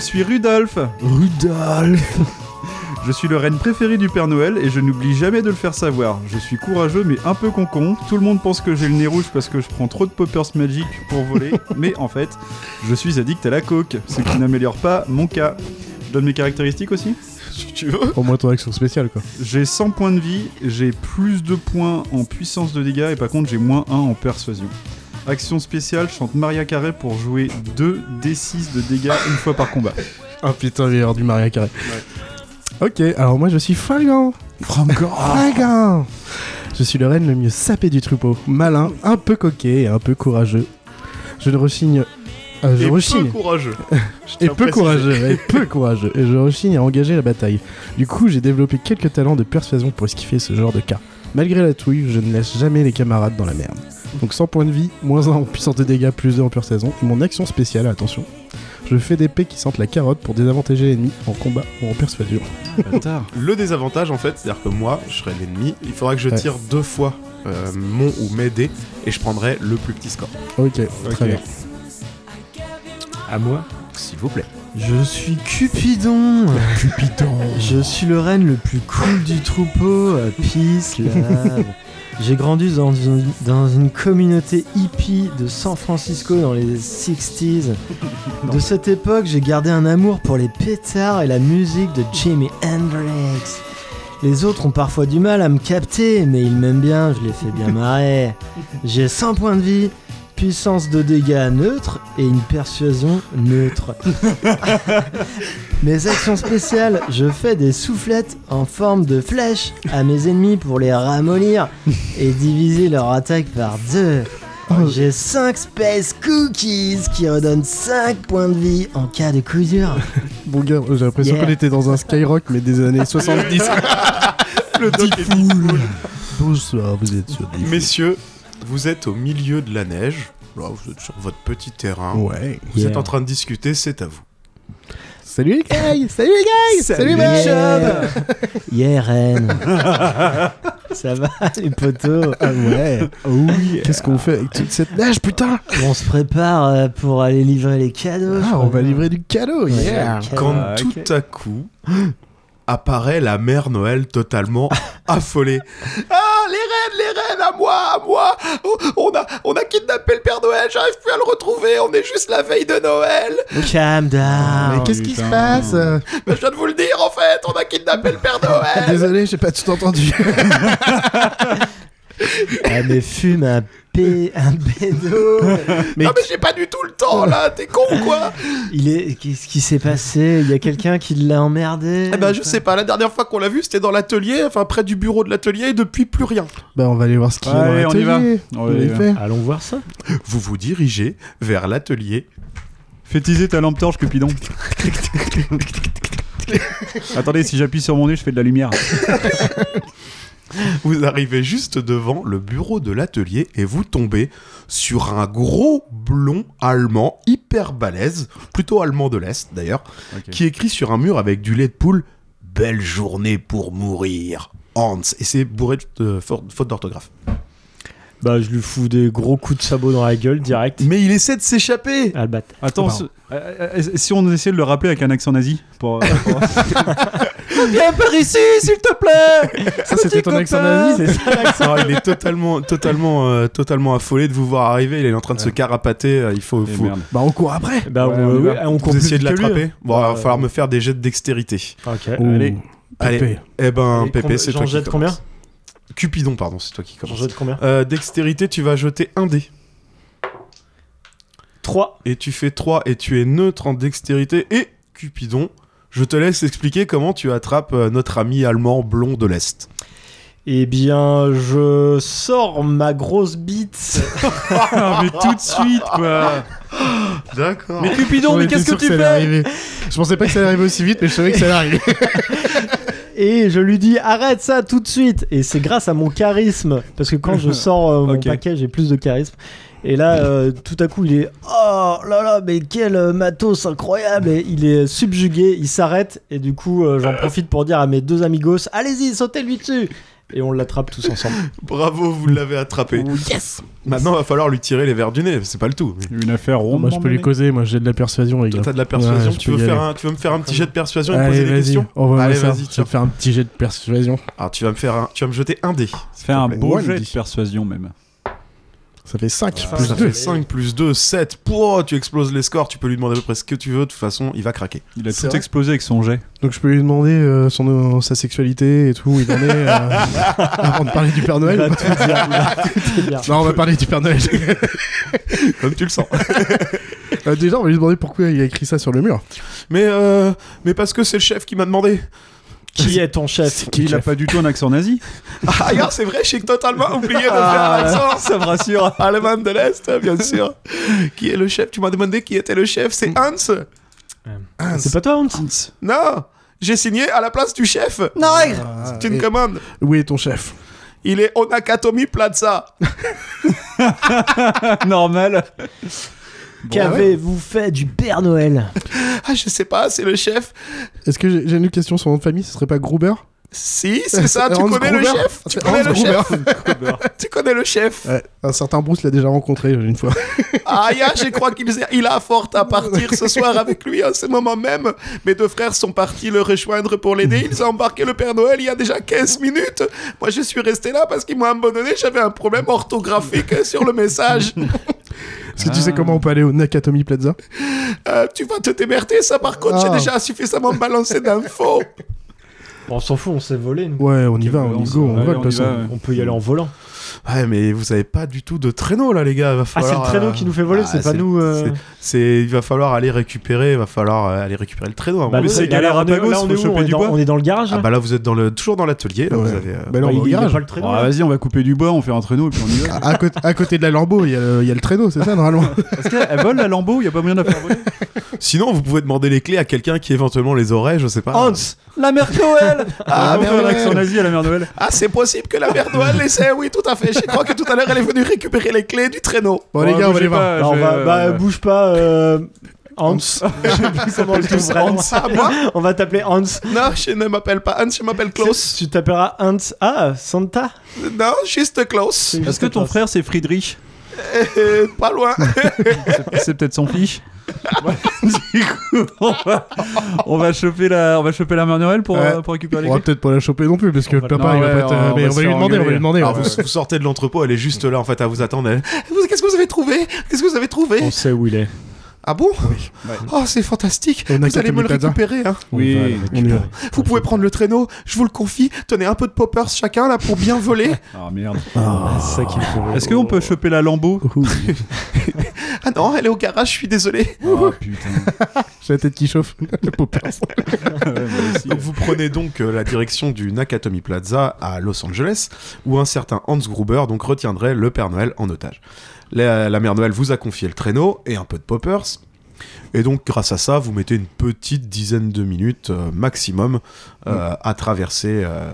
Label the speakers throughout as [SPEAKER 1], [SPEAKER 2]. [SPEAKER 1] suis Rudolf.
[SPEAKER 2] Rudolf
[SPEAKER 1] Je suis le reine préféré du Père Noël et je n'oublie jamais de le faire savoir. Je suis courageux mais un peu concon. Tout le monde pense que j'ai le nez rouge parce que je prends trop de poppers magic pour voler, mais en fait, je suis addict à la coke, ce qui n'améliore pas mon cas. Je donne mes caractéristiques aussi
[SPEAKER 3] Si tu veux.
[SPEAKER 2] Au moins ton action spéciale, quoi.
[SPEAKER 1] J'ai 100 points de vie, j'ai plus de points en puissance de dégâts et par contre j'ai moins 1 en persuasion. Action spéciale, je chante Maria Carré pour jouer 2 D6 de dégâts une fois par combat.
[SPEAKER 2] Ah putain, il va y avoir du Maria Carré. Ok, alors moi je suis Falgan.
[SPEAKER 1] Ah,
[SPEAKER 2] Falgan Je suis le reine le mieux sapé du troupeau. Malin, un peu coquet et un peu courageux. Je ne rechigne. euh, je
[SPEAKER 3] Et peu
[SPEAKER 2] rechigne.
[SPEAKER 3] courageux. Je
[SPEAKER 2] Et
[SPEAKER 3] tiens à
[SPEAKER 2] peu
[SPEAKER 3] préciser.
[SPEAKER 2] courageux, et peu courageux. Et je rechigne à engager la bataille. Du coup, j'ai développé quelques talents de persuasion pour esquiver ce genre de cas. Malgré la touille, je ne laisse jamais les camarades dans la merde. Donc 100 points de vie, moins 1 en puissance de dégâts, plus 2 en persuasion. Et mon action spéciale, attention. Je fais des pets qui sentent la carotte pour désavantager l'ennemi en combat ou en persuasion.
[SPEAKER 1] Bâtard.
[SPEAKER 3] Le désavantage en fait, c'est-à-dire que moi, je serais l'ennemi, il faudra que je
[SPEAKER 2] Ouais.
[SPEAKER 3] tire deux fois euh, mon ou mes dés et je prendrai le plus petit score.
[SPEAKER 2] Ok, très bien.
[SPEAKER 4] À moi
[SPEAKER 3] S'il vous plaît.
[SPEAKER 5] Je suis Cupidon.
[SPEAKER 2] Cupidon.
[SPEAKER 5] Je suis le renne le plus cool du troupeau. euh, Peace, love. J'ai grandi dans une, dans une communauté hippie de San Francisco dans les 60s. De cette époque, j'ai gardé un amour pour les pétards et la musique de Jimi Hendrix. Les autres ont parfois du mal à me capter, mais ils m'aiment bien, je les fais bien marrer. J'ai 100 points de vie, puissance de dégâts neutre et une persuasion neutre. Mes actions spéciales, je fais des soufflettes en forme de flèche à mes ennemis pour les ramollir et diviser leur attaque par deux. J'ai 5 space cookies qui redonnent 5 points de vie en cas de coup dur.
[SPEAKER 2] Bon gars, j'ai l'impression
[SPEAKER 5] Yeah.
[SPEAKER 2] qu'on était dans un Skyrock mais des années 70.
[SPEAKER 3] Le doc est dit.
[SPEAKER 2] Bonsoir, vous êtes sur des
[SPEAKER 3] Messieurs, vous êtes au milieu de la neige. Là, vous êtes sur votre petit terrain.
[SPEAKER 2] Ouais.
[SPEAKER 3] Vous êtes
[SPEAKER 5] Yeah.
[SPEAKER 3] en train de discuter, c'est à vous.
[SPEAKER 2] Salut les gars Salut les gars Salut, les
[SPEAKER 5] yeah. yeah, Ren. Ça va, les potos
[SPEAKER 2] Ah ouais Qu'est-ce qu'on fait avec toute cette neige putain
[SPEAKER 5] On se prépare euh, pour aller livrer les cadeaux. je
[SPEAKER 2] Ah on va
[SPEAKER 5] crois.
[SPEAKER 2] livrer du cadeau
[SPEAKER 5] Ouais,
[SPEAKER 2] yeah.
[SPEAKER 5] les cadeaux.
[SPEAKER 3] Quand
[SPEAKER 1] Ah,
[SPEAKER 3] tout
[SPEAKER 1] ok.
[SPEAKER 3] à coup apparaît la mère Noël totalement affolée. Ah, les reines, les reines, à moi, à moi Oh, on, a, on a kidnappé le Père Noël, j'arrive plus à le retrouver, on est juste la veille de Noël
[SPEAKER 5] Calm down.
[SPEAKER 2] Mais qu'est-ce qui se
[SPEAKER 1] putain.
[SPEAKER 2] passe
[SPEAKER 3] Mais Je viens de vous le dire en fait, on a kidnappé le Père Noël
[SPEAKER 2] Désolé, j'ai pas tout entendu.
[SPEAKER 5] Ah mais fume un P, un bédo.
[SPEAKER 2] Mais-
[SPEAKER 3] Non mais j'ai pas du tout le temps là, t'es con ou quoi
[SPEAKER 5] Il est, qu'est-ce qui s'est passé Il y a quelqu'un qui l'a emmerdé
[SPEAKER 3] Eh ben je sais pas, la dernière fois qu'on l'a vu c'était dans l'atelier, enfin près du bureau de l'atelier et depuis plus rien.
[SPEAKER 2] bah on va aller voir ce qu'il y a
[SPEAKER 1] Allez,
[SPEAKER 2] dans
[SPEAKER 1] on y va.
[SPEAKER 2] l'atelier.
[SPEAKER 1] On
[SPEAKER 2] On
[SPEAKER 1] y
[SPEAKER 2] y
[SPEAKER 1] va.
[SPEAKER 2] fait.
[SPEAKER 4] Allons voir ça.
[SPEAKER 3] Vous vous dirigez vers l'atelier.
[SPEAKER 1] Fais teaser ta lampe torche, Cupidon. Attendez, si j'appuie sur mon nez, je fais de la lumière.
[SPEAKER 3] Vous arrivez juste devant le bureau de l'atelier et vous tombez sur un gros blond allemand hyper balèze, plutôt allemand de l'Est d'ailleurs,
[SPEAKER 1] Ok.
[SPEAKER 3] qui écrit sur un mur avec du lait de poule Belle journée pour mourir, Hans. Et c'est bourré de for- fautes d'orthographe.
[SPEAKER 4] Bah, je lui fous des gros coups de sabot dans la gueule direct.
[SPEAKER 3] Mais il essaie de s'échapper
[SPEAKER 4] Albat.
[SPEAKER 1] Attends,
[SPEAKER 2] Oh,
[SPEAKER 1] ce- euh, euh, si on essayait de le rappeler avec un accent nazi pour, euh, pour-
[SPEAKER 5] Viens par ici, s'il te plaît.
[SPEAKER 2] Ça c'était ton accent nazi c'est ça
[SPEAKER 3] Non, il est totalement, totalement, euh, totalement affolé de vous voir arriver. Il est en train de se carapater. euh, Il faut,
[SPEAKER 1] Eh
[SPEAKER 3] faut...
[SPEAKER 1] merde.
[SPEAKER 2] Bah on court après
[SPEAKER 4] Bah,
[SPEAKER 1] Ouais,
[SPEAKER 4] on,
[SPEAKER 1] on y
[SPEAKER 4] ouais,
[SPEAKER 1] va.
[SPEAKER 4] on court
[SPEAKER 3] Vous
[SPEAKER 4] plus
[SPEAKER 3] essayez de
[SPEAKER 4] vite que lui.
[SPEAKER 3] l'attraper. Bon, il va
[SPEAKER 4] Euh,
[SPEAKER 3] falloir me faire des jets de dextérité.
[SPEAKER 4] Ok.
[SPEAKER 2] Allez,
[SPEAKER 3] Allez, eh ben,
[SPEAKER 4] Allez,
[SPEAKER 3] Pépé,
[SPEAKER 4] com-
[SPEAKER 3] c'est
[SPEAKER 4] j'en
[SPEAKER 3] toi qui
[SPEAKER 4] jette combien
[SPEAKER 3] commence. Cupidon, pardon, c'est toi qui
[SPEAKER 4] J'en
[SPEAKER 3] commence.
[SPEAKER 4] jette combien
[SPEAKER 3] Euh, dextérité, tu vas jeter un dé.
[SPEAKER 4] 3.
[SPEAKER 3] Et tu fais 3 et tu es neutre en dextérité. Et Cupidon, je te laisse expliquer comment tu attrapes euh, notre ami allemand blond de l'Est.
[SPEAKER 4] Eh bien, je sors ma grosse bite.
[SPEAKER 1] Ah, mais tout de suite, quoi.
[SPEAKER 3] D'accord.
[SPEAKER 4] Mais Cupidon,
[SPEAKER 2] On était sûr ça allait arriver. Je pensais pas que ça allait arriver aussi vite, mais je savais que ça allait arriver.
[SPEAKER 4] Et je lui dis arrête ça tout de suite. Et c'est grâce à mon charisme. Parce que quand je sors euh, mon
[SPEAKER 1] Ok.
[SPEAKER 4] paquet, j'ai plus de charisme.
[SPEAKER 5] Et là, euh, tout à coup, il est Oh là là, mais quel euh, matos incroyable Et il est subjugué, il s'arrête, et du coup, euh, j'en profite pour dire à mes deux amigos Allez-y, sautez-lui dessus Et on l'attrape tous ensemble.
[SPEAKER 3] Bravo, vous l'avez attrapé.
[SPEAKER 5] yes
[SPEAKER 3] Maintenant, va falloir lui tirer les verres du nez, c'est pas le tout. Mais-
[SPEAKER 1] Une affaire
[SPEAKER 2] Bon,
[SPEAKER 1] ronde.
[SPEAKER 2] moi, je peux lui causer, moi, j'ai de la persuasion, les
[SPEAKER 3] Toi,
[SPEAKER 2] gars.
[SPEAKER 3] T'as de la persuasion,
[SPEAKER 2] Ouais, je
[SPEAKER 3] tu,
[SPEAKER 2] peux
[SPEAKER 3] veux
[SPEAKER 2] y
[SPEAKER 3] faire
[SPEAKER 2] aller.
[SPEAKER 3] un, tu veux me faire un petit jet de persuasion et me
[SPEAKER 2] Allez,
[SPEAKER 3] poser des
[SPEAKER 2] vas-y,
[SPEAKER 3] questions
[SPEAKER 2] on va
[SPEAKER 3] Allez,
[SPEAKER 2] faire.
[SPEAKER 3] vas-y,
[SPEAKER 2] Je vais
[SPEAKER 3] tiens.
[SPEAKER 2] te faire un petit jet de persuasion.
[SPEAKER 3] Alors tu vas me faire un, tu vas me jeter un dé.
[SPEAKER 1] Fais un
[SPEAKER 3] plaît.
[SPEAKER 1] beau
[SPEAKER 2] Ouais,
[SPEAKER 1] jet de
[SPEAKER 2] dis.
[SPEAKER 1] persuasion même.
[SPEAKER 2] Ça fait 5
[SPEAKER 5] Ah,
[SPEAKER 2] plus
[SPEAKER 3] ça
[SPEAKER 2] 2.
[SPEAKER 3] fait 5 plus 2, 7. Pouah, tu exploses les scores, tu peux lui demander à peu près ce que tu veux, de toute façon, il va craquer.
[SPEAKER 1] Il a
[SPEAKER 2] C'est
[SPEAKER 1] tout
[SPEAKER 2] vrai
[SPEAKER 1] explosé avec son jet.
[SPEAKER 2] Donc je peux lui demander euh, son, euh, sa sexualité et tout, où il en est, euh, avant de parler du Père Noël.
[SPEAKER 5] Il va
[SPEAKER 2] ou
[SPEAKER 5] tout dire, il va tout dire.
[SPEAKER 2] pas Non, on va parler du Père Noël.
[SPEAKER 3] Comme tu le sens.
[SPEAKER 2] Euh, déjà, on va lui demander pourquoi il a écrit ça sur le mur.
[SPEAKER 3] mais, euh, mais parce que c'est le chef qui m'a demandé.
[SPEAKER 5] Qui est ton chef
[SPEAKER 2] C'est qui,
[SPEAKER 1] Il a
[SPEAKER 2] Jeff
[SPEAKER 1] pas du tout un accent nazi.
[SPEAKER 3] Ah, regarde, c'est vrai, j'ai totalement oublié de faire
[SPEAKER 1] Ah,
[SPEAKER 3] l'accent.
[SPEAKER 1] ça me rassure.
[SPEAKER 3] Allemagne de l'Est, bien sûr. qui est le chef Tu m'as demandé qui était le chef,
[SPEAKER 2] Hmm.
[SPEAKER 3] c'est Hans.
[SPEAKER 5] C'est pas toi, Hans
[SPEAKER 3] Non, j'ai signé à la place du chef.
[SPEAKER 2] Ah,
[SPEAKER 3] C'est une
[SPEAKER 2] et-
[SPEAKER 3] commande.
[SPEAKER 2] Où est ton chef
[SPEAKER 3] Il est Onakatomi Plaza.
[SPEAKER 1] Ah, Normal.
[SPEAKER 5] Qu'avez-vous fait du Père Noël
[SPEAKER 3] Ah, je sais pas, c'est le chef.
[SPEAKER 2] Est-ce que j'ai j'ai une question sur son nom de famille Ce serait pas Gruber
[SPEAKER 3] Si, c'est ça, tu
[SPEAKER 2] Hans
[SPEAKER 3] connais le
[SPEAKER 2] Gruber
[SPEAKER 3] chef. Tu
[SPEAKER 2] C'est
[SPEAKER 3] connais
[SPEAKER 2] Hans
[SPEAKER 3] le chef.
[SPEAKER 2] Gruber.
[SPEAKER 3] Tu connais le chef.
[SPEAKER 2] Ouais, un certain Bruce l'a déjà rencontré une fois.
[SPEAKER 3] Ah, ya, je crois qu'il il a fort à partir ce soir avec lui à ce moment même. Mes deux frères sont partis le rejoindre pour l'aider. Ils ont embarqué le Père Noël il y a déjà 15 minutes. Moi, je suis resté là parce qu'ils m'ont abandonné. J'avais un problème orthographique sur le message.
[SPEAKER 2] Est-ce que tu sais comment on peut aller au Nakatomi Plaza
[SPEAKER 3] Euh, tu vas te démerder, ça par contre, j'ai
[SPEAKER 2] Ah.
[SPEAKER 3] déjà suffisamment balancé d'infos.
[SPEAKER 5] Bon, On s'en fout, on s'est volé, nous.
[SPEAKER 2] Ouais, on y va, on y
[SPEAKER 1] balance,
[SPEAKER 2] go, on
[SPEAKER 1] ouais,
[SPEAKER 2] va de
[SPEAKER 1] on y
[SPEAKER 2] toute façon.
[SPEAKER 1] va. ouais.
[SPEAKER 5] On peut y aller en volant.
[SPEAKER 3] Ouais, mais vous avez pas du tout de traîneau là, les gars. Va
[SPEAKER 5] Ah, c'est le
[SPEAKER 3] falloir,
[SPEAKER 5] traîneau
[SPEAKER 3] euh,
[SPEAKER 5] qui nous fait voler,
[SPEAKER 3] ah,
[SPEAKER 5] c'est pas nous. euh,
[SPEAKER 3] c'est- c'est- il va falloir aller récupérer, il va falloir euh, aller récupérer le traîneau. à mon
[SPEAKER 5] Bah,
[SPEAKER 1] Mais
[SPEAKER 3] avis.
[SPEAKER 1] c'est
[SPEAKER 5] là,
[SPEAKER 1] galère
[SPEAKER 5] on
[SPEAKER 1] à
[SPEAKER 5] est-
[SPEAKER 1] Pagos,
[SPEAKER 5] là, on
[SPEAKER 1] faut
[SPEAKER 5] est où
[SPEAKER 1] choper
[SPEAKER 5] on est
[SPEAKER 1] du
[SPEAKER 5] dans-
[SPEAKER 1] bois.
[SPEAKER 5] On est dans le garage
[SPEAKER 3] Ah
[SPEAKER 5] là
[SPEAKER 3] bah là, vous êtes dans le, toujours dans l'atelier. Là, vous avez, euh,
[SPEAKER 2] Bah là, on va
[SPEAKER 5] Bah,
[SPEAKER 2] au
[SPEAKER 5] il- il y a
[SPEAKER 2] garage.
[SPEAKER 5] pas le traîneau,
[SPEAKER 1] Bon,
[SPEAKER 5] là.
[SPEAKER 1] Ah, vas-y, on va couper du bois, on fait un traîneau et puis on y va.
[SPEAKER 2] À, côté- à côté de la lambeau, il y, a le- il y a le traîneau, c'est ça, normalement
[SPEAKER 1] Parce qu'elle vole la lambeau, il y a pas moyen de la faire voler.
[SPEAKER 3] Sinon, vous pouvez demander les clés à quelqu'un qui éventuellement les aurait, je sais pas.
[SPEAKER 5] Hans La mère Noël
[SPEAKER 3] Ah,
[SPEAKER 1] On va
[SPEAKER 3] merde,
[SPEAKER 1] faire un
[SPEAKER 3] ouais.
[SPEAKER 1] accent nazi à la mère Noël.
[SPEAKER 3] Ah, c'est possible que la mère Noël les ait, oui, tout à fait. Je crois que tout à l'heure, elle est venue récupérer les clés du traîneau.
[SPEAKER 2] Bon, les
[SPEAKER 1] Ouais,
[SPEAKER 2] gars, on va
[SPEAKER 1] bougez
[SPEAKER 2] les voir.
[SPEAKER 1] pas,
[SPEAKER 5] Non,
[SPEAKER 1] Ah, je vais-
[SPEAKER 5] va- bah,
[SPEAKER 1] ouais.
[SPEAKER 5] bouge pas, euh, Hans. Comment on
[SPEAKER 1] s'appelle
[SPEAKER 5] dit
[SPEAKER 1] tous
[SPEAKER 5] vraiment
[SPEAKER 1] Hans.
[SPEAKER 3] Ah, moi
[SPEAKER 5] On va t'appeler Hans.
[SPEAKER 3] Non, je ne m'appelle pas Hans, je m'appelle Klaus.
[SPEAKER 5] Tu t'appelleras Hans. Ah, Santa
[SPEAKER 3] Non, juste Klaus.
[SPEAKER 5] C'est
[SPEAKER 1] Est-ce
[SPEAKER 5] juste
[SPEAKER 1] que ton
[SPEAKER 5] Klaus.
[SPEAKER 1] frère c'est Friedrich
[SPEAKER 3] Euh, pas loin.
[SPEAKER 1] C'est- C'est peut-être son fiche. du coup, on va, on va choper la, on va choper la mère Noël pour,
[SPEAKER 2] Ouais.
[SPEAKER 1] euh, pour récupérer les
[SPEAKER 2] On va
[SPEAKER 1] clés.
[SPEAKER 2] peut-être pas la choper non plus, parce que
[SPEAKER 1] On va-
[SPEAKER 2] papa, il
[SPEAKER 1] non,
[SPEAKER 2] va
[SPEAKER 1] ouais,
[SPEAKER 2] pas.
[SPEAKER 1] on
[SPEAKER 2] te-
[SPEAKER 1] va
[SPEAKER 2] Mais on
[SPEAKER 1] se
[SPEAKER 2] va lui
[SPEAKER 1] faire
[SPEAKER 2] demander, on va lui
[SPEAKER 1] engueuler.
[SPEAKER 2] demander. hein.
[SPEAKER 3] Alors,
[SPEAKER 2] ouais.
[SPEAKER 3] Ah, vous, vous sortez de l'entrepôt, elle est juste là, en fait, à vous attendre. Elle- Eh, Vous- Qu'est-ce que vous avez trouvé Qu'est-ce que vous avez trouvé
[SPEAKER 5] On sait où il est.
[SPEAKER 3] Ah bon
[SPEAKER 1] Ouais.
[SPEAKER 3] Oh, c'est fantastique.
[SPEAKER 2] On a
[SPEAKER 3] Vous allez me le
[SPEAKER 2] Captain Plaza.
[SPEAKER 3] récupérer, hein.
[SPEAKER 1] Oui.
[SPEAKER 5] On va le récupérer.
[SPEAKER 2] On y va.
[SPEAKER 3] Vous pouvez prendre le traîneau, je vous le confie. Tenez un peu de poppers chacun, là, pour bien voler.
[SPEAKER 1] Ah merde.
[SPEAKER 5] Ah, c'est ça qu'il faut.
[SPEAKER 1] Est-ce qu'on peut choper la lambeau
[SPEAKER 3] Ah non, elle est au garage, je suis désolé.
[SPEAKER 1] Oh putain.
[SPEAKER 2] J'ai la tête qui chauffe. Le pauvre.
[SPEAKER 1] Ouais, moi aussi,
[SPEAKER 3] Donc vous prenez donc euh, la direction du Nakatomi Plaza à Los Angeles, où un certain Hans Gruber donc retiendrait le Père Noël en otage. La, la Mère Noël vous a confié le traîneau et un peu de poppers. Et donc grâce à ça, vous mettez une petite dizaine de minutes euh, maximum euh, à traverser euh,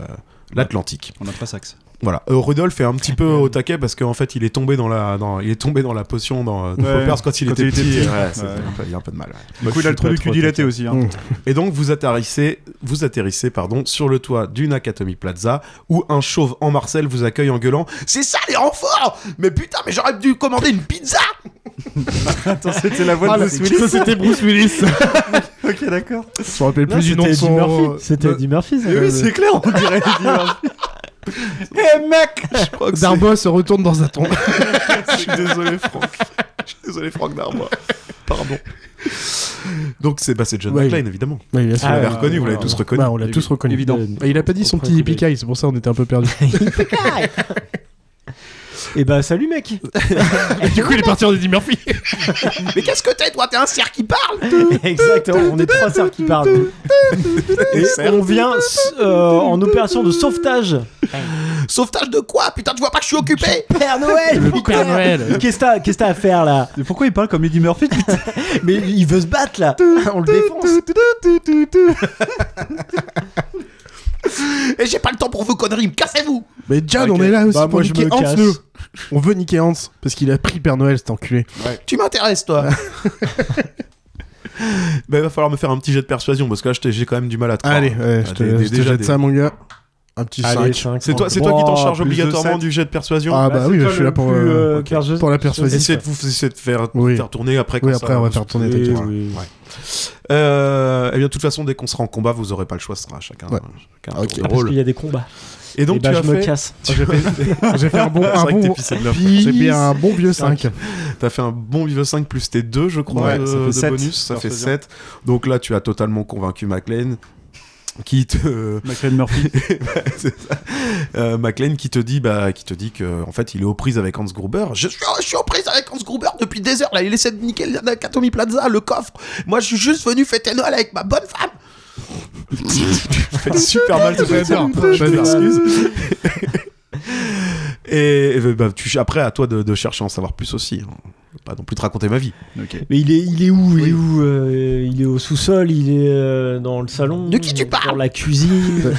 [SPEAKER 3] l'Atlantique.
[SPEAKER 1] On a trois sax.
[SPEAKER 3] Voilà. Euh, Rudolf est un petit peu au taquet parce qu'en fait, il est tombé dans la, dans- il est tombé dans la potion dans, de
[SPEAKER 1] Ouais.
[SPEAKER 3] poppers quand il
[SPEAKER 1] Quand
[SPEAKER 3] était
[SPEAKER 1] il était
[SPEAKER 3] petit.
[SPEAKER 1] petit.
[SPEAKER 3] Ouais, c'est-
[SPEAKER 1] Ouais.
[SPEAKER 3] un peu- il a un peu de mal. ouais.
[SPEAKER 1] Du coup, il a le trou du cul dilaté aussi. Hein.
[SPEAKER 3] Et donc vous atterrissez, vous atterrissez pardon, sur le toit d'une Nakatomi Plaza où un chauve en Marcel vous accueille en gueulant C'est ça les renforts Mais putain, mais j'aurais dû commander une pizza
[SPEAKER 1] Attends, c'était la voix
[SPEAKER 2] Ah,
[SPEAKER 1] de
[SPEAKER 2] là,
[SPEAKER 1] Bruce bah, Willis.
[SPEAKER 2] ça, c'était Bruce Willis.
[SPEAKER 1] Ok, d'accord.
[SPEAKER 2] Je me rappelle
[SPEAKER 5] Non,
[SPEAKER 2] plus du nom de
[SPEAKER 5] c'était Eddie
[SPEAKER 2] son.
[SPEAKER 5] Murphy. C'était Eddie Murphy, ça. euh,
[SPEAKER 1] Oui, c'est clair, on dirait.
[SPEAKER 5] Eh, mec
[SPEAKER 3] Je crois que c'est-
[SPEAKER 2] Darbois se retourne dans un tombe.
[SPEAKER 3] Je suis désolé Franck. Je suis désolé Franck Darbois. Pardon. Donc c'est bah, c'est John
[SPEAKER 2] Ouais.
[SPEAKER 3] McClane évidemment. Vous
[SPEAKER 2] Oui, bien
[SPEAKER 5] Ah,
[SPEAKER 3] l'avez
[SPEAKER 5] ouais,
[SPEAKER 3] reconnu, vous l'avez
[SPEAKER 1] ouais,
[SPEAKER 3] tous
[SPEAKER 1] ouais.
[SPEAKER 3] reconnu.
[SPEAKER 2] Bah, on l'a tous reconnu.
[SPEAKER 1] Évident.
[SPEAKER 2] Bah, il a pas dit son
[SPEAKER 5] Au
[SPEAKER 2] petit
[SPEAKER 5] premier
[SPEAKER 2] hippie c'est pour ça on était un peu perdus.
[SPEAKER 5] Et bah, salut, mec
[SPEAKER 2] du coup, il est parti en Eddie Murphy.
[SPEAKER 3] Mais qu'est-ce que t'es toi T'es un cerf qui parle
[SPEAKER 5] Exactement, on est trois sœurs qui parlent. Et on vient s- euh, en opération de sauvetage.
[SPEAKER 3] Sauvetage de quoi Putain, tu vois pas que je suis occupé
[SPEAKER 5] Père Noël putain.
[SPEAKER 2] Noël.
[SPEAKER 5] Qu'est-ce que t'as- qu'est-ce que t'as à faire là
[SPEAKER 1] Mais pourquoi il parle comme Eddie Murphy depuis
[SPEAKER 5] Mais il veut se battre là On le défonce
[SPEAKER 3] Et j'ai pas le temps pour vos conneries, cassez-vous
[SPEAKER 2] Mais John,
[SPEAKER 5] Ok.
[SPEAKER 2] on est là aussi
[SPEAKER 5] Bah,
[SPEAKER 2] pour
[SPEAKER 5] moi, je
[SPEAKER 2] niquer
[SPEAKER 5] me
[SPEAKER 2] Hans,
[SPEAKER 5] casse.
[SPEAKER 2] nous. On veut niquer Hans parce qu'il a pris Père Noël, cet enculé.
[SPEAKER 3] Tu m'intéresses, toi Mais il Ben, va falloir me faire un petit jet de persuasion parce que là, je t'ai- j'ai quand même du mal à te croire.
[SPEAKER 2] Allez, ouais, je
[SPEAKER 3] Ah,
[SPEAKER 2] te,
[SPEAKER 3] des- des-
[SPEAKER 2] je te
[SPEAKER 3] déjà
[SPEAKER 2] jette
[SPEAKER 3] des-
[SPEAKER 2] ça, mon gars. Un petit 5.
[SPEAKER 3] C'est toi, c'est toi qui t'en charge obligatoirement du jet de persuasion.
[SPEAKER 2] Ah bah oui, je suis là pour, euh, pour la persuasion.
[SPEAKER 3] Essayez de vous essayez de faire,
[SPEAKER 2] Oui.
[SPEAKER 3] faire tourner après.
[SPEAKER 2] Oui,
[SPEAKER 3] comme
[SPEAKER 2] après,
[SPEAKER 3] ça,
[SPEAKER 2] on va
[SPEAKER 3] vous-
[SPEAKER 2] faire tourner,
[SPEAKER 3] Oui,
[SPEAKER 2] t'inquiète.
[SPEAKER 3] oui. Euh, eh bien, de toute façon, dès qu'on sera en combat, vous aurez pas le choix. Ce sera chacun,
[SPEAKER 2] Ouais. Eh ben,
[SPEAKER 3] chacun
[SPEAKER 2] Ah, ok.
[SPEAKER 3] tour de
[SPEAKER 2] Ah,
[SPEAKER 5] Parce
[SPEAKER 3] rôle.
[SPEAKER 5] qu'il y a des combats.
[SPEAKER 3] Et
[SPEAKER 4] Eh
[SPEAKER 3] donc,
[SPEAKER 5] Et
[SPEAKER 4] ben,
[SPEAKER 5] bah,
[SPEAKER 3] tu as
[SPEAKER 5] je me
[SPEAKER 3] fait...
[SPEAKER 5] casse.
[SPEAKER 3] tu as fait-
[SPEAKER 2] J'ai fait un bon,
[SPEAKER 3] C'est
[SPEAKER 2] un
[SPEAKER 3] vrai que t'es
[SPEAKER 2] bon,
[SPEAKER 3] pissé de neuf.
[SPEAKER 2] j'ai bien un bon vieux 5.
[SPEAKER 3] T'as fait un bon vive 5 plus tes 2, je crois,
[SPEAKER 1] Ouais,
[SPEAKER 3] de,
[SPEAKER 1] ça fait
[SPEAKER 3] de
[SPEAKER 1] sept.
[SPEAKER 3] bonus. Ça fait
[SPEAKER 1] Persuasion.
[SPEAKER 3] 7. Donc là, tu as totalement convaincu McLean qui te
[SPEAKER 1] McLean Murphy.
[SPEAKER 3] C'est ça. Euh, McLean qui te dit bah qui te dit que en fait il est aux prises avec Hans Gruber. Je suis, je suis aux prises avec Hans Gruber depuis des heures là. Il essaie de niquer le- Nakatomi Plaza, le coffre. Moi je suis juste venu fêter Noël avec ma bonne femme. tu fais super mal de
[SPEAKER 2] Pas d'excuse.
[SPEAKER 3] Et, et bah, tu, après à toi de, de chercher à en savoir plus aussi. hein. Pas non plus te raconter ma vie.
[SPEAKER 1] Ok.
[SPEAKER 4] Mais il est, il est où Il est où euh, Il est au sous-sol, il est euh, dans le salon.
[SPEAKER 3] De qui tu
[SPEAKER 4] il est Dans
[SPEAKER 3] parles
[SPEAKER 4] la cuisine.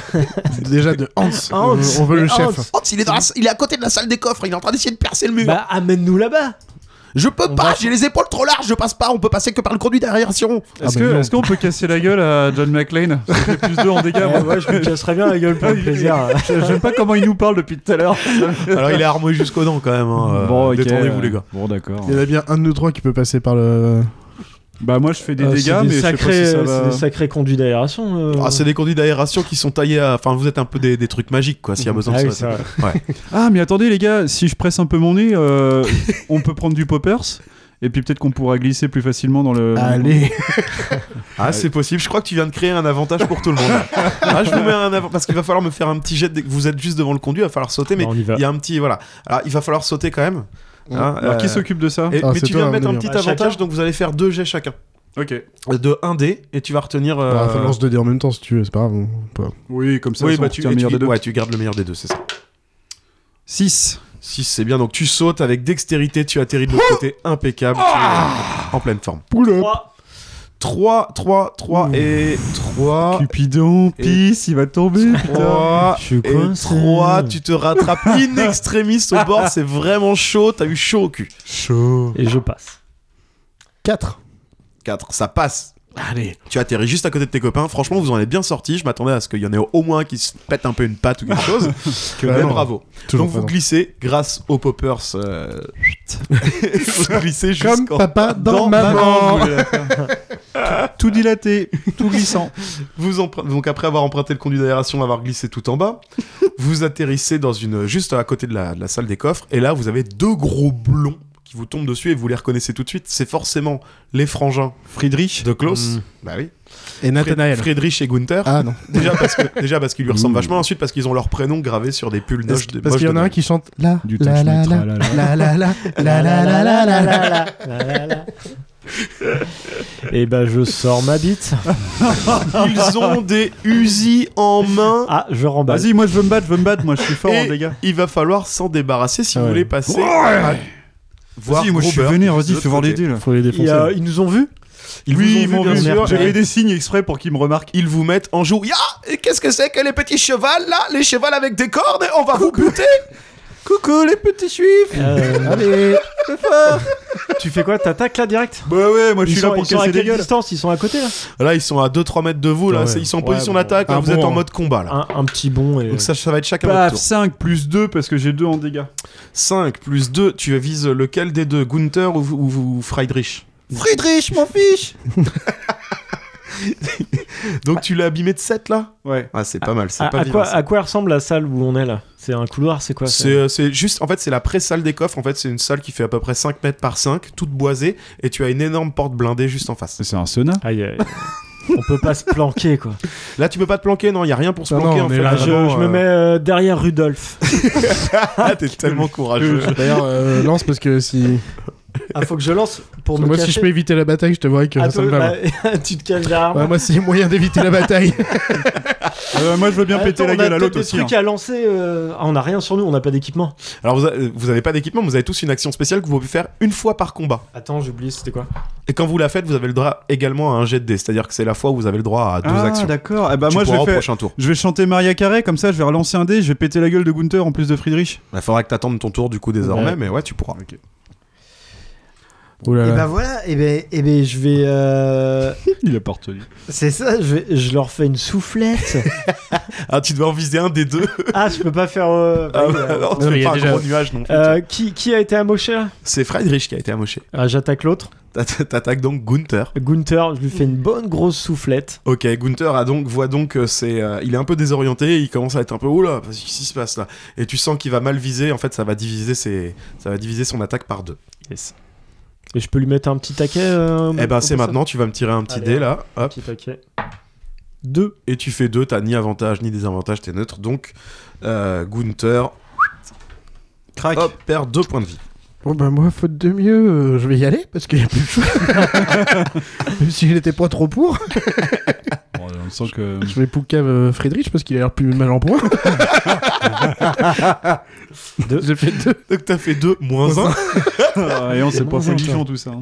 [SPEAKER 2] Déjà de Hans, on
[SPEAKER 4] Hans,
[SPEAKER 2] veut- on veut le
[SPEAKER 4] mais
[SPEAKER 2] chef.
[SPEAKER 4] Hans.
[SPEAKER 3] Hans, Oh, il est, dans la- il est à côté de la salle des coffres. Il est en train d'essayer de percer le mur.
[SPEAKER 4] bah amène-nous là-bas.
[SPEAKER 3] je peux
[SPEAKER 4] on
[SPEAKER 3] pas.
[SPEAKER 4] va-
[SPEAKER 3] J'ai les épaules trop larges. Je passe pas. On peut passer que par le conduit d'aération.
[SPEAKER 2] Ah
[SPEAKER 1] Est-ce
[SPEAKER 2] bah
[SPEAKER 1] que-
[SPEAKER 2] non.
[SPEAKER 1] est-ce qu'on peut casser la gueule à John McLean Ça fait plus 2 en dégâts.
[SPEAKER 4] Ouais,
[SPEAKER 5] Eh,
[SPEAKER 1] moi.
[SPEAKER 4] ouais, Eh, je me casserais bien la gueule pour le plaisir.
[SPEAKER 1] J'aime pas comment il nous parle depuis tout à l'heure.
[SPEAKER 3] Alors il est armé jusqu'aux dents quand même. hein. Euh,
[SPEAKER 1] ok. Euh,
[SPEAKER 3] Détendez-vous les gars.
[SPEAKER 1] Bon, d'accord.
[SPEAKER 2] Il y en a bien un de nous trois qui peut passer par le.
[SPEAKER 1] Bah, moi, je fais des
[SPEAKER 4] Euh, c'est
[SPEAKER 1] dégâts, mais
[SPEAKER 4] sacrés,
[SPEAKER 1] je sais pas si ça
[SPEAKER 4] euh, c'est
[SPEAKER 1] va.
[SPEAKER 4] des sacrés conduits d'aération. euh.
[SPEAKER 3] Ah, c'est des conduits d'aération qui sont taillés à... Enfin, vous êtes un peu des, des trucs magiques, quoi, s'il y a besoin
[SPEAKER 4] Ah
[SPEAKER 3] de
[SPEAKER 4] oui,
[SPEAKER 3] ça.
[SPEAKER 4] c'est vrai.
[SPEAKER 1] Ah, mais attendez, les gars, si je presse un peu mon nez, euh, on peut prendre du poppers et puis peut-être qu'on pourra glisser plus facilement dans le.
[SPEAKER 2] Allez,
[SPEAKER 3] Ah, c'est possible. Je crois que tu viens de créer un avantage pour tout le monde. ah, je vous mets un avantage. Parce qu'il va falloir me faire un petit jet. Dès que vous êtes juste devant le conduit, il va falloir sauter, mais
[SPEAKER 4] Bah, on y va.
[SPEAKER 3] il y a un petit... Voilà. Alors, il va falloir sauter quand même. Hein,
[SPEAKER 1] Alors,
[SPEAKER 3] euh,
[SPEAKER 1] qui s'occupe de ça
[SPEAKER 3] et-
[SPEAKER 2] Ah,
[SPEAKER 3] mais
[SPEAKER 2] c'est
[SPEAKER 3] tu
[SPEAKER 2] toi,
[SPEAKER 3] viens de
[SPEAKER 2] à
[SPEAKER 3] mettre
[SPEAKER 2] mon
[SPEAKER 3] un
[SPEAKER 2] avis.
[SPEAKER 3] petit
[SPEAKER 4] Ah, chacun
[SPEAKER 3] avantage, donc vous allez faire deux jets chacun.
[SPEAKER 1] Ok.
[SPEAKER 3] De 1 dé, et tu vas retenir... euh,
[SPEAKER 2] Bah, enfin, lance 2 dés en même temps si tu veux, c'est pas grave. on peut-
[SPEAKER 1] Oui, comme ça,
[SPEAKER 3] Oui,
[SPEAKER 1] ça,
[SPEAKER 3] bah,
[SPEAKER 1] on
[SPEAKER 3] tu,
[SPEAKER 1] retient le
[SPEAKER 3] et
[SPEAKER 1] meilleur
[SPEAKER 3] tu-
[SPEAKER 1] des deux.
[SPEAKER 3] ouais, tu gardes le meilleur des deux, c'est ça.
[SPEAKER 1] 6.
[SPEAKER 3] 6, c'est bien. Donc, tu sautes avec dextérité, tu atterris de l'autre côté impeccable, tu es en pleine forme.
[SPEAKER 2] Pull up.
[SPEAKER 3] 3, 3, 3 et 3.
[SPEAKER 1] Oh. Cupidon, pisse, il va tomber, putain.
[SPEAKER 3] Trois,
[SPEAKER 4] Je suis
[SPEAKER 3] et
[SPEAKER 4] coincé.
[SPEAKER 2] hein.
[SPEAKER 3] trois, tu te rattrapes in extremis au bord, c'est vraiment chaud, t'as eu chaud au cul.
[SPEAKER 2] Chaud.
[SPEAKER 4] Et je passe.
[SPEAKER 2] 4.
[SPEAKER 3] 4, ça passe. Allez. Tu atterris juste à côté de tes copains, franchement vous en êtes bien sortis, je m'attendais à ce qu'il y en ait au moins qui se pètent un peu une patte ou quelque chose.
[SPEAKER 2] Que
[SPEAKER 3] Mais
[SPEAKER 2] dalle.
[SPEAKER 3] bravo.
[SPEAKER 2] Toujours
[SPEAKER 3] Donc vous
[SPEAKER 2] présent.
[SPEAKER 3] glissez grâce aux poppers. euh, vous glissez
[SPEAKER 2] Comme
[SPEAKER 3] jusqu'en...
[SPEAKER 2] papa dans, maman.
[SPEAKER 1] Tout dilaté, tout glissant.
[SPEAKER 3] Vous empr- Donc après avoir emprunté le conduit d'aération, avoir glissé tout en bas, vous atterrissez dans une juste à côté de la, de la salle des coffres et là vous avez deux gros blonds qui vous tombent dessus et vous les reconnaissez tout de suite. C'est forcément les frangins
[SPEAKER 1] Friedrich.
[SPEAKER 3] de Klaus.
[SPEAKER 4] Mm.
[SPEAKER 3] Bah oui.
[SPEAKER 2] Et Nathanael.
[SPEAKER 3] Friedrich et Gunther.
[SPEAKER 2] Ah non.
[SPEAKER 3] Déjà parce que déjà parce qu'ils lui ressemblent
[SPEAKER 1] Mm.
[SPEAKER 3] vachement. Ensuite parce qu'ils ont leur prénom gravé sur des pulls
[SPEAKER 2] Parce
[SPEAKER 3] noches de
[SPEAKER 2] parce qu'il y en a un qui chante là,
[SPEAKER 1] Du
[SPEAKER 2] la la
[SPEAKER 1] Touchmetra,
[SPEAKER 2] la
[SPEAKER 1] là,
[SPEAKER 2] la la la la la la la la la.
[SPEAKER 4] Et bah je sors ma bite.
[SPEAKER 3] Ils ont des Uzi en main.
[SPEAKER 4] Ah, je remballe.
[SPEAKER 1] Vas-y, moi, je veux me battre, je veux me battre, moi, je suis fort en
[SPEAKER 3] Bah. et
[SPEAKER 1] dégâts.
[SPEAKER 3] il va falloir s'en débarrasser si vous
[SPEAKER 4] Ouais.
[SPEAKER 3] voulez passer. Voir
[SPEAKER 1] Vas-y, moi, je suis
[SPEAKER 3] Robert
[SPEAKER 1] vénère,
[SPEAKER 3] de
[SPEAKER 1] vas-y,
[SPEAKER 3] l'autre
[SPEAKER 1] fais voir les
[SPEAKER 3] côté.
[SPEAKER 1] dés, là.
[SPEAKER 2] Faut les
[SPEAKER 4] Il y a- Ils nous ont vu
[SPEAKER 3] Ils
[SPEAKER 1] oui, ils
[SPEAKER 3] vous ont
[SPEAKER 1] m'ont
[SPEAKER 3] vu,
[SPEAKER 1] vu,
[SPEAKER 3] bien sûr.
[SPEAKER 1] J'ai
[SPEAKER 3] Et-
[SPEAKER 1] fait des signes exprès pour qu'ils me remarquent.
[SPEAKER 3] ils vous mettent en joue. Ya Et Qu'est-ce que c'est que les petits chevaux là Les chevaux avec des cornes On va vous buter
[SPEAKER 1] Coucou les petits juifs
[SPEAKER 4] Allez, Euh, Tu fais quoi T'attaques là direct
[SPEAKER 1] Bah ouais, moi je
[SPEAKER 4] Ils
[SPEAKER 1] suis
[SPEAKER 4] sont,
[SPEAKER 1] là pour
[SPEAKER 4] ils sont à
[SPEAKER 1] casser des
[SPEAKER 4] quelle
[SPEAKER 1] gueules.
[SPEAKER 4] distance Ils sont à côté là
[SPEAKER 3] Là, ils sont à 2-3 mètres de vous, là.
[SPEAKER 4] Ouais.
[SPEAKER 3] c'est- Ils sont en
[SPEAKER 4] Ouais,
[SPEAKER 3] position
[SPEAKER 4] bon.
[SPEAKER 3] d'attaque, là,
[SPEAKER 2] Un
[SPEAKER 3] vous
[SPEAKER 2] bon,
[SPEAKER 3] êtes en
[SPEAKER 2] hein.
[SPEAKER 3] mode combat, là.
[SPEAKER 4] un, un petit bond et.
[SPEAKER 3] Donc ça, ça va être chacun
[SPEAKER 1] Paf,
[SPEAKER 3] votre tour.
[SPEAKER 1] 5 Ah, plus 2 parce que j'ai 2 en dégâts.
[SPEAKER 3] 5 plus 2, tu vises lequel des deux Gunther ou, ou, ou Friedrich
[SPEAKER 1] Friedrich, mon fiche
[SPEAKER 3] Donc tu l'as abîmé de 7, là
[SPEAKER 1] Ouais.
[SPEAKER 3] Ah, c'est pas mal, c'est
[SPEAKER 4] à,
[SPEAKER 3] pas
[SPEAKER 4] à
[SPEAKER 3] vilain,
[SPEAKER 4] quoi,
[SPEAKER 3] ça.
[SPEAKER 4] à quoi ressemble la salle où on est là C'est un couloir, c'est quoi
[SPEAKER 3] C'est euh, c'est juste, en fait, c'est la pré-salle des coffres. En fait, c'est une salle qui fait à peu près 5 mètres par 5, toute boisée, et tu as une énorme porte blindée juste en face.
[SPEAKER 1] C'est un sauna.
[SPEAKER 4] Aïe, aïe, aïe. on peut pas se planquer quoi.
[SPEAKER 3] Là, tu peux pas te planquer, non, il y a rien pour se
[SPEAKER 2] Non,
[SPEAKER 3] planquer
[SPEAKER 2] non,
[SPEAKER 3] en
[SPEAKER 2] mais
[SPEAKER 3] fait.
[SPEAKER 2] là,
[SPEAKER 4] Ah, je,
[SPEAKER 3] vraiment,
[SPEAKER 4] je me
[SPEAKER 3] euh,
[SPEAKER 4] mets euh, derrière Rudolf.
[SPEAKER 3] Ah, t'es tellement courageux.
[SPEAKER 2] D'ailleurs, euh, lance parce que si.
[SPEAKER 5] Ah, faut que je lance pour me
[SPEAKER 2] Moi,
[SPEAKER 5] cacher.
[SPEAKER 2] si je peux éviter la bataille, je te vois que
[SPEAKER 5] Ah,
[SPEAKER 2] ça me
[SPEAKER 5] toi,
[SPEAKER 2] va.
[SPEAKER 5] bah, tu te caches derrière
[SPEAKER 2] Ouais,
[SPEAKER 5] moi.
[SPEAKER 2] moi, c'est moyen d'éviter la bataille.
[SPEAKER 1] Euh, moi, je veux bien péter
[SPEAKER 5] Attends,
[SPEAKER 1] la
[SPEAKER 5] on a
[SPEAKER 1] gueule à
[SPEAKER 5] peut-être
[SPEAKER 1] l'autre
[SPEAKER 5] des
[SPEAKER 1] aussi.
[SPEAKER 5] trucs
[SPEAKER 1] hein.
[SPEAKER 5] à lancer. euh, Ah, on a rien sur nous, on n'a pas d'équipement.
[SPEAKER 3] Alors, vous, a- euh, vous avez pas d'équipement, mais vous avez tous une action spéciale que vous pouvez faire une fois par combat.
[SPEAKER 5] Attends, j'ai oublié, c'était quoi
[SPEAKER 3] Et quand vous la faites, vous avez le droit également à un jet de dés. C'est-à-dire que c'est la fois où vous avez le droit à deux
[SPEAKER 1] Ah,
[SPEAKER 3] actions.
[SPEAKER 1] d'accord. Eh ben,
[SPEAKER 3] Tu
[SPEAKER 1] moi, je
[SPEAKER 3] pourras
[SPEAKER 1] vais,
[SPEAKER 3] au
[SPEAKER 1] faire...
[SPEAKER 3] prochain tour.
[SPEAKER 1] je vais chanter Maria Carré, comme ça, je vais relancer un dé, je vais péter la gueule de Gunther en plus de Friedrich.
[SPEAKER 3] Il faudra que t'attendes ton tour du coup désormais,
[SPEAKER 2] Ouais.
[SPEAKER 3] mais ouais, tu pourras.
[SPEAKER 2] Ouh là
[SPEAKER 5] Et
[SPEAKER 2] là.
[SPEAKER 5] bah voilà, et ben, et ben je vais. euh,
[SPEAKER 1] Il a pas retenu.
[SPEAKER 5] C'est ça, je, vais- je leur fais une soufflette.
[SPEAKER 3] Ah, tu dois en viser un des deux.
[SPEAKER 5] ah, je peux pas faire. euh,
[SPEAKER 3] Ah,
[SPEAKER 5] bah,
[SPEAKER 3] bah,
[SPEAKER 5] euh,
[SPEAKER 3] non, tu
[SPEAKER 2] Non, mais
[SPEAKER 3] fais
[SPEAKER 2] il y a
[SPEAKER 3] pas un
[SPEAKER 2] déjà-
[SPEAKER 3] gros nuage non plus.
[SPEAKER 5] euh, qui, qui a été amoché là
[SPEAKER 3] C'est Friedrich qui a été amoché.
[SPEAKER 5] Ah, J'attaque l'autre.
[SPEAKER 3] T'a- T'attaques donc Gunther.
[SPEAKER 5] Gunther, je lui fais une bonne grosse soufflette.
[SPEAKER 3] Ok, Gunther a donc, voit donc, euh, c'est, euh, il est un peu désorienté, il commence à être un peu, oula, qu'est-ce qui se passe là Et tu sens qu'il va mal viser, en fait, ça va diviser ses, ça va diviser son attaque par deux.
[SPEAKER 5] Yes. Et je peux lui mettre un petit taquet euh,
[SPEAKER 3] Eh ben,
[SPEAKER 5] au
[SPEAKER 3] c'est
[SPEAKER 5] passage
[SPEAKER 3] maintenant, tu vas me tirer un petit
[SPEAKER 5] Allez,
[SPEAKER 3] dé là, hop,
[SPEAKER 5] Petit taquet.
[SPEAKER 3] deux, et tu fais deux, t'as ni avantage ni désavantage, t'es neutre, donc euh, Gunther,
[SPEAKER 1] Crac.
[SPEAKER 3] hop, perd deux points de vie.
[SPEAKER 2] Bon, bah, moi, faute de mieux, euh, je vais y aller parce qu'il y a plus de choix. Même si je n'étais pas trop pour,
[SPEAKER 1] Bon, Oh, on sent que.
[SPEAKER 2] je vais poucave euh, Friedrich parce qu'il a l'air plus mal en point.
[SPEAKER 5] Deux.
[SPEAKER 2] J'ai fait deux.
[SPEAKER 3] Donc t'as fait deux, moins un.
[SPEAKER 1] Ah, Et on
[SPEAKER 5] C'est
[SPEAKER 1] c'est pas
[SPEAKER 5] moins
[SPEAKER 1] religion tout ça. hein.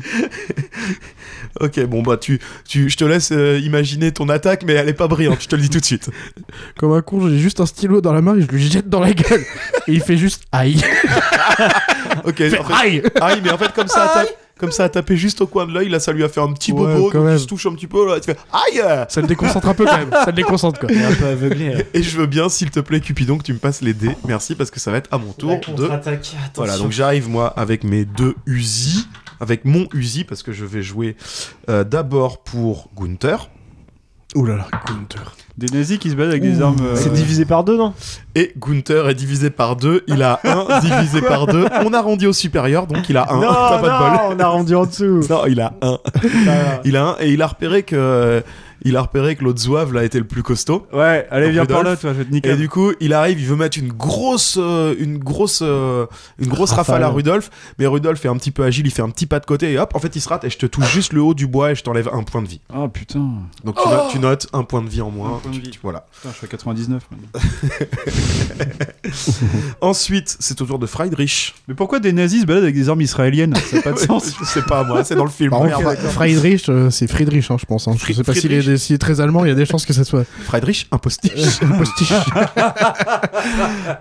[SPEAKER 3] Ok, bon bah tu, tu, je te laisse euh, imaginer ton attaque, mais elle est pas brillante, je te le dis tout de suite.
[SPEAKER 2] Comme un con, j'ai juste un stylo dans la main et je lui jette dans la gueule. Et il fait juste aïe.
[SPEAKER 3] Ok,
[SPEAKER 2] Il fait
[SPEAKER 3] en fait,
[SPEAKER 2] aïe.
[SPEAKER 3] aïe, Ah mais en fait comme ça, à ta- comme ça, a tapé juste au coin de l'œil, là ça lui a fait un petit
[SPEAKER 2] Ouais,
[SPEAKER 3] bobo,
[SPEAKER 2] quand
[SPEAKER 3] donc
[SPEAKER 2] même.
[SPEAKER 3] il se touche un petit peu, là, tu fais aïe.
[SPEAKER 2] Ça le déconcentre un peu quand même. Ça le déconcentre quoi.
[SPEAKER 5] Il est un peu aveuglé. hein.
[SPEAKER 3] Et je veux bien, s'il te plaît, Cupidon, que tu me passes les dés, merci, parce que ça va être à mon tour de
[SPEAKER 5] attaque
[SPEAKER 3] Voilà, donc j'arrive moi avec mes deux Uzi, avec mon Uzi, parce que je vais jouer euh, d'abord pour Gunther
[SPEAKER 2] Ouh là là, Gunther.
[SPEAKER 1] Des nazis qui se battent avec des armes. euh,
[SPEAKER 5] C'est divisé par deux, non
[SPEAKER 3] Et Gunther est divisé par deux, il a 1 divisé par deux, On arrondit au supérieur, donc il a 1.
[SPEAKER 5] Non,
[SPEAKER 3] Hein, T'as pas
[SPEAKER 5] non, on a rendu en dessous.
[SPEAKER 3] de bol. Non, il a 1.
[SPEAKER 5] Ah.
[SPEAKER 3] Il a 1 et il a repéré que. Il a repéré que l'autre zouave là était le plus costaud.
[SPEAKER 1] Ouais, allez, viens par là,
[SPEAKER 3] Rudolph.
[SPEAKER 1] toi, je vais te
[SPEAKER 3] Et
[SPEAKER 1] niquer.
[SPEAKER 3] du coup, il arrive, il veut mettre une grosse, euh, une grosse, euh, une grosse rafale.
[SPEAKER 5] Rafale.
[SPEAKER 3] à Rudolf. Mais Rudolf est un petit peu agile, il fait un petit pas de côté et hop, en fait, il se rate et je te touche juste le haut du bois et je t'enlève un point de vie.
[SPEAKER 1] Ah putain.
[SPEAKER 3] Donc tu, notes, tu notes un point de vie en moins.
[SPEAKER 1] Oh Un point de
[SPEAKER 3] Tu-
[SPEAKER 1] vie.
[SPEAKER 3] tu- voilà.
[SPEAKER 1] Putain, je suis à 99 maintenant.
[SPEAKER 3] Ensuite, c'est au tour de Friedrich.
[SPEAKER 1] Mais pourquoi des nazis se baladent avec des armes israéliennes Ça n'a pas de sens. Bah,
[SPEAKER 3] c'est pas à moi, c'est dans le film.
[SPEAKER 2] Par contre,
[SPEAKER 3] Merde.
[SPEAKER 2] Friedrich, euh, c'est Friedrich, hein, je pense. hein. Je sais pas s'il est, s'il est très allemand, il y a des chances que ça soit
[SPEAKER 3] Friedrich, un postiche.
[SPEAKER 2] un postiche.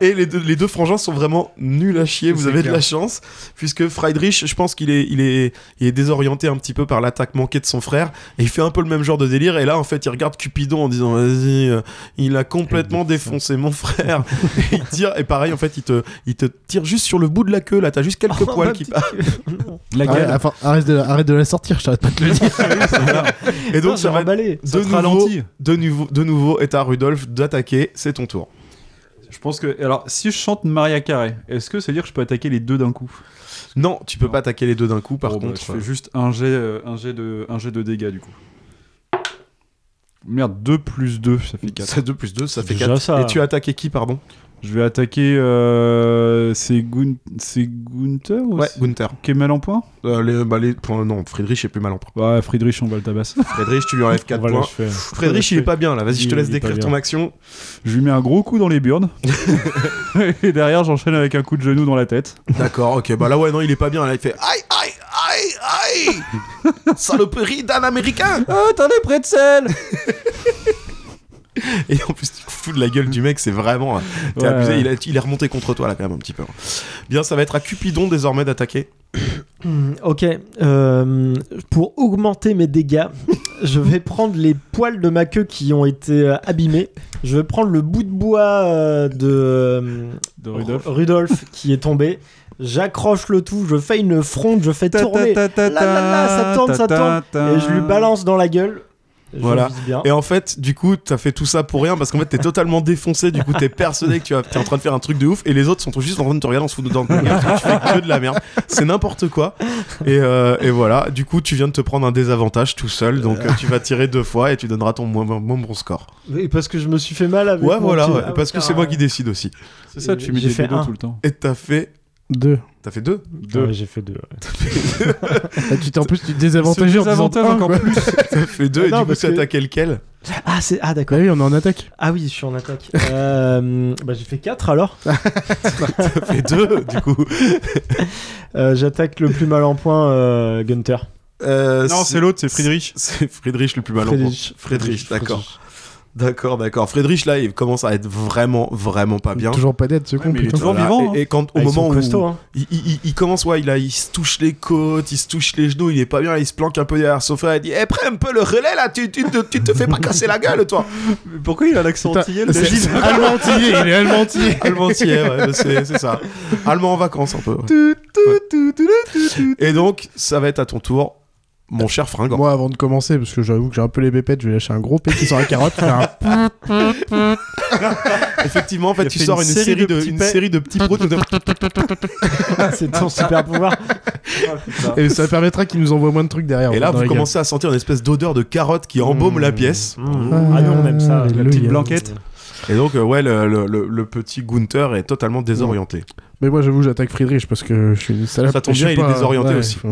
[SPEAKER 3] Et les deux, les deux frangins sont vraiment nuls à chier, vous
[SPEAKER 1] C'est
[SPEAKER 3] avez
[SPEAKER 1] clair.
[SPEAKER 3] de la chance. Puisque Friedrich, je pense qu'il est, il est, il est désorienté un petit peu par l'attaque manquée de son frère. Et il fait un peu le même genre de délire. Et là, en fait, il regarde Cupidon en disant Vas-y, euh, il a complètement défoncé mon frère. et il tire, et pareil, en fait, il te, il te tire juste sur le bout de la queue. Là, t'as juste quelques
[SPEAKER 1] Oh,
[SPEAKER 3] poils qui partent.
[SPEAKER 1] La
[SPEAKER 2] Arrête,
[SPEAKER 1] guerre.
[SPEAKER 2] enfin, arrête, de la, arrête de la sortir, je t'arrête pas de le dire.
[SPEAKER 3] Et donc,
[SPEAKER 5] Non,
[SPEAKER 3] ça
[SPEAKER 5] j'ai
[SPEAKER 3] va
[SPEAKER 5] emballé.
[SPEAKER 3] de
[SPEAKER 1] te
[SPEAKER 3] nouveau,
[SPEAKER 1] ralentit.
[SPEAKER 3] de nouveau, de nouveau, est à Rudolf d'attaquer. C'est ton tour.
[SPEAKER 1] Je pense que. Alors, si je chante Maria Carré, est-ce que ça veut dire que je peux attaquer les deux d'un coup
[SPEAKER 3] Non, tu peux pas attaquer les deux d'un coup. Par
[SPEAKER 1] Bon, bah,
[SPEAKER 3] contre,
[SPEAKER 1] je fais juste un jet, euh, un, jet de, un jet de dégâts du coup. Merde, 2 plus 2, ça fait 4.
[SPEAKER 3] ça 2 plus 2, ça fait
[SPEAKER 5] Déjà
[SPEAKER 3] 4.
[SPEAKER 5] ça.
[SPEAKER 3] Et tu as attaqué qui, pardon
[SPEAKER 1] Je vais attaquer. Euh, c'est Gun- c'est Gunther ou
[SPEAKER 3] Ouais,
[SPEAKER 1] c'est-
[SPEAKER 3] Gunther.
[SPEAKER 1] Qui est mal en point
[SPEAKER 3] Euh, les, bah, les points, non, Friedrich est plus mal en point.
[SPEAKER 1] Bah, Friedrich, on va le tabasser.
[SPEAKER 3] Friedrich, tu lui enlèves 4
[SPEAKER 6] Voilà,
[SPEAKER 3] points.
[SPEAKER 6] je fais.
[SPEAKER 3] Friedrich, il est pas bien là. Vas-y, je te
[SPEAKER 6] Il-
[SPEAKER 3] laisse
[SPEAKER 6] il est pas
[SPEAKER 3] décrire
[SPEAKER 6] bien.
[SPEAKER 3] ton action.
[SPEAKER 1] Je lui mets un gros coup dans les burnes. Et derrière, j'enchaîne avec un coup de genou dans la tête.
[SPEAKER 3] D'accord, ok. Bah là, ouais, non, il est pas bien. Là, il fait aïe, aïe, aïe, aïe Saloperie d'un américain
[SPEAKER 1] Oh, t'en es près de sel
[SPEAKER 3] Et en plus, tu te fous de la gueule du mec, c'est vraiment. T'es
[SPEAKER 1] Ouais,
[SPEAKER 3] abusé.
[SPEAKER 1] ouais.
[SPEAKER 3] Il, a- il est remonté contre toi là, quand même, un petit peu. Bien, ça va être à Cupidon désormais d'attaquer.
[SPEAKER 5] Hmm, Ok. euh, pour augmenter mes dégâts, je vais prendre les poils de ma queue qui ont été euh, abîmés. Je vais prendre le bout de bois euh, de euh,
[SPEAKER 1] De Rudolf.
[SPEAKER 5] Ru- Rudolf qui est tombé. J'accroche le tout, je fais une fronde, je fais tourner. Là, là, là, ça tourne, ça tourne. Et je lui balance dans la gueule. Je
[SPEAKER 3] Voilà.
[SPEAKER 5] vise bien.
[SPEAKER 3] Et en fait, du coup, t'as fait tout ça pour rien parce qu'en fait, t'es totalement défoncé. Du coup, t'es persuadé que tu vas- t'es en train de faire un truc de ouf et les autres sont juste en train de te regarder en se foutant de ta gueule. Tu fais que de la merde. C'est n'importe quoi. Et, euh, et voilà. Du coup, tu viens de te prendre un désavantage tout seul. Donc, euh, tu vas tirer deux fois et tu donneras ton moins, moins bon score.
[SPEAKER 5] Et parce que je me suis fait mal avec.
[SPEAKER 3] Ouais,
[SPEAKER 5] mon
[SPEAKER 3] voilà.
[SPEAKER 5] pied.
[SPEAKER 3] ouais,
[SPEAKER 5] Ah,
[SPEAKER 3] parce que c'est moi qui décide aussi.
[SPEAKER 1] C'est ça, tu mets
[SPEAKER 5] J'ai
[SPEAKER 1] des
[SPEAKER 5] fait
[SPEAKER 1] dégâts
[SPEAKER 5] un.
[SPEAKER 1] tout le temps.
[SPEAKER 3] Et t'as fait
[SPEAKER 2] Deux.
[SPEAKER 3] T'as fait deux
[SPEAKER 1] Deux.
[SPEAKER 5] Ah Ouais, j'ai fait deux. ouais.
[SPEAKER 2] Là, Bah, tu t'es- en plus, tu te désavantages en disant
[SPEAKER 1] désavantage
[SPEAKER 2] un,
[SPEAKER 1] encore
[SPEAKER 2] quoi.
[SPEAKER 1] plus.
[SPEAKER 3] T'as fait deux
[SPEAKER 5] Ah
[SPEAKER 3] et
[SPEAKER 5] non,
[SPEAKER 3] du coup,
[SPEAKER 5] parce
[SPEAKER 3] ça
[SPEAKER 5] que-
[SPEAKER 3] attaquait lequel
[SPEAKER 5] Ah, c'est... ah d'accord.
[SPEAKER 2] Bah oui, on est en attaque.
[SPEAKER 5] Ah oui, je suis en attaque. Euh, bah, j'ai fait 4 alors.
[SPEAKER 3] T'as fait deux, du coup.
[SPEAKER 5] Euh, j'attaque le plus mal en point, euh, Gunther.
[SPEAKER 3] Euh,
[SPEAKER 1] Non, c'est l'autre, c'est Friedrich.
[SPEAKER 3] C'est Friedrich le plus mal en point.
[SPEAKER 5] Friedrich.
[SPEAKER 3] Friedrich, d'accord. D'accord, d'accord. Friedrich, là, il commence à être vraiment, vraiment pas Ah, bien.
[SPEAKER 2] Toujours pas d'aide, ce con,
[SPEAKER 1] mais il est
[SPEAKER 2] putain.
[SPEAKER 1] toujours
[SPEAKER 3] Voilà.
[SPEAKER 1] vivant, hein.
[SPEAKER 3] Et, et quand, au
[SPEAKER 5] Ah, ils
[SPEAKER 3] moment
[SPEAKER 5] sont
[SPEAKER 3] où
[SPEAKER 5] costauds, hein.
[SPEAKER 3] il, il- il- il commence, ouais, il, a, il se touche les côtes, il se touche les genoux, il est pas bien, il se planque un peu derrière son frère, il dit Eh, prends un peu le relais là, tu, tu, te- tu te fais pas casser la gueule, toi
[SPEAKER 1] Pourquoi il a l'accent
[SPEAKER 2] Putain,
[SPEAKER 1] antillais
[SPEAKER 2] c'est-
[SPEAKER 1] le
[SPEAKER 2] c'est Allemand-antillais, il est allemand-antillais.
[SPEAKER 3] Allemandtier, ouais, c'est c'est ça. Allemand en vacances un peu. ouais. Et donc, ça va être à ton tour, mon cher fringant.
[SPEAKER 2] Moi, avant de commencer, parce que j'avoue que j'ai un peu les pépettes, je vais lâcher un gros pépi sur la carotte. faire un-
[SPEAKER 3] Effectivement, en fait,
[SPEAKER 1] Il a
[SPEAKER 3] tu
[SPEAKER 1] fait
[SPEAKER 3] sors
[SPEAKER 1] une
[SPEAKER 3] une
[SPEAKER 1] série
[SPEAKER 3] série
[SPEAKER 1] de
[SPEAKER 3] de
[SPEAKER 1] petits
[SPEAKER 3] une
[SPEAKER 1] pets.
[SPEAKER 3] série de petits brocs.
[SPEAKER 5] Ah, c'est ton super pouvoir.
[SPEAKER 2] Et ça permettra qu'il nous envoie moins de trucs derrière.
[SPEAKER 3] Et
[SPEAKER 2] en
[SPEAKER 3] là,
[SPEAKER 2] fait, dans
[SPEAKER 3] vous
[SPEAKER 2] la gueule.
[SPEAKER 3] commencé à sentir une espèce d'odeur de carotte qui embaume
[SPEAKER 5] Mmh.
[SPEAKER 3] la pièce.
[SPEAKER 5] Ah non, on aime ça.
[SPEAKER 2] Alléluia.
[SPEAKER 5] La petite
[SPEAKER 1] blanquette.
[SPEAKER 3] Et donc, euh, ouais, le, le- le- le petit Gunther est totalement désorienté.
[SPEAKER 2] Mais moi, j'avoue, j'attaque Friedrich parce que je suis une salope.
[SPEAKER 3] Ça tombe
[SPEAKER 2] et je
[SPEAKER 3] bien,
[SPEAKER 2] suis
[SPEAKER 3] il est
[SPEAKER 2] pas-
[SPEAKER 3] désorienté
[SPEAKER 2] ouais,
[SPEAKER 3] aussi.
[SPEAKER 2] faut-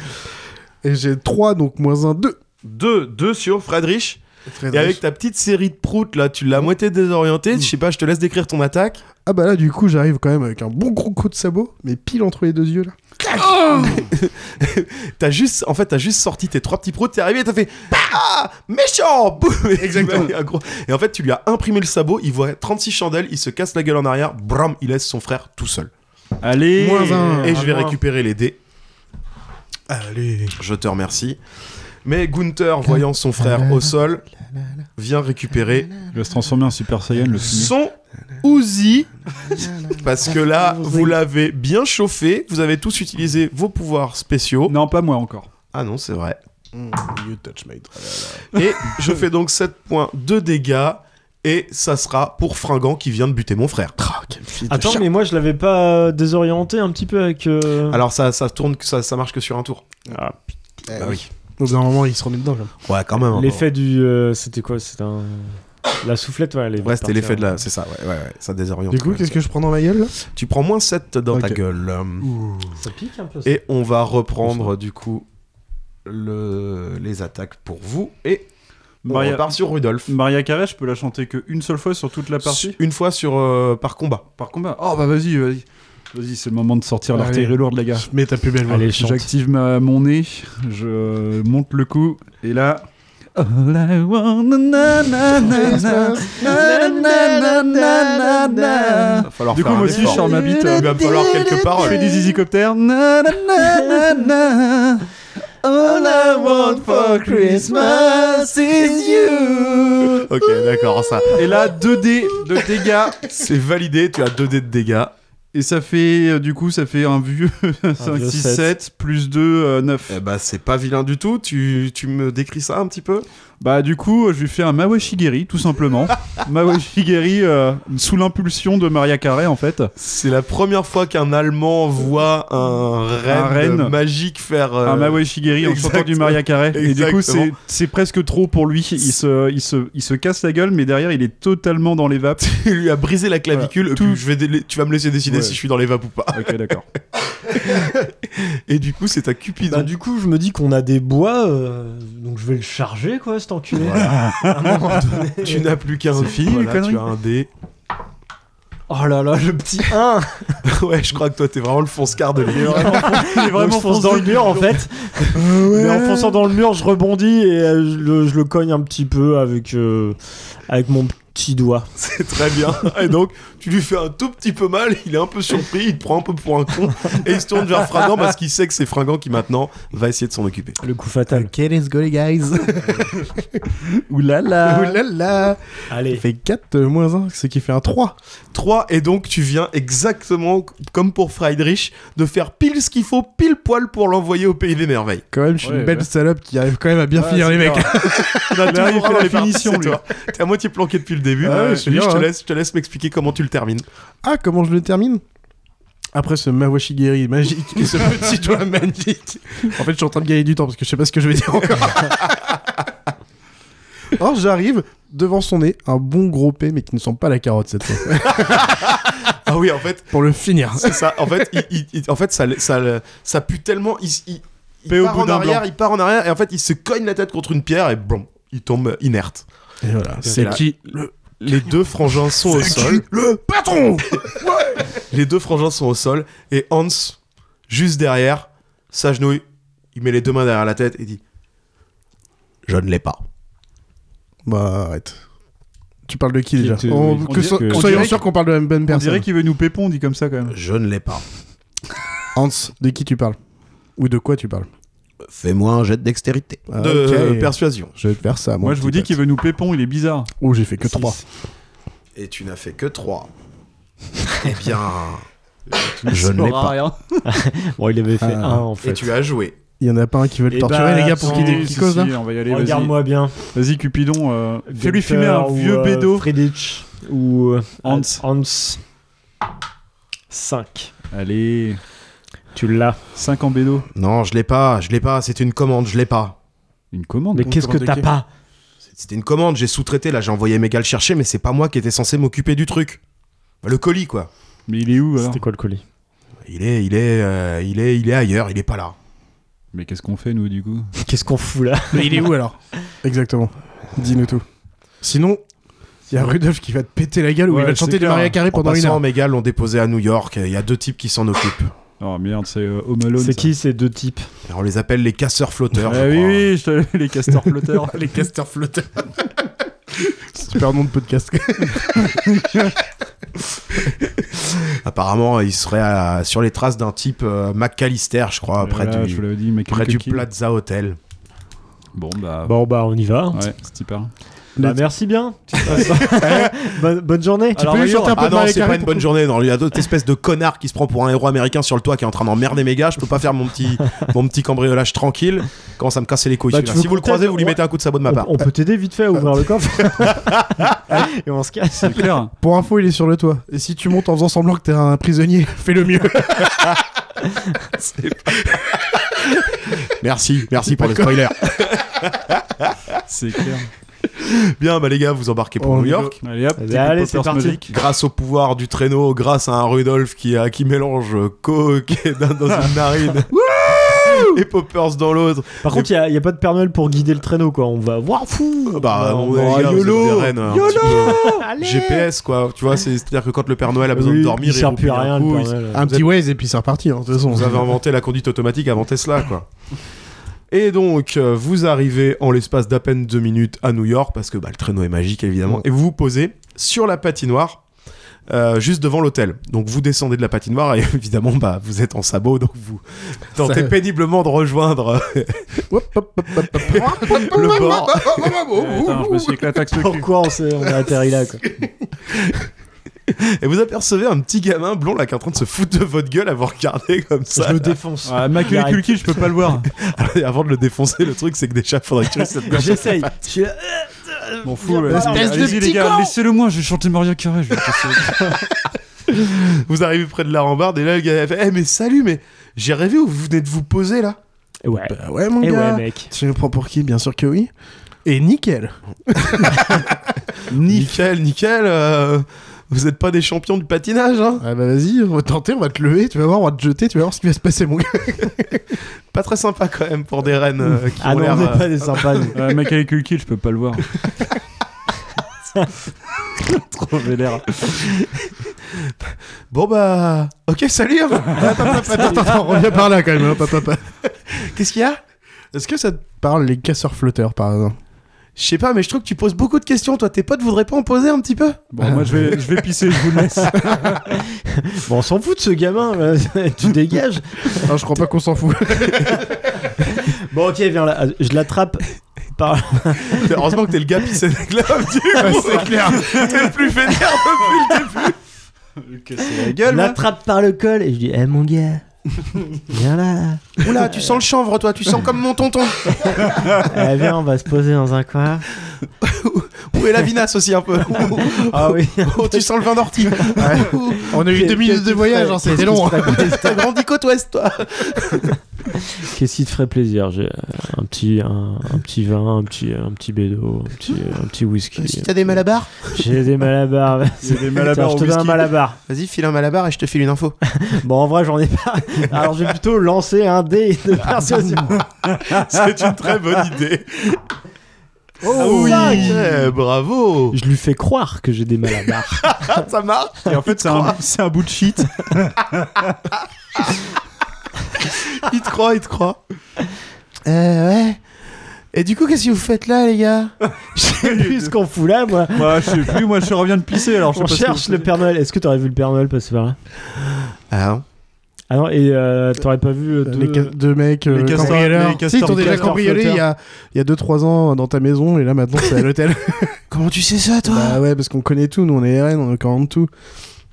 [SPEAKER 2] et j'ai 3, donc moins 1, 2.
[SPEAKER 3] Deux, deux sur Friedrich. Et avec ta petite série de proutes, là, tu l'as moitié désorienté. Je sais pas, je te laisse décrire ton attaque.
[SPEAKER 2] Ah bah là, du coup, j'arrive quand même avec un bon gros coup de sabot, mais pile entre les deux yeux, là.
[SPEAKER 3] T'as juste, en fait, t'as juste sorti tes trois petits proutes, t'es arrivé et t'as fait Ah Méchant Boum
[SPEAKER 2] Exactement.
[SPEAKER 3] Et un gros- Et en fait, tu lui as imprimé le sabot, il voit 36 chandelles, il se casse la gueule en arrière, bram, il laisse son frère tout seul.
[SPEAKER 1] Allez
[SPEAKER 2] Moins un.
[SPEAKER 3] Et je vais
[SPEAKER 5] vraiment.
[SPEAKER 3] récupérer les dés. Allez. Je te remercie. Mais Gunther, voyant son frère au sol, vient récupérer
[SPEAKER 1] Il va se transformer en Super Saiyan, le fumier.
[SPEAKER 3] son Uzi. Parce que là, vous l'avez bien chauffé. Vous avez tous utilisé vos pouvoirs spéciaux.
[SPEAKER 1] Non, pas moi encore.
[SPEAKER 3] Ah non, c'est vrai.
[SPEAKER 2] Mm, You touch my
[SPEAKER 3] Et je fais donc 7 points de dégâts. Et ça sera pour Fringant qui vient de buter mon frère.
[SPEAKER 5] Attends, mais moi je l'avais pas euh, désorienté un petit peu avec. euh,
[SPEAKER 3] Alors ça, ça tourne, que ça, ça marche que sur un tour.
[SPEAKER 5] Ah,
[SPEAKER 3] Bah oui.
[SPEAKER 2] Au bout d'un moment, il se remet dedans, quand
[SPEAKER 3] Ouais, quand même. hein.
[SPEAKER 5] l'effet du. euh, c'était quoi C'était un. La soufflette, ouais. elle est
[SPEAKER 3] Ouais, c'était
[SPEAKER 5] partie,
[SPEAKER 3] l'effet de
[SPEAKER 5] hein.
[SPEAKER 3] la. C'est ça, ouais, ouais, ouais, ça désoriente.
[SPEAKER 2] Du coup,
[SPEAKER 3] Ouais.
[SPEAKER 2] qu'est-ce que je prends dans ma gueule, là
[SPEAKER 3] Tu prends moins 7 dans ta
[SPEAKER 2] Ok.
[SPEAKER 3] gueule. euh,
[SPEAKER 5] Ça pique un peu. ça.
[SPEAKER 3] Et on va reprendre du coup le... les attaques pour vous. Et on
[SPEAKER 1] Maria,
[SPEAKER 3] repart sur Rudolf.
[SPEAKER 1] Maria Carré, je peux la chanter qu'une seule fois sur toute la partie
[SPEAKER 3] Une fois sur, euh, par combat.
[SPEAKER 1] Par combat. Oh bah vas-y, vas-y. Vas-y, c'est le moment de sortir
[SPEAKER 2] Allez.
[SPEAKER 1] l'artillerie lourde, les gars.
[SPEAKER 2] Mets ta plus belle voix.
[SPEAKER 5] Allez, chante.
[SPEAKER 1] J'active ma, mon nez, je euh, monte le cou, et là. All I want, na, na, na, na, na, na, na, na, na.
[SPEAKER 3] Va falloir
[SPEAKER 1] Du coup,
[SPEAKER 3] faire
[SPEAKER 1] moi
[SPEAKER 3] un
[SPEAKER 1] aussi, je
[SPEAKER 3] effort.
[SPEAKER 1] sors ma bite.
[SPEAKER 3] Il va me falloir quelques
[SPEAKER 1] Je fais
[SPEAKER 3] paroles.
[SPEAKER 1] des hélicoptères. Na, na, na, na, na. All I want for Christmas is you.
[SPEAKER 3] Ok, d'accord, ça.
[SPEAKER 1] Et là, 2D de dégâts.
[SPEAKER 3] C'est validé, tu as 2 dés de dégâts.
[SPEAKER 1] Et ça fait, euh, du coup, ça fait un vieux 5,
[SPEAKER 5] vieux
[SPEAKER 1] 6,
[SPEAKER 5] sept.
[SPEAKER 1] 7, plus euh, 2, 9.
[SPEAKER 3] Eh bah, c'est pas vilain du tout. Tu, tu me décris ça un petit peu
[SPEAKER 1] Bah, du coup, euh, je lui fais un Mawashigeri, tout simplement. Mawashigeri euh, sous l'impulsion de Maria Carré, en fait.
[SPEAKER 3] C'est la première fois qu'un Allemand voit un renne,
[SPEAKER 1] renne.
[SPEAKER 3] magique faire. euh,
[SPEAKER 1] Un Mawashigeri en chantant du
[SPEAKER 3] exactement.
[SPEAKER 1] Maria Carré. Et du coup,
[SPEAKER 3] Exactement.
[SPEAKER 1] c'est c'est presque trop pour lui. Il se, il, se, il se casse la gueule, mais derrière, il est totalement dans les vapes.
[SPEAKER 3] Il lui a brisé la clavicule.
[SPEAKER 1] Voilà.
[SPEAKER 3] et puis je vais dé- tu vas me laisser décider
[SPEAKER 1] Ouais.
[SPEAKER 3] si je suis dans les vapes ou pas.
[SPEAKER 1] ok, d'accord.
[SPEAKER 3] Et du coup, c'est ta Cupidon.
[SPEAKER 5] Bah, du coup, je me dis qu'on a des bois, euh, donc je vais le charger, quoi, cet enculé. À un moment donné.
[SPEAKER 3] tu n'as plus qu'un fil.
[SPEAKER 1] les
[SPEAKER 3] Voilà,
[SPEAKER 1] conneries.
[SPEAKER 3] tu as un dé.
[SPEAKER 5] Oh là là, le petit 1
[SPEAKER 3] ouais, je crois que toi, t'es vraiment le fonce-car de l'île.
[SPEAKER 5] Il est vraiment
[SPEAKER 1] Donc, je fonce
[SPEAKER 5] foncé dans le mur, en fait. Mais en fonçant dans le mur, je rebondis et euh, je, le, je le cogne un petit peu avec, euh, avec mon petit doigt.
[SPEAKER 3] C'est très bien. Et donc, tu lui fais un tout petit peu mal. Il est un peu surpris. Il te prend un peu pour un con. Et il se tourne vers Fringant parce qu'il sait que c'est Fringant qui, maintenant, va essayer de s'en occuper.
[SPEAKER 5] Le coup fatal.
[SPEAKER 2] Ok, let's go, les guys.
[SPEAKER 1] Oulala.
[SPEAKER 2] Oh là là. Il
[SPEAKER 5] Allez.
[SPEAKER 2] fait 4 moins 1, ce qui fait un 3.
[SPEAKER 3] 3. Et donc, tu viens exactement comme pour Friedrich de faire pile ce qu'il faut, pile poil pour l'envoyer au Pays des Merveilles.
[SPEAKER 2] Quand même, je suis
[SPEAKER 1] Ouais,
[SPEAKER 2] une belle
[SPEAKER 1] ouais. Ah,
[SPEAKER 2] salope qui arrive quand même à bien finir les mecs.
[SPEAKER 1] Là, il fait Oh, la
[SPEAKER 3] Vraiment,
[SPEAKER 1] finition,
[SPEAKER 3] c'est
[SPEAKER 1] lui.
[SPEAKER 3] toi. T'es à moitié planqué depuis le début.
[SPEAKER 2] Ah ouais,
[SPEAKER 3] Lui,
[SPEAKER 2] c'est bien,
[SPEAKER 3] je, te
[SPEAKER 2] hein.
[SPEAKER 3] laisse, je te laisse m'expliquer comment tu le termines.
[SPEAKER 2] Ah, comment je le termine Après ce Mawashigeri magique et ce petit doigt magique. En fait, je suis en train de gagner du temps parce que je sais pas ce que je vais dire encore. Or, j'arrive devant son nez, un bon gros P, mais qui ne sent pas la carotte cette fois.
[SPEAKER 3] Ah oui, en fait,
[SPEAKER 2] pour le finir.
[SPEAKER 3] c'est ça. En fait, il- il- il- en fait ça, ça, ça pue tellement. Il, il, il
[SPEAKER 1] Paix au
[SPEAKER 3] part
[SPEAKER 1] bout
[SPEAKER 3] en
[SPEAKER 1] d'un
[SPEAKER 3] arrière, il part en arrière, et en fait, il se cogne la tête contre une pierre, et bon, il tombe inerte.
[SPEAKER 2] Et voilà.
[SPEAKER 3] C'est là.
[SPEAKER 2] qui le
[SPEAKER 3] Les deux frangins sont au sol.
[SPEAKER 2] le patron
[SPEAKER 3] Les deux frangins sont au sol et Hans, juste derrière, s'agenouille, il met les deux mains derrière la tête et dit Je ne l'ai pas.
[SPEAKER 2] Bah arrête. Tu parles de qui
[SPEAKER 5] Qui
[SPEAKER 2] déjà
[SPEAKER 5] était-
[SPEAKER 2] On-
[SPEAKER 5] oui.
[SPEAKER 2] Que
[SPEAKER 1] On
[SPEAKER 2] so-
[SPEAKER 1] dirait
[SPEAKER 2] que
[SPEAKER 1] que-
[SPEAKER 2] soyons sûrs qu'on parle de la même
[SPEAKER 1] On
[SPEAKER 2] personne.
[SPEAKER 1] dirait qu'il veut nous pépon, dit comme ça quand même.
[SPEAKER 3] Je ne l'ai pas.
[SPEAKER 2] Hans, de qui tu parles Ou de quoi tu parles
[SPEAKER 3] Fais-moi un jet de dextérité.
[SPEAKER 2] Ah,
[SPEAKER 3] de
[SPEAKER 2] ok.
[SPEAKER 3] euh, persuasion.
[SPEAKER 2] Je vais te faire ça. mon
[SPEAKER 1] Moi je
[SPEAKER 2] petit
[SPEAKER 1] vous dis
[SPEAKER 2] pote.
[SPEAKER 1] qu'il veut nous pépon, il est bizarre.
[SPEAKER 2] Oh, j'ai fait que 3.
[SPEAKER 3] Et tu n'as fait que 3. eh bien. je ne l'ai
[SPEAKER 5] T'auras
[SPEAKER 3] pas.
[SPEAKER 5] rien. bon, il avait fait
[SPEAKER 2] Ah.
[SPEAKER 5] un en
[SPEAKER 3] Et
[SPEAKER 5] fait.
[SPEAKER 3] tu as joué.
[SPEAKER 2] Il y en a pas un qui veut le
[SPEAKER 5] Eh
[SPEAKER 2] torturer,
[SPEAKER 5] bah,
[SPEAKER 2] les gars, Ah, pour
[SPEAKER 5] si,
[SPEAKER 2] qu'il
[SPEAKER 5] si,
[SPEAKER 2] qu'il cause là
[SPEAKER 1] si, on va y aller, vas-y.
[SPEAKER 5] Regarde-moi bien.
[SPEAKER 1] Vas-y Cupidon, euh, fais-lui
[SPEAKER 5] Gunther
[SPEAKER 1] fumer un
[SPEAKER 5] ou,
[SPEAKER 1] vieux
[SPEAKER 5] euh,
[SPEAKER 1] bédo.
[SPEAKER 5] Friedrich ou euh,
[SPEAKER 1] Hans.
[SPEAKER 5] Hans. 5.
[SPEAKER 1] Allez,
[SPEAKER 5] Tu l'as.
[SPEAKER 1] 5 en bédo.
[SPEAKER 3] Non, je l'ai pas, je l'ai pas, c'est une commande, je l'ai pas.
[SPEAKER 1] Une commande.
[SPEAKER 5] Mais qu'est-ce que
[SPEAKER 2] commande de
[SPEAKER 5] t'as
[SPEAKER 2] qui
[SPEAKER 5] pas
[SPEAKER 3] C'était une commande, j'ai sous-traité, là j'ai envoyé mes gars le chercher, mais c'est pas moi qui étais censé m'occuper du truc. Bah, Le colis quoi.
[SPEAKER 1] Mais il est où alors
[SPEAKER 5] C'était quoi le colis
[SPEAKER 3] Il est, il est, euh, il est, il est ailleurs, il est pas là.
[SPEAKER 1] Mais qu'est-ce qu'on fait nous du coup
[SPEAKER 5] Qu'est-ce qu'on fout là
[SPEAKER 2] Mais il est où alors Exactement. Dis-nous tout. Sinon, il y a Rudolf qui va te péter la gueule ou
[SPEAKER 1] Ouais,
[SPEAKER 2] il va te
[SPEAKER 1] c'est
[SPEAKER 2] chanter du
[SPEAKER 1] clair.
[SPEAKER 2] Maria Carré
[SPEAKER 3] En
[SPEAKER 2] pendant une
[SPEAKER 3] passant,
[SPEAKER 2] heure.
[SPEAKER 3] mes gars l'ont déposé à New York. Il y a deux types qui s'en occupent.
[SPEAKER 1] Oh merde, c'est euh, Home Alone,
[SPEAKER 5] C'est
[SPEAKER 1] ça.
[SPEAKER 5] qui ces deux types
[SPEAKER 3] Et on les appelle les casseurs flotteurs.
[SPEAKER 1] Ah
[SPEAKER 3] je
[SPEAKER 1] oui,
[SPEAKER 3] crois.
[SPEAKER 1] oui, je te- les castors flotteurs.
[SPEAKER 3] les casseurs flotteurs.
[SPEAKER 2] Super nom de podcast.
[SPEAKER 3] Apparemment, ils seraient à- sur les traces d'un type euh, McAllister, je crois, Ah, près
[SPEAKER 1] Voilà, Euh, je vous
[SPEAKER 3] du,
[SPEAKER 1] l'avais dit, mais
[SPEAKER 3] près
[SPEAKER 1] quelques
[SPEAKER 3] du
[SPEAKER 1] qui-
[SPEAKER 3] Plaza Hotel.
[SPEAKER 1] Bon bah.
[SPEAKER 5] Bon, bah, on y va.
[SPEAKER 1] Ouais, c'est hyper.
[SPEAKER 5] Bah, merci bien. bonne, bonne journée.
[SPEAKER 1] Alors,
[SPEAKER 2] peux lui
[SPEAKER 1] d'ailleurs,
[SPEAKER 2] chanter un peu
[SPEAKER 3] Ah
[SPEAKER 2] de
[SPEAKER 3] non,
[SPEAKER 2] Maria
[SPEAKER 3] c'est
[SPEAKER 2] Carré
[SPEAKER 3] pas une bonne journée. Non, il y a d'autres espèces de connards qui se prend pour un héros américain sur le toit qui est en train d'emmerder mes gars. Je peux pas faire mon petit, mon petit cambriolage tranquille. Quand ça me casser les couilles.
[SPEAKER 5] Bah,
[SPEAKER 3] celui-là.
[SPEAKER 5] tu veux
[SPEAKER 3] si vous le
[SPEAKER 5] qu'on
[SPEAKER 3] croisez,
[SPEAKER 5] t'aide
[SPEAKER 3] vous lui
[SPEAKER 5] Ouais.
[SPEAKER 3] mettez un coup de sabot de ma
[SPEAKER 5] On,
[SPEAKER 3] part.
[SPEAKER 5] on peut t'aider vite fait à ouvrir le coffre. Et on se casse.
[SPEAKER 1] C'est clair. hein.
[SPEAKER 2] Pour info, il est sur le toit. Et si tu montes en faisant semblant que t'es un prisonnier, fais le mieux.
[SPEAKER 3] Merci, merci pour le spoiler.
[SPEAKER 1] C'est clair.
[SPEAKER 3] Bien, bah les gars, vous embarquez pour
[SPEAKER 2] On
[SPEAKER 3] New
[SPEAKER 2] y va.
[SPEAKER 3] York.
[SPEAKER 1] Allez hop,
[SPEAKER 5] Allez,
[SPEAKER 1] petit
[SPEAKER 5] allez,
[SPEAKER 1] Poppers
[SPEAKER 5] c'est parti.
[SPEAKER 1] Magic.
[SPEAKER 3] grâce au pouvoir du traîneau, grâce à un Rudolf qui, a- qui mélange euh, coke et dans, dans une narine et poppers dans l'autre.
[SPEAKER 5] Par contre, il n'y a, pas de Père Noël pour guider le traîneau, quoi. On va voir fou.
[SPEAKER 3] Bah,
[SPEAKER 5] Oh, on
[SPEAKER 3] bon,
[SPEAKER 5] va-
[SPEAKER 3] les gars, vous êtes
[SPEAKER 5] YOLO.
[SPEAKER 3] des reines, hein. un
[SPEAKER 5] YOLO.
[SPEAKER 3] petit peu
[SPEAKER 5] Allez.
[SPEAKER 3] GPS quoi, tu vois, c'est- c'est-à-dire que quand le Père Noël a besoin
[SPEAKER 5] Oui,
[SPEAKER 3] de dormir,
[SPEAKER 5] il sert
[SPEAKER 3] vous
[SPEAKER 5] plus à
[SPEAKER 3] pile un
[SPEAKER 5] rien.
[SPEAKER 3] coup,
[SPEAKER 5] le
[SPEAKER 3] il-
[SPEAKER 5] Père Noël.
[SPEAKER 2] Un petit ways et puis c'est reparti. hein, De toute façon,
[SPEAKER 3] Vous avez inventé la conduite automatique avant Tesla quoi. Et donc, euh, vous arrivez en l'espace d'à peine deux minutes à New York, parce que bah, le traîneau est magique évidemment, et vous vous posez sur la patinoire, euh, juste devant l'hôtel. Donc vous descendez de la patinoire, et évidemment, bah, vous êtes en sabot, donc vous tentez
[SPEAKER 2] Ça-
[SPEAKER 3] péniblement de rejoindre euh,
[SPEAKER 2] Hop, hop, hop, hop, hop.
[SPEAKER 3] le bord. Oh,
[SPEAKER 1] Euh, Attends, je me suis éclaté avec ce cul.
[SPEAKER 5] Pourquoi on, s'est- on a atterri là, quoi
[SPEAKER 3] Et vous apercevez un petit gamin blond là qui est en train de se foutre de votre gueule à vous regarder comme ça.
[SPEAKER 5] Je le défonce.
[SPEAKER 1] Ah, Macaulay
[SPEAKER 5] Arrête.
[SPEAKER 1] Culkin, je peux pas le voir.
[SPEAKER 3] Et avant de le défoncer, le truc c'est que déjà faudrait que tu laisses cette personne.
[SPEAKER 5] J'essaye. Je suis là.
[SPEAKER 1] M'en fous. ouais.
[SPEAKER 5] Espèce
[SPEAKER 1] Allez-y,
[SPEAKER 5] de
[SPEAKER 1] les gars, laissez-le moi, je vais chanter Maria Carré. Je vais casser-
[SPEAKER 3] Vous arrivez près de la rambarde et là le gars il fait Eh mais salut, mais j'ai rêvé où vous venez de vous poser là
[SPEAKER 5] Ouais.
[SPEAKER 2] Bah ouais, mon
[SPEAKER 5] Eh ouais,
[SPEAKER 2] gars.
[SPEAKER 5] mec.
[SPEAKER 2] Tu me prends pour qui Bien sûr que oui. Et nickel.
[SPEAKER 3] Nickel, nickel, euh, vous êtes pas des champions du patinage, hein
[SPEAKER 2] Ah bah vas-y, on va tenter, on va te lever, tu vas voir, on va te jeter, tu vas voir ce qui va se passer, mon gars.
[SPEAKER 3] Pas très sympa quand même pour des reines euh, qui
[SPEAKER 5] Ah
[SPEAKER 3] ont
[SPEAKER 5] non,
[SPEAKER 3] l'air.
[SPEAKER 5] on n'est
[SPEAKER 3] euh,
[SPEAKER 5] pas des sympas. nous.
[SPEAKER 1] Euh, Macaulay Culkin, je peux pas le voir. Trop vénère.
[SPEAKER 3] Bon bah, ok, salut. hein.
[SPEAKER 2] Attends, attends, attends, attends, reviens par là quand même, hein, papa, papa.
[SPEAKER 3] Qu'est-ce qu'il y a Est-ce que ça, te-
[SPEAKER 2] Parle les casseurs flotteurs, par exemple.
[SPEAKER 3] je sais pas, mais je trouve que tu poses beaucoup de questions. Toi, tes potes voudraient pas en poser un petit peu
[SPEAKER 1] Bon, moi je vais, je vais pisser, je vous laisse.
[SPEAKER 5] Bon, on s'en fout de ce gamin. là. tu dégages.
[SPEAKER 2] Non, je crois pas qu'on s'en fout.
[SPEAKER 5] Bon, ok, viens là. Ah, Je l'attrape. Par...
[SPEAKER 3] Heureusement que t'es le gars pissé des globes, du coup, c'est clair. T'es le plus vénère.
[SPEAKER 5] Je l'attrape par le col et je dis Eh mon gars, viens là.
[SPEAKER 3] Oula, tu sens le chanvre, toi. Tu sens comme mon tonton.
[SPEAKER 5] Eh, viens, on va se poser dans un coin.
[SPEAKER 3] Où est la vinasse aussi un peu
[SPEAKER 5] Ah oui.
[SPEAKER 3] Oh, tu sens le vin d'ortie.
[SPEAKER 2] On a eu
[SPEAKER 5] Qu'est-
[SPEAKER 2] deux minutes
[SPEAKER 5] qu'est-ce
[SPEAKER 2] de
[SPEAKER 5] qui
[SPEAKER 2] voyage,
[SPEAKER 5] ferait-
[SPEAKER 2] hein,
[SPEAKER 5] qu'est-ce
[SPEAKER 2] c'était
[SPEAKER 5] qui
[SPEAKER 2] long.
[SPEAKER 5] ferait-
[SPEAKER 3] T'as grandi côte ouest, toi.
[SPEAKER 5] Qu'est-ce qui te ferait plaisir J'ai euh, un petit, un, un petit vin, un petit, un petit bédo, un petit, un petit whisky.
[SPEAKER 3] Si t'as des malabars,
[SPEAKER 5] J'ai des malabars.
[SPEAKER 1] Il y a des malabars
[SPEAKER 5] Tiens,
[SPEAKER 1] au
[SPEAKER 5] je te donne un
[SPEAKER 1] whisky.
[SPEAKER 5] malabar.
[SPEAKER 3] vas-y, file un malabar et je te file une info.
[SPEAKER 5] Bon, en vrai, j'en ai pas. Alors, j'ai plutôt lancé un dé de persuasion.
[SPEAKER 3] C'est une très bonne idée.
[SPEAKER 5] Oh,
[SPEAKER 3] Ah oui,
[SPEAKER 5] cinq.
[SPEAKER 3] eh, bravo.
[SPEAKER 5] Je lui fais croire que j'ai des malabars.
[SPEAKER 3] Ah, ça marche.
[SPEAKER 1] Et en fait, c'est un, c'est un bout de shit.
[SPEAKER 3] Il te croit, il te croit. Euh, ouais. Et du coup, qu'est-ce que vous faites là, les gars
[SPEAKER 5] Je sais plus ce qu'on fout là, moi.
[SPEAKER 1] Moi, Bah, je sais plus, moi, je reviens de pisser, alors je sais
[SPEAKER 5] On
[SPEAKER 1] pas ce que
[SPEAKER 5] cherche
[SPEAKER 1] vous
[SPEAKER 5] le
[SPEAKER 1] faites.
[SPEAKER 5] Père Noël. Est-ce que t'aurais vu le Père Noël passer par là
[SPEAKER 3] Ah non.
[SPEAKER 5] Ah non, et euh, t'aurais pas vu euh, deux...
[SPEAKER 2] Les ca- deux mecs euh,
[SPEAKER 1] les castors-
[SPEAKER 2] cambrioleurs.
[SPEAKER 1] les
[SPEAKER 2] si, ils t'ont
[SPEAKER 1] castors-
[SPEAKER 2] déjà
[SPEAKER 1] castors
[SPEAKER 2] cambriolé il y a 2-3 ans euh, dans ta maison et là maintenant c'est à l'hôtel.
[SPEAKER 3] Comment tu sais ça, toi
[SPEAKER 2] bah ouais, parce qu'on connaît tout, nous on est RN, on est encore en tout.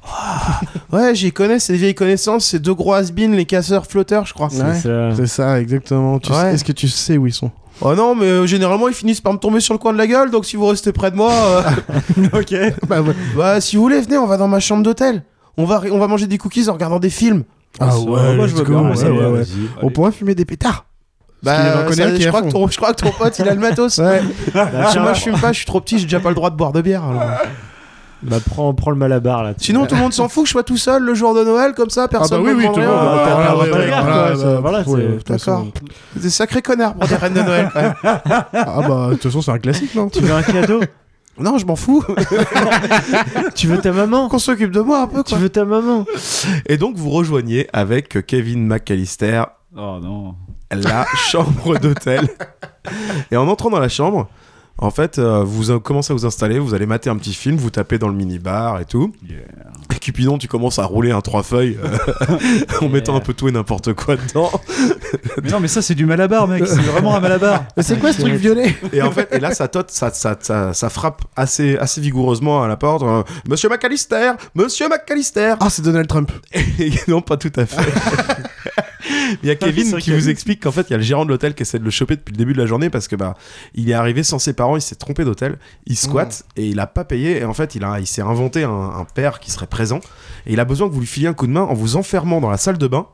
[SPEAKER 3] Ah. Ouais, j'y connais, c'est des vieilles connaissances, c'est deux gros has les casseurs flotteurs, je crois.
[SPEAKER 5] C'est ça.
[SPEAKER 2] C'est ça, exactement. Tu sais-
[SPEAKER 3] Ouais.
[SPEAKER 2] Est-ce que tu sais où ils sont
[SPEAKER 3] Oh non, mais euh, généralement, ils finissent par me tomber sur le coin de la gueule, donc si vous restez près de moi, euh,
[SPEAKER 1] Ok.
[SPEAKER 2] bah, ouais.
[SPEAKER 3] bah si vous voulez, venez, on va dans ma chambre d'hôtel. On va, on va manger des cookies en regardant des films.
[SPEAKER 2] Ah ouais,
[SPEAKER 1] moi, je
[SPEAKER 2] let's
[SPEAKER 1] veux
[SPEAKER 2] go,
[SPEAKER 1] bien.
[SPEAKER 2] ouais,
[SPEAKER 1] moi, ça
[SPEAKER 2] ouais,
[SPEAKER 1] va,
[SPEAKER 2] ouais.
[SPEAKER 1] vas-y,
[SPEAKER 2] On
[SPEAKER 1] allez.
[SPEAKER 2] pourra fumer des pétards. qu'il y en a
[SPEAKER 3] Bah,
[SPEAKER 2] un
[SPEAKER 3] ça,
[SPEAKER 2] connard qui est
[SPEAKER 3] je,
[SPEAKER 2] à
[SPEAKER 3] crois que
[SPEAKER 2] fond.
[SPEAKER 3] ton, je crois que ton pote, il a le matos.
[SPEAKER 2] Ouais,
[SPEAKER 5] Bah, tiens,
[SPEAKER 3] Moi, je fume pas, je suis trop petit, j'ai déjà pas le droit de boire de bière. alors.
[SPEAKER 5] bah, prends, prends le malabar là.
[SPEAKER 3] Sinon, tout le monde s'en fout que je sois tout seul le jour de Noël, comme
[SPEAKER 1] Ah,
[SPEAKER 3] ça,
[SPEAKER 2] Ah
[SPEAKER 3] personne ne me prend
[SPEAKER 5] tout le
[SPEAKER 3] rien.
[SPEAKER 5] monde, bah, t'as- t'as- t'as- t'as- t'as- t'as- voilà, c'est-
[SPEAKER 2] D'accord.
[SPEAKER 3] D'accord. T'es des sacrés connards pour des reines de Noël, quand même.
[SPEAKER 2] Ah bah, de toute façon, c'est un classique, non
[SPEAKER 5] tu veux un cadeau
[SPEAKER 3] Non, je m'en fous.
[SPEAKER 5] Tu veux ta maman
[SPEAKER 3] Qu'on s'occupe de moi un peu,
[SPEAKER 5] Tu
[SPEAKER 3] quoi.
[SPEAKER 5] veux ta maman
[SPEAKER 3] Et donc, vous rejoignez avec Kevin McAllister
[SPEAKER 1] Oh non.
[SPEAKER 3] la chambre d'hôtel. Et en entrant dans la chambre, en fait, euh, vous euh, commencez à vous installer, vous allez mater un petit film, vous tapez dans le minibar et tout.
[SPEAKER 1] Yeah.
[SPEAKER 3] Et Cupidon, tu commences à rouler un trois feuilles euh, en mettant un peu tout et n'importe quoi dedans.
[SPEAKER 1] Mais non, mais ça, c'est du malabar, mec. C'est vraiment un malabar.
[SPEAKER 2] Mais c'est quoi ce truc violet
[SPEAKER 3] Et en fait, et là, ça tote, ça, ça, ça, ça frappe assez, assez vigoureusement à la porte. euh, Monsieur McAllister, Monsieur McAllister.
[SPEAKER 2] Ah, c'est Donald Trump.
[SPEAKER 3] Et non, pas tout à fait. Il y a
[SPEAKER 1] c'est
[SPEAKER 3] Kevin
[SPEAKER 1] vrai
[SPEAKER 3] qui
[SPEAKER 1] qu'il y a-
[SPEAKER 3] vous explique qu'en fait, il y a le gérant de l'hôtel qui essaie de le choper depuis le début de la journée parce que bah, il est arrivé sans ses parents, il s'est trompé d'hôtel, il squatte et il a pas payé. Et en fait, il, a, il s'est inventé un, un père qui serait présent et il a besoin que vous lui filiez un coup de main en vous enfermant dans la salle de bain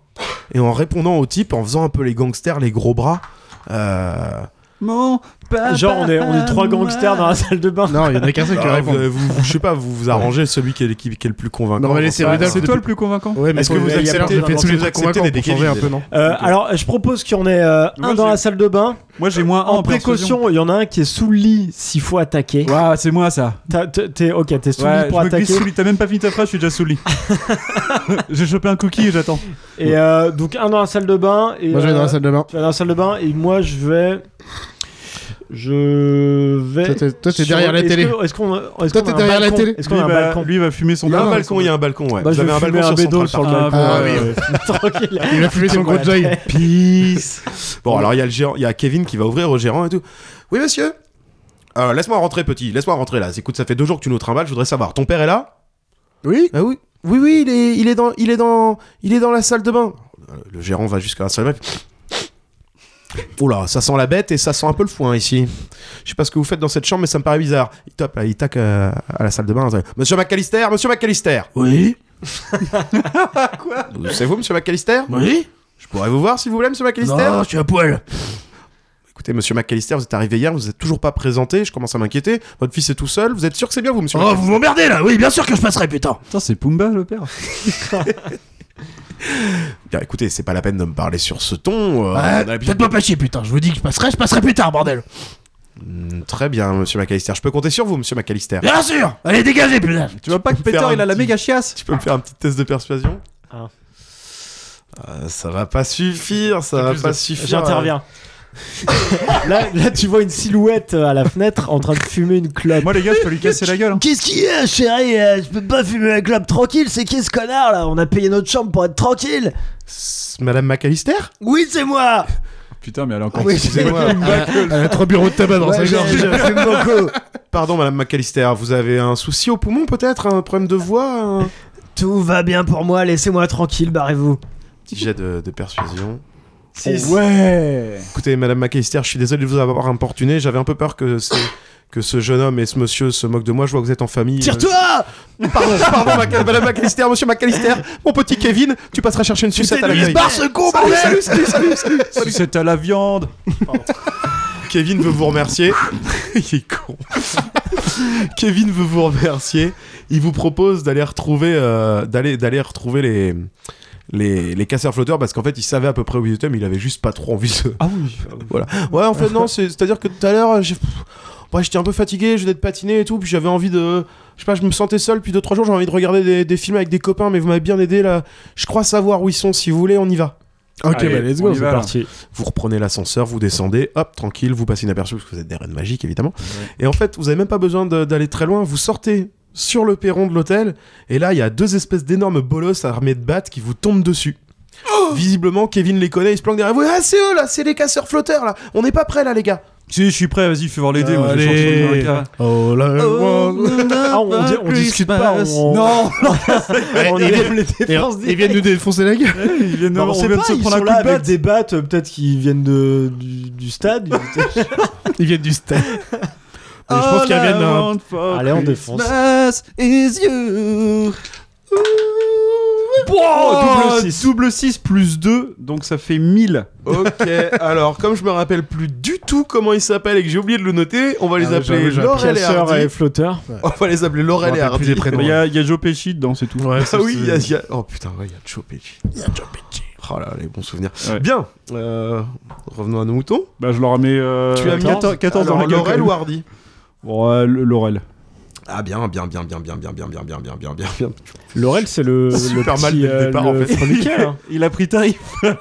[SPEAKER 3] et en répondant au type en faisant un peu les gangsters, les gros bras. Euh,
[SPEAKER 1] Mon
[SPEAKER 2] Ah,
[SPEAKER 1] papa.
[SPEAKER 5] Ah, Genre, on est, on est trois gangsters dans la salle de bain.
[SPEAKER 2] Non, il y en a qu'un seul qui
[SPEAKER 3] bah,
[SPEAKER 2] répond.
[SPEAKER 3] vous, vous- je sais pas, vous vous arrangez celui qui est, qui- qui est le plus convaincant.
[SPEAKER 2] Non, on va laisser
[SPEAKER 3] J'en sais
[SPEAKER 2] Rudolph.
[SPEAKER 3] rien.
[SPEAKER 1] C'est toi le plus convaincant
[SPEAKER 2] Ouais, mais
[SPEAKER 3] Est-ce
[SPEAKER 2] faut-
[SPEAKER 3] que vous
[SPEAKER 2] il y a
[SPEAKER 3] acceptez-
[SPEAKER 2] plein de gens
[SPEAKER 3] est-ce que
[SPEAKER 2] qui
[SPEAKER 3] vous
[SPEAKER 2] sont
[SPEAKER 3] acceptez
[SPEAKER 2] convaincants
[SPEAKER 3] des
[SPEAKER 2] pour changer un
[SPEAKER 3] décalés,
[SPEAKER 2] peu, non
[SPEAKER 5] Euh,
[SPEAKER 2] Ok.
[SPEAKER 5] Alors, je propose qu'on ait euh,
[SPEAKER 1] Moi,
[SPEAKER 5] un dans
[SPEAKER 1] j'ai- Ah,
[SPEAKER 5] la salle de bain.
[SPEAKER 1] Moi, j'ai moins un
[SPEAKER 5] En précaution, il y en a un qui est sous le lit s'il faut attaquer.
[SPEAKER 1] Waouh, c'est moi ça.
[SPEAKER 5] T'as- t'es- T'es ok, t'es sous le
[SPEAKER 1] Ouais,
[SPEAKER 5] lit
[SPEAKER 1] je
[SPEAKER 5] pour
[SPEAKER 1] me glisse
[SPEAKER 5] attaquer.
[SPEAKER 1] sous le lit. T'as même pas fini ta phrase, je suis déjà sous le lit. J'ai chopé un cookie et j'attends.
[SPEAKER 5] Et euh, donc un dans la salle de bain et
[SPEAKER 2] Moi, je vais dans
[SPEAKER 5] euh,
[SPEAKER 2] la salle de bain.
[SPEAKER 5] tu vas dans la salle de bain et moi je vais je vais
[SPEAKER 2] Toi, t'es- toi, t'es
[SPEAKER 5] sur-
[SPEAKER 2] derrière la
[SPEAKER 5] est-ce
[SPEAKER 2] télé.
[SPEAKER 5] que- Est-ce qu'on est-ce
[SPEAKER 2] Toi,
[SPEAKER 5] qu'on a
[SPEAKER 2] t'es
[SPEAKER 5] un
[SPEAKER 2] derrière la
[SPEAKER 5] balcon
[SPEAKER 2] télé.
[SPEAKER 5] Est-ce
[SPEAKER 1] Lui,
[SPEAKER 5] qu'on a un
[SPEAKER 1] bah,
[SPEAKER 5] balcon
[SPEAKER 1] lui va fumer son
[SPEAKER 3] Il y a un
[SPEAKER 1] tabac.
[SPEAKER 3] balcon, il y a un balcon, ouais.
[SPEAKER 5] Bah,
[SPEAKER 3] vous
[SPEAKER 5] je
[SPEAKER 3] avez
[SPEAKER 5] vais
[SPEAKER 3] un
[SPEAKER 5] fumer
[SPEAKER 3] balcon
[SPEAKER 5] un
[SPEAKER 3] sur
[SPEAKER 5] bédo
[SPEAKER 3] Central
[SPEAKER 5] sur
[SPEAKER 1] Park.
[SPEAKER 5] le balcon.
[SPEAKER 2] Ah,
[SPEAKER 5] euh, Tranquille.
[SPEAKER 2] Il a fumé son gros joy.
[SPEAKER 1] Peace.
[SPEAKER 3] Bon, alors il y a le gérant, il y a Kevin qui va ouvrir au gérant et tout. Oui, monsieur. Euh, laisse-moi rentrer, petit. Laisse-moi rentrer là. Écoute, ça fait deux jours que tu nous trimbales. Je voudrais savoir. Ton père est là
[SPEAKER 2] Oui
[SPEAKER 3] Ah oui. Oui, oui. Il est, il est dans, il est dans, il est dans la salle de bain. Euh, Le gérant va jusqu'à la salle de bain. Oula, ça sent la bête et ça sent un peu le foin ici. Je sais pas ce que vous faites dans cette chambre, mais ça me paraît bizarre. Il tape, là, il tac euh, à la salle de bain. Monsieur McAllister, Monsieur McAllister.
[SPEAKER 2] Oui
[SPEAKER 3] C'est vous, Monsieur McAllister
[SPEAKER 2] Oui
[SPEAKER 3] Je pourrais vous voir, s'il vous plaît, Monsieur McAllister
[SPEAKER 2] je suis à poil.
[SPEAKER 3] Écoutez, monsieur McAllister, vous êtes arrivé hier, vous êtes toujours pas présenté, je commence à m'inquiéter. Votre fils est tout seul, vous êtes sûr que c'est bien vous,
[SPEAKER 4] Oh,
[SPEAKER 3] monsieur McAllister
[SPEAKER 2] Oh, m'emmerdez là Oui, bien sûr que je passerai, putain
[SPEAKER 1] Putain, c'est Pumba le père.
[SPEAKER 3] Bien, Écoutez, c'est pas la peine de me parler sur ce ton. euh, on a l'habitude-
[SPEAKER 2] pas chier, putain. Je vous dis que je passerai, je passerai plus tard, bordel.
[SPEAKER 3] Hmm, Très bien, monsieur McAllister. Je peux compter sur vous, monsieur McAllister.
[SPEAKER 2] Bien sûr Allez, dégagez, putain
[SPEAKER 1] Tu vois pas que
[SPEAKER 3] peux faire
[SPEAKER 1] Peter
[SPEAKER 3] un
[SPEAKER 1] il a la
[SPEAKER 3] petit-
[SPEAKER 1] méga chiasse
[SPEAKER 3] Tu peux me faire un petit test de persuasion
[SPEAKER 5] Ah.
[SPEAKER 3] Euh, Ça va pas suffire, ça va pas suffire.
[SPEAKER 5] J'interviens. là, là, tu vois une silhouette euh, à la fenêtre en train de fumer une clope.
[SPEAKER 1] Moi les gars, je peux lui casser la gueule. hein.
[SPEAKER 4] Qu'est-ce qu'il y a, chérie Euh, Je peux pas fumer la clope tranquille, c'est qui ce connard là On a payé notre chambre pour être tranquille
[SPEAKER 3] S- Madame McAllister
[SPEAKER 4] Oui, c'est moi
[SPEAKER 1] Putain, mais elle a encore.
[SPEAKER 4] Ah Oui, excusez-moi.
[SPEAKER 2] Elle a trois bureaux de tabac dans
[SPEAKER 4] Ouais,
[SPEAKER 2] sa
[SPEAKER 4] je-
[SPEAKER 2] gorge.
[SPEAKER 4] je fume beaucoup.
[SPEAKER 3] Pardon, madame McAllister, vous avez un souci au poumon peut-être Un problème de voix un...
[SPEAKER 4] Tout va bien pour moi, laissez-moi tranquille, barrez-vous. Oh,
[SPEAKER 3] Petit jet de- de persuasion.
[SPEAKER 1] Ouais.
[SPEAKER 3] Écoutez, Madame McAllister, je suis désolé de vous avoir importuné. J'avais un peu peur que, ce- que ce jeune homme et ce monsieur se moquent de moi. Je vois que vous êtes en famille.
[SPEAKER 4] Tire-toi
[SPEAKER 3] Euh, Pardon, pardon, Maca- madame McAllister, monsieur McAllister, mon petit Kevin, tu passeras chercher une sucette à la grille.
[SPEAKER 4] ce con, bordel
[SPEAKER 3] Salut, salut, salut, salut.
[SPEAKER 1] Sucette à la viande
[SPEAKER 3] Kevin veut vous remercier. Il est con. Kevin veut vous remercier. Il vous propose d'aller retrouver, euh, d'aller, d'aller retrouver les, les, les casseurs flotteurs parce qu'en fait, il savait à peu près où ils étaient, mais il avait juste pas trop envie de.
[SPEAKER 1] Ah oui
[SPEAKER 3] Voilà. Ouais, en fait, non, c'est, c'est-à-dire que tout à l'heure, j'ai- ouais, j'étais un peu fatigué, je venais de patiner et tout, puis j'avais envie de. Je sais pas, je me sentais seul, puis deux, trois jours, j'avais envie de regarder des, des films avec des copains, mais vous m'avez bien aidé là. Je crois savoir où ils sont, si vous voulez, on y va.
[SPEAKER 2] Ok,
[SPEAKER 1] Allez,
[SPEAKER 2] bah let's
[SPEAKER 1] on
[SPEAKER 2] go.
[SPEAKER 1] y va.
[SPEAKER 5] parti.
[SPEAKER 3] Vous reprenez l'ascenseur, vous descendez, hop, tranquille, vous passez inaperçu parce que vous êtes des reines magiques évidemment. Et en fait, vous avez même pas besoin de- d'aller très loin, vous sortez sur le perron de l'hôtel, et là, il y a deux espèces d'énormes bolosses armés de battes qui vous tombent dessus.
[SPEAKER 2] Oh
[SPEAKER 3] Visiblement, Kevin les connaît, il se planque derrière vous. Ah, c'est eux là, c'est les casseurs flotteurs là, on n'est pas prêts là, les gars.
[SPEAKER 1] Si, je suis prêt, vas-y, fais voir les dés, moi je
[SPEAKER 2] Allez.
[SPEAKER 1] vais chanter dans le cas.
[SPEAKER 2] Oh là
[SPEAKER 1] Euh,
[SPEAKER 5] Ah, on, di- on discute pas. On,
[SPEAKER 1] Non
[SPEAKER 5] on élève les défenses des
[SPEAKER 2] Ils viennent nous défoncer la gueule.
[SPEAKER 1] Ils viennent-
[SPEAKER 5] Non,
[SPEAKER 1] on
[SPEAKER 5] on sait
[SPEAKER 1] vient de
[SPEAKER 5] pas,
[SPEAKER 1] se
[SPEAKER 5] ils
[SPEAKER 1] prendre
[SPEAKER 5] sont
[SPEAKER 1] un coup
[SPEAKER 5] là
[SPEAKER 1] de
[SPEAKER 5] avec
[SPEAKER 1] batte.
[SPEAKER 5] des battes, euh, peut-être qu'ils viennent de, du, du stade.
[SPEAKER 2] Ils viennent du stade. Mais je pense qu'ils reviennent d'un-
[SPEAKER 5] Allez, on défonce.
[SPEAKER 1] Oh,
[SPEAKER 5] double
[SPEAKER 1] double
[SPEAKER 5] six.
[SPEAKER 1] 6 plus 2, donc ça fait 1000.
[SPEAKER 3] Ok, alors comme je me rappelle plus du tout comment ils s'appellent et que j'ai oublié de le noter, on va les
[SPEAKER 2] ouais, j'avoue,
[SPEAKER 3] appeler
[SPEAKER 2] j'avoue.
[SPEAKER 3] Laurel et
[SPEAKER 5] Chasseurs
[SPEAKER 1] hein.
[SPEAKER 3] Hardy.
[SPEAKER 5] et flotteurs.
[SPEAKER 3] On va les appeler Laurel
[SPEAKER 2] Je
[SPEAKER 3] et
[SPEAKER 2] me rappelle plus les
[SPEAKER 3] Hardy.
[SPEAKER 2] prénoms.
[SPEAKER 1] Il y
[SPEAKER 5] hein.
[SPEAKER 1] a, il y a Joe Pesci dedans, c'est tout.
[SPEAKER 2] Ouais,
[SPEAKER 3] Ah
[SPEAKER 2] ça,
[SPEAKER 3] oui,
[SPEAKER 2] c'est-
[SPEAKER 3] il y a- il y, a. Oh putain, ouais, il y a Joe Pesci. Il y a Joe Pesci. Oh là, là, les bons souvenirs.
[SPEAKER 1] Ouais.
[SPEAKER 3] Bien, euh, revenons à nos moutons.
[SPEAKER 1] Bah, je leur remets. euh,
[SPEAKER 3] tu as mis
[SPEAKER 1] 14, 14
[SPEAKER 3] Alors,
[SPEAKER 1] dans la gueule,
[SPEAKER 3] Laurel
[SPEAKER 1] quand
[SPEAKER 3] ou
[SPEAKER 1] même.
[SPEAKER 3] Hardy
[SPEAKER 1] Ouais, le- Laurel.
[SPEAKER 3] Ah bien, bien, bien, bien, bien, bien, bien, bien, bien, bien, bien, bien, bien.
[SPEAKER 5] Laurel, c'est le.
[SPEAKER 3] Super
[SPEAKER 5] le
[SPEAKER 3] mal
[SPEAKER 5] petit,
[SPEAKER 3] dès le
[SPEAKER 5] euh,
[SPEAKER 3] départ, en
[SPEAKER 5] le
[SPEAKER 3] fait.
[SPEAKER 5] Franck-Michael, hein.
[SPEAKER 1] Il a pris tarif.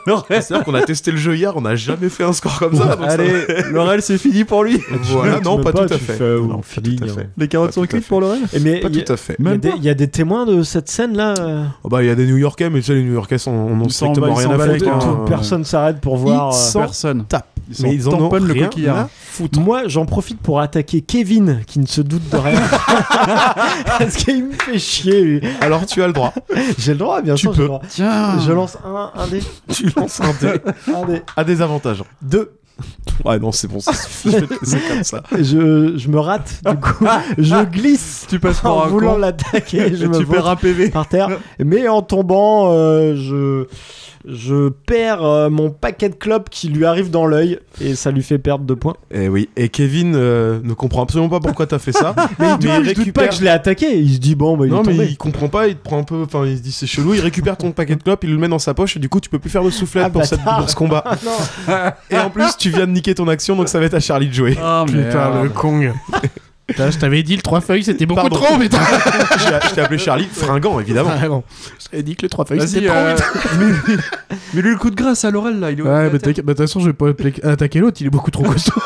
[SPEAKER 1] Laurel.
[SPEAKER 3] C'est-à-dire qu'on a testé le jeu hier, on n'a jamais fait un score comme ça. donc ça-
[SPEAKER 1] Allez, Laurel, c'est fini pour lui.
[SPEAKER 3] Voilà, non,
[SPEAKER 5] Même
[SPEAKER 3] pas tout à
[SPEAKER 5] tu
[SPEAKER 3] fait.
[SPEAKER 5] fais, euh,
[SPEAKER 3] Non,
[SPEAKER 5] au
[SPEAKER 3] pas
[SPEAKER 5] feeling,
[SPEAKER 3] tout à fait.
[SPEAKER 5] hein.
[SPEAKER 1] Les 40
[SPEAKER 3] Pas
[SPEAKER 1] sont
[SPEAKER 3] tout à
[SPEAKER 1] cuites
[SPEAKER 3] fait.
[SPEAKER 1] pour Laurel
[SPEAKER 5] Et mais
[SPEAKER 3] Pas
[SPEAKER 5] il y a-
[SPEAKER 3] tout à fait.
[SPEAKER 5] il y a
[SPEAKER 1] Même
[SPEAKER 5] des-
[SPEAKER 1] pas.
[SPEAKER 5] il y, a des témoins de cette scène là. euh,
[SPEAKER 3] Oh bah il y a des New Yorkais, mais tu sais, les New Yorkais sont, on n'en
[SPEAKER 1] Ils s'en
[SPEAKER 3] strictement
[SPEAKER 1] battent,
[SPEAKER 3] rien
[SPEAKER 1] ils
[SPEAKER 3] à
[SPEAKER 1] s'en battent
[SPEAKER 3] foutre.
[SPEAKER 1] et tout.
[SPEAKER 3] hein.
[SPEAKER 5] Personne s'arrête pour voir. euh,
[SPEAKER 3] s'en
[SPEAKER 1] Personne.
[SPEAKER 3] tapent.
[SPEAKER 1] Ils s'en
[SPEAKER 3] Mais ils en ont
[SPEAKER 1] tamponnent le
[SPEAKER 3] rien
[SPEAKER 1] coquillard.
[SPEAKER 3] à foutre.
[SPEAKER 5] Moi, j'en profite pour attaquer Kevin, qui ne se doute de rien. Parce qu'il me fait chier, lui.
[SPEAKER 3] Alors tu as le droit.
[SPEAKER 5] J'ai le droit, bien
[SPEAKER 3] Tu
[SPEAKER 5] sûr. j'ai
[SPEAKER 3] peux.
[SPEAKER 5] le droit.
[SPEAKER 1] Tiens.
[SPEAKER 5] Je lance un, un dé.
[SPEAKER 3] tu lances un dé.
[SPEAKER 5] Un dé.
[SPEAKER 3] À des avantages. Deux. Ouais, non, c'est bon, ça suffit. je vais te laisser comme ça.
[SPEAKER 5] Je, je me rate, du coup. Je glisse
[SPEAKER 1] Tu passes pour
[SPEAKER 5] en
[SPEAKER 1] un
[SPEAKER 5] voulant
[SPEAKER 1] con.
[SPEAKER 5] l'attaquer. Je
[SPEAKER 1] et
[SPEAKER 5] me
[SPEAKER 1] tu perds
[SPEAKER 5] vautre
[SPEAKER 1] un PV.
[SPEAKER 5] par terre. Mais en tombant, euh, je, je perds euh, mon paquet de clopes qui lui arrive dans l'œil. Et ça lui fait perdre deux points.
[SPEAKER 3] Et Eh oui. Et Kevin euh, ne comprend absolument pas pourquoi t'as fait ça.
[SPEAKER 5] Mais il,
[SPEAKER 3] Mais il
[SPEAKER 5] doute- je doute pas
[SPEAKER 3] récupère-
[SPEAKER 5] que je l'ai attaqué. Il se dit, bon, bah, il
[SPEAKER 3] non,
[SPEAKER 5] est
[SPEAKER 3] mais
[SPEAKER 5] tombé.
[SPEAKER 3] il comprend pas, il te prend un peu. Enfin, il se dit c'est chelou. Il récupère ton paquet de clopes, il le met dans sa poche et du coup, tu peux plus faire de soufflette
[SPEAKER 5] Ah,
[SPEAKER 3] pour, cette,
[SPEAKER 5] bâtard.
[SPEAKER 3] pour ce combat.
[SPEAKER 5] Ah, non.
[SPEAKER 3] Et en plus, tu viens de niquer ton action, donc ça va être à Charlie de jouer.
[SPEAKER 1] Ah,
[SPEAKER 2] Putain, le Kong. Putain, je t'avais dit le 3 feuilles c'était beaucoup
[SPEAKER 3] Pardon.
[SPEAKER 2] trop, mais t'as-
[SPEAKER 3] je t'ai appelé Charlie, fringant évidemment.
[SPEAKER 2] Ah, non. Je t'avais dit que le 3 feuilles
[SPEAKER 1] Vas-y,
[SPEAKER 2] c'était trop.
[SPEAKER 1] euh, mais, mais lui, le coup de grâce à Laurel, là, il est au-
[SPEAKER 2] Ouais, mais t'inquiète, bah, de toute façon, je vais pas appeler- attaquer l'autre, il est beaucoup trop costaud.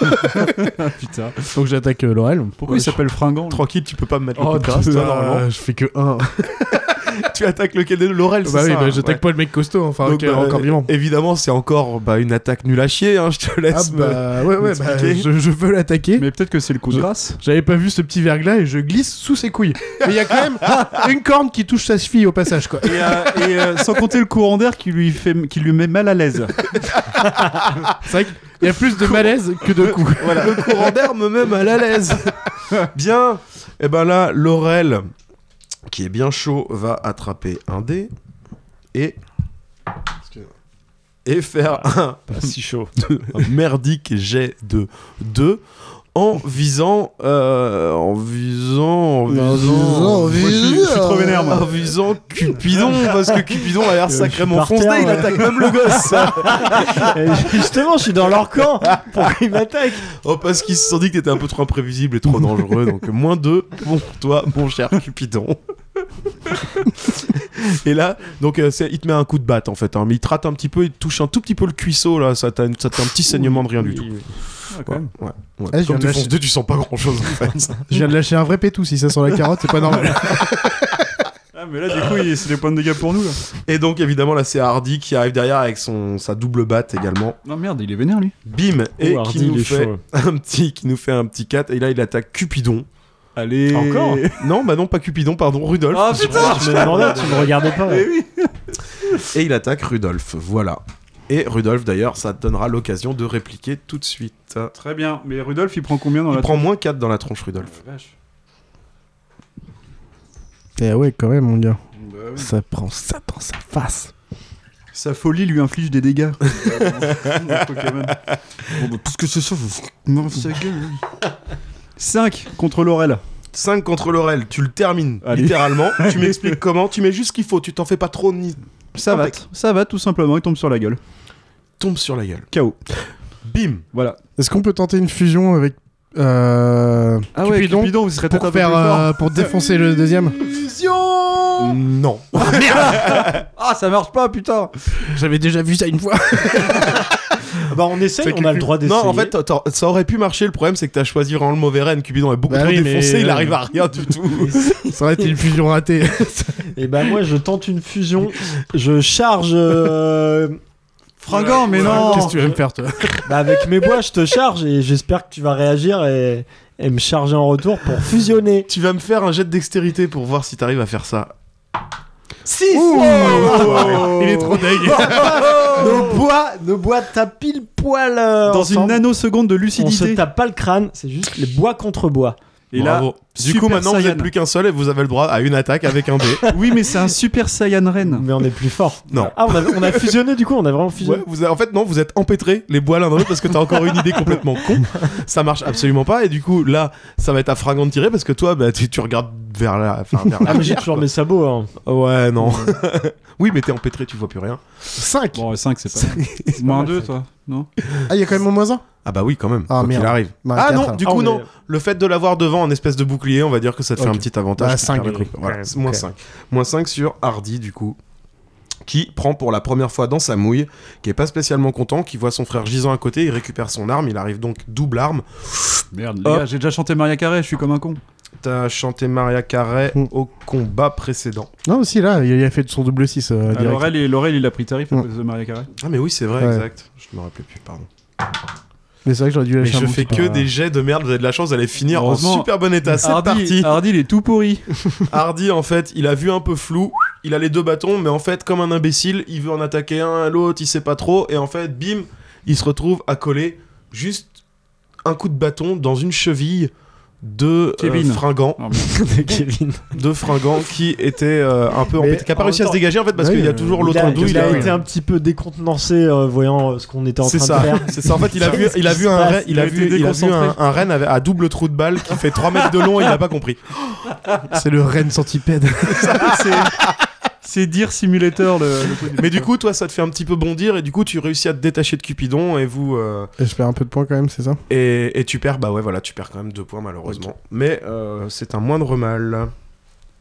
[SPEAKER 1] Putain.
[SPEAKER 2] Donc j'attaque euh, Laurel.
[SPEAKER 1] Pourquoi il s'appelle Fringant lui
[SPEAKER 3] Tranquille, tu peux pas me mettre le
[SPEAKER 2] Oh,
[SPEAKER 3] coup de grâce,
[SPEAKER 2] deux,
[SPEAKER 3] toi,
[SPEAKER 2] euh,
[SPEAKER 3] normalement.
[SPEAKER 2] Je fais que 1.
[SPEAKER 3] Tu attaques lequel des deux Laurel, c'est
[SPEAKER 2] Bah oui,
[SPEAKER 3] ça,
[SPEAKER 2] bah,
[SPEAKER 3] hein,
[SPEAKER 2] j'attaque
[SPEAKER 3] ouais.
[SPEAKER 2] pas le mec costaud, enfin,
[SPEAKER 3] Donc,
[SPEAKER 2] qui est
[SPEAKER 3] bah,
[SPEAKER 2] encore vivant.
[SPEAKER 3] Évidemment, c'est encore bah, une attaque nulle à chier, hein, je te
[SPEAKER 2] Ah
[SPEAKER 3] laisse. me-
[SPEAKER 2] bah ouais, ouais, bah,
[SPEAKER 3] m'expliquer.
[SPEAKER 2] je, je veux l'attaquer.
[SPEAKER 1] Mais peut-être que c'est le coup de grâce.
[SPEAKER 2] J'avais pas vu ce petit verglas et je glisse sous ses couilles. Mais il y a quand même une corne qui touche sa cheville au passage, quoi.
[SPEAKER 1] Et, euh, et, euh, sans compter le courant d'air qui lui fait, qui lui met mal à l'aise.
[SPEAKER 2] C'est vrai qu'il y a plus de malaise que de coups.
[SPEAKER 3] Voilà. Le courant d'air me met mal à l'aise. bien. Et ben là, Laurel, qui est bien chaud, va attraper un dé et et faire un,
[SPEAKER 5] Pas si chaud.
[SPEAKER 3] un merdique jet de 2 en visant euh, en visant en
[SPEAKER 2] visant,
[SPEAKER 3] visant
[SPEAKER 2] en
[SPEAKER 3] Moi, je suis- je suis trop
[SPEAKER 1] vénère, moi.
[SPEAKER 3] en visant Cupidon parce que Cupidon a l'air sacrément
[SPEAKER 5] Euh, par
[SPEAKER 3] foncé
[SPEAKER 5] terre,
[SPEAKER 3] il
[SPEAKER 5] ouais.
[SPEAKER 3] attaque même le gosse
[SPEAKER 5] Et Eh, Justement, je suis dans leur camp pour qu'ils m'attaquent.
[SPEAKER 3] Oh, parce qu'ils se sont dit que t'étais un peu trop imprévisible et trop dangereux, donc moins 2 pour toi, mon cher Cupidon. et là, donc, euh, c'est- il te met un coup de batte en fait, hein, mais il te rate un petit peu, il te touche un tout petit peu le cuisseau, là, ça t'a une- ça t'a un petit saignement de rien du tout.
[SPEAKER 1] quand même.
[SPEAKER 3] Ouais, ouais.
[SPEAKER 2] Ah, je viens
[SPEAKER 3] Comme
[SPEAKER 2] de
[SPEAKER 3] tu fonces
[SPEAKER 2] lâcher-
[SPEAKER 3] deux, tu sens pas grand chose en fait.
[SPEAKER 2] Je viens de lâcher un vrai pétou, si ça sent la carotte, c'est pas normal.
[SPEAKER 1] Ah, mais là, du coup, il- c'est des points de dégâts pour nous, là.
[SPEAKER 3] et donc, évidemment, là, c'est Hardy qui arrive derrière avec son, sa double batte également.
[SPEAKER 1] Non, merde, il est vénère, lui.
[SPEAKER 3] Bim Et
[SPEAKER 5] Oh, Hardy,
[SPEAKER 3] qui, nous
[SPEAKER 5] il est
[SPEAKER 3] fait
[SPEAKER 5] chaud.
[SPEAKER 3] un petit, qui nous fait un petit 4, et là, il attaque Cupidon.
[SPEAKER 1] Allez.
[SPEAKER 5] Encore
[SPEAKER 3] Non, bah non, pas Cupidon, pardon, Rudolf.
[SPEAKER 1] Ah, putain
[SPEAKER 5] Je me demandais, tu me regardais pas.
[SPEAKER 1] Eh oui.
[SPEAKER 3] Et il attaque Rudolf, voilà. Et Rudolf, d'ailleurs, ça te donnera l'occasion de répliquer tout de suite.
[SPEAKER 1] Très bien, mais Rudolf, il prend combien dans
[SPEAKER 3] Il
[SPEAKER 1] la
[SPEAKER 3] prend moins 4 dans la tronche, Rudolf.
[SPEAKER 2] Eh ouais, quand même, mon gars.
[SPEAKER 1] Bah oui.
[SPEAKER 2] Ça prend ça dans sa face.
[SPEAKER 1] Sa folie lui inflige des dégâts. bah, Parce que c'est ça, vous. hein. 5 contre Laurel.
[SPEAKER 3] 5 contre Laurel, tu le termines
[SPEAKER 1] Allez.
[SPEAKER 3] littéralement. tu m'expliques comment, tu mets juste ce qu'il faut, tu t'en fais pas trop ni.
[SPEAKER 1] Ça va,
[SPEAKER 3] Impec.
[SPEAKER 1] ça va tout simplement, il tombe sur la gueule.
[SPEAKER 3] Tombe sur la gueule.
[SPEAKER 1] KO.
[SPEAKER 3] Bim
[SPEAKER 1] Voilà.
[SPEAKER 2] Est-ce qu'on peut tenter une fusion avec. Euh,
[SPEAKER 1] Ah
[SPEAKER 2] ouais, Cupidon,
[SPEAKER 1] vous serez
[SPEAKER 2] pour, faire, euh, pour défoncer le deuxième
[SPEAKER 3] Fusion Non.
[SPEAKER 1] Ah, ça marche pas, putain
[SPEAKER 2] J'avais déjà vu ça une fois.
[SPEAKER 5] Bah, on essaye, on a le droit d'essayer.
[SPEAKER 3] Non, en fait, t'aurais- ça aurait pu marcher. Le problème, c'est que t'as choisi vraiment le mauvais Ren. Cupidon est beaucoup
[SPEAKER 2] Bah
[SPEAKER 3] trop
[SPEAKER 2] oui, mais-
[SPEAKER 3] défoncé, il arrive à rien du tout.
[SPEAKER 2] ça aurait été une fusion ratée.
[SPEAKER 5] Et bah, moi, je tente une fusion. Je charge. euh,
[SPEAKER 1] Fringant, mais non
[SPEAKER 2] Qu'est-ce que tu vas me faire, toi
[SPEAKER 5] Bah, avec mes bois, je te charge et j'espère que tu vas réagir et, et me charger en retour pour fusionner.
[SPEAKER 3] tu vas me faire un jet de dextérité pour voir si t'arrives à faire ça. 6
[SPEAKER 2] Il est trop dingue.
[SPEAKER 5] Nos bois, nos bois tapent pile poil. euh,
[SPEAKER 1] Dans une
[SPEAKER 5] ensemble.
[SPEAKER 1] nanoseconde de
[SPEAKER 5] On se
[SPEAKER 1] lucidité.
[SPEAKER 5] tape pas le crâne, c'est juste les bois contre bois.
[SPEAKER 1] Et là,
[SPEAKER 3] Bravo. du coup,
[SPEAKER 1] Super
[SPEAKER 3] maintenant, vous
[SPEAKER 1] Saiyan.
[SPEAKER 3] n'êtes plus qu'un seul et vous avez le droit à une attaque avec un dé.
[SPEAKER 1] oui, mais c'est un super Saiyan Ren.
[SPEAKER 5] Mais on est plus fort.
[SPEAKER 3] Non.
[SPEAKER 5] Ah, on a, on a fusionné du coup, on a vraiment fusionné.
[SPEAKER 3] Ouais, vous avez- en fait, non, vous êtes empêtrés les bois l'un dans l'autre parce que t'as encore une idée complètement con. Ça marche absolument pas. Et du coup, là, ça va être à fragant de tirer parce que toi, bah, tu, tu regardes vers la. Enfin, vers
[SPEAKER 5] Ah, mais j'ai
[SPEAKER 3] l'arrière,
[SPEAKER 5] toujours
[SPEAKER 3] quoi.
[SPEAKER 5] mes sabots. hein.
[SPEAKER 3] Ouais, non. oui, mais t'es empêtré, tu vois plus rien.
[SPEAKER 2] 5
[SPEAKER 1] Bon, 5, c'est pas mal. Moins 2, toi Non
[SPEAKER 2] Ah, il y a quand même au moins un
[SPEAKER 3] Ah, bah oui, quand même.
[SPEAKER 2] Ah,
[SPEAKER 3] quoi qu'il
[SPEAKER 2] merde.
[SPEAKER 3] arrive.
[SPEAKER 2] Bah,
[SPEAKER 3] ah,
[SPEAKER 2] quatre,
[SPEAKER 3] non,
[SPEAKER 2] alors. euh,
[SPEAKER 3] du
[SPEAKER 5] Ah,
[SPEAKER 3] coup,
[SPEAKER 5] on
[SPEAKER 3] non.
[SPEAKER 5] est-
[SPEAKER 3] Le fait de l'avoir devant en espèce de bouclier, on va dire que ça te fait
[SPEAKER 2] Ok.
[SPEAKER 3] un petit avantage.
[SPEAKER 2] Bah,
[SPEAKER 3] qui te
[SPEAKER 2] cinq,
[SPEAKER 3] permet de
[SPEAKER 2] oui.
[SPEAKER 3] récupérer. Voilà,
[SPEAKER 2] Ouais,
[SPEAKER 3] c'est moins
[SPEAKER 2] ok.
[SPEAKER 3] 5. Moins 5 sur Hardy, du coup. Qui prend pour la première fois dans sa mouille, qui est pas spécialement content, qui voit son frère gisant à côté, il récupère son arme, il arrive donc double arme.
[SPEAKER 1] Merde,
[SPEAKER 3] Hop.
[SPEAKER 1] les gars, j'ai déjà chanté Maria Carré, je suis comme un con.
[SPEAKER 3] T'as chanté Maria Carré
[SPEAKER 2] Mm.
[SPEAKER 3] au combat précédent.
[SPEAKER 2] Non, aussi, là, il a fait de son double euh, 6
[SPEAKER 1] Ah, Laurel, il- Laurel, il a pris tarif à
[SPEAKER 2] Mm.
[SPEAKER 1] cause de Maria Carré.
[SPEAKER 3] Ah mais oui c'est vrai,
[SPEAKER 2] Ouais.
[SPEAKER 3] exact. Je me rappelais plus, pardon.
[SPEAKER 2] Mais c'est vrai que j'aurais dû
[SPEAKER 3] Mais
[SPEAKER 2] lâcher un
[SPEAKER 3] je
[SPEAKER 2] bon
[SPEAKER 3] fais
[SPEAKER 2] petit
[SPEAKER 3] que
[SPEAKER 2] peu.
[SPEAKER 3] des jets de merde, vous avez de la chance d'aller finir en
[SPEAKER 1] Heureusement,
[SPEAKER 3] super bon état cette
[SPEAKER 1] Hardy,
[SPEAKER 3] partie.
[SPEAKER 5] Ah.
[SPEAKER 1] Hardy, il est tout pourri.
[SPEAKER 3] Hardy en fait, il a vu un peu flou, il a les deux bâtons, mais en fait comme un imbécile, il veut en attaquer un, l'autre, il sait pas trop, et en fait bim, il se retrouve à coller juste un coup de bâton dans une cheville de
[SPEAKER 1] Kevin.
[SPEAKER 3] euh, fringant,
[SPEAKER 5] De Kevin.
[SPEAKER 3] de fringant qui était euh, un peu
[SPEAKER 5] Mais
[SPEAKER 3] embêté, qui a pas
[SPEAKER 5] en
[SPEAKER 3] réussi
[SPEAKER 5] même
[SPEAKER 3] à se
[SPEAKER 5] temps-
[SPEAKER 3] dégager en fait parce
[SPEAKER 2] Ouais,
[SPEAKER 3] qu'il y a
[SPEAKER 2] euh,
[SPEAKER 3] toujours
[SPEAKER 5] Il
[SPEAKER 3] l'autre en
[SPEAKER 5] a,
[SPEAKER 3] dos.
[SPEAKER 5] il
[SPEAKER 3] il
[SPEAKER 5] a
[SPEAKER 3] a-
[SPEAKER 5] été un petit peu décontenancé euh, voyant euh, ce qu'on était en
[SPEAKER 3] C'est
[SPEAKER 5] train
[SPEAKER 3] ça.
[SPEAKER 5] de faire.
[SPEAKER 3] C'est ça. En fait, il a vu, il a
[SPEAKER 5] Qu'est-ce qui
[SPEAKER 3] vu un,
[SPEAKER 5] se
[SPEAKER 3] renne- il a
[SPEAKER 1] Il a
[SPEAKER 3] vu,
[SPEAKER 1] été
[SPEAKER 3] il a vu un,
[SPEAKER 1] déconcentré.
[SPEAKER 3] un renne avec- à double trou de balle qui fait 3 mètres de long et il a pas compris.
[SPEAKER 2] Ah. C'est le Rennes centipède.
[SPEAKER 1] C'est dire simulateur le, le truc.
[SPEAKER 3] Mais du coup, toi, ça te fait un petit peu bondir et du coup, tu réussis à te détacher de Cupidon et vous euh,
[SPEAKER 2] Et je perds un peu de points quand même, c'est ça
[SPEAKER 3] et, et tu perds. Bah ouais, voilà, tu perds quand même deux points malheureusement. Mais euh, c'est un moindre mal.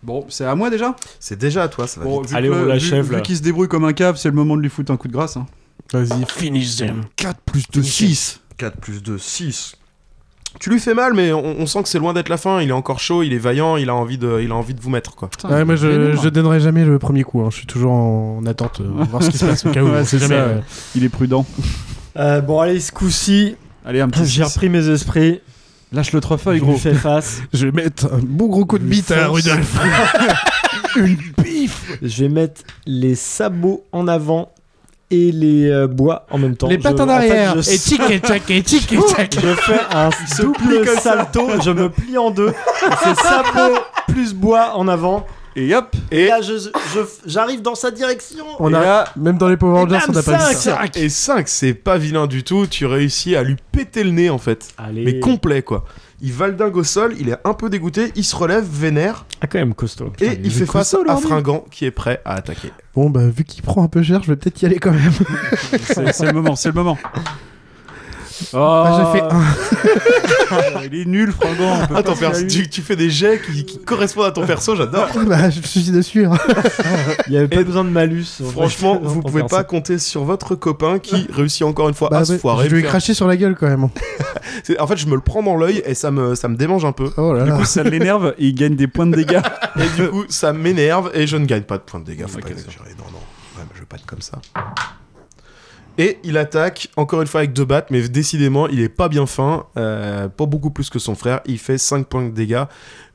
[SPEAKER 1] Bon, c'est à moi déjà
[SPEAKER 3] C'est déjà à toi, ça va.
[SPEAKER 1] Bon,
[SPEAKER 3] vite.
[SPEAKER 1] vu
[SPEAKER 5] Allez,
[SPEAKER 1] que
[SPEAKER 5] on
[SPEAKER 1] le-
[SPEAKER 5] l'achève,
[SPEAKER 1] vu-
[SPEAKER 5] là.
[SPEAKER 1] Vu qu'il se débrouille comme un cave, c'est le moment de lui foutre un coup de grâce. hein.
[SPEAKER 2] Vas-y.
[SPEAKER 3] 4 plus 2, 6. 4 plus 2, 6. Tu lui fais mal, mais on, on sent que c'est loin d'être la fin. Il est encore chaud, il est vaillant, il a envie de, il a envie de vous mettre quoi.
[SPEAKER 1] Putain,
[SPEAKER 2] Ouais, moi
[SPEAKER 1] il est
[SPEAKER 2] je,
[SPEAKER 1] vénère.
[SPEAKER 2] je donnerai jamais le premier coup, hein. je suis toujours en attente, euh, voir ce qui se passe au cas où.
[SPEAKER 1] Ouais,
[SPEAKER 2] on
[SPEAKER 1] c'est
[SPEAKER 2] sait jamais,
[SPEAKER 1] ça,
[SPEAKER 2] euh.
[SPEAKER 1] ouais. Il est prudent.
[SPEAKER 5] Euh, bon, allez, ce coup-ci,
[SPEAKER 1] Allez, un petit.
[SPEAKER 5] j'ai
[SPEAKER 1] six.
[SPEAKER 5] repris mes esprits.
[SPEAKER 1] Lâche le
[SPEAKER 5] Je
[SPEAKER 1] trofeuille,
[SPEAKER 5] lui
[SPEAKER 1] gros.
[SPEAKER 5] fais face.
[SPEAKER 2] Je vais mettre un bon gros coup de
[SPEAKER 5] Je
[SPEAKER 2] bite à
[SPEAKER 5] fonce.
[SPEAKER 2] Rudolf.
[SPEAKER 5] Je vais mettre les sabots en avant et les euh, bois en même temps.
[SPEAKER 2] Les
[SPEAKER 5] Je-
[SPEAKER 2] pattes en arrière.
[SPEAKER 5] fait, je-
[SPEAKER 2] Et tic et tac, et tic et tac.
[SPEAKER 5] Je fais un double salto, je me plie en deux. C'est sabots plus bois en avant.
[SPEAKER 1] Et hop
[SPEAKER 5] Et, là, je- je- j'arrive dans sa direction.
[SPEAKER 2] On
[SPEAKER 1] Et
[SPEAKER 2] a-
[SPEAKER 1] là,
[SPEAKER 2] Même dans les Power Rangers,
[SPEAKER 5] Bam,
[SPEAKER 2] on n'a pas vu
[SPEAKER 5] cinq.
[SPEAKER 2] ça.
[SPEAKER 3] Et 5, c'est pas vilain du tout. Tu réussis à lui péter le nez en fait.
[SPEAKER 5] Allez.
[SPEAKER 3] mais complet quoi. Il valdingue au sol, il est un peu dégoûté, il se relève, vénère,
[SPEAKER 5] Ah, quand même costaud.
[SPEAKER 3] et
[SPEAKER 2] il
[SPEAKER 3] il fait
[SPEAKER 2] est
[SPEAKER 3] face
[SPEAKER 2] costaud,
[SPEAKER 3] à
[SPEAKER 2] l'ordi.
[SPEAKER 3] Fringant qui est prêt à attaquer.
[SPEAKER 2] Bon, bah vu qu'il prend un peu cher, je vais peut-être y aller quand même.
[SPEAKER 1] c'est c'est le moment, c'est le moment. Oh,
[SPEAKER 2] Ah, j'ai fait un.
[SPEAKER 1] il est nul, Frangon.
[SPEAKER 3] Ah, ton perso- tu, tu fais des jets qui, qui correspondent à ton perso, j'adore.
[SPEAKER 2] Bah, je suis dessus. hein.
[SPEAKER 5] Il n'y avait pas
[SPEAKER 3] Et-
[SPEAKER 5] besoin de malus.
[SPEAKER 3] Franchement, vous pouvez pas compter sur votre copain qui réussit encore une fois
[SPEAKER 2] Bah,
[SPEAKER 3] à Ah, se
[SPEAKER 2] ouais,
[SPEAKER 3] foirer.
[SPEAKER 2] je lui ai
[SPEAKER 3] faire-
[SPEAKER 2] craché sur la gueule quand même.
[SPEAKER 3] C'est- En fait, je me le prends dans l'œil et ça me, ça me démange un peu.
[SPEAKER 2] Oh là
[SPEAKER 1] Du
[SPEAKER 2] là.
[SPEAKER 1] coup, ça l'énerve et il gagne des points de dégâts.
[SPEAKER 3] Et du coup, ça m'énerve et je ne gagne pas de points de dégâts. Faut
[SPEAKER 1] Ok,
[SPEAKER 3] pas
[SPEAKER 1] d'accord.
[SPEAKER 3] exagérer. Non, non. Ouais, mais je veux pas être comme ça. Et il attaque encore une fois avec deux battes, mais décidément, il est pas bien fin. euh, pas beaucoup plus que son frère. Il fait 5 points de dégâts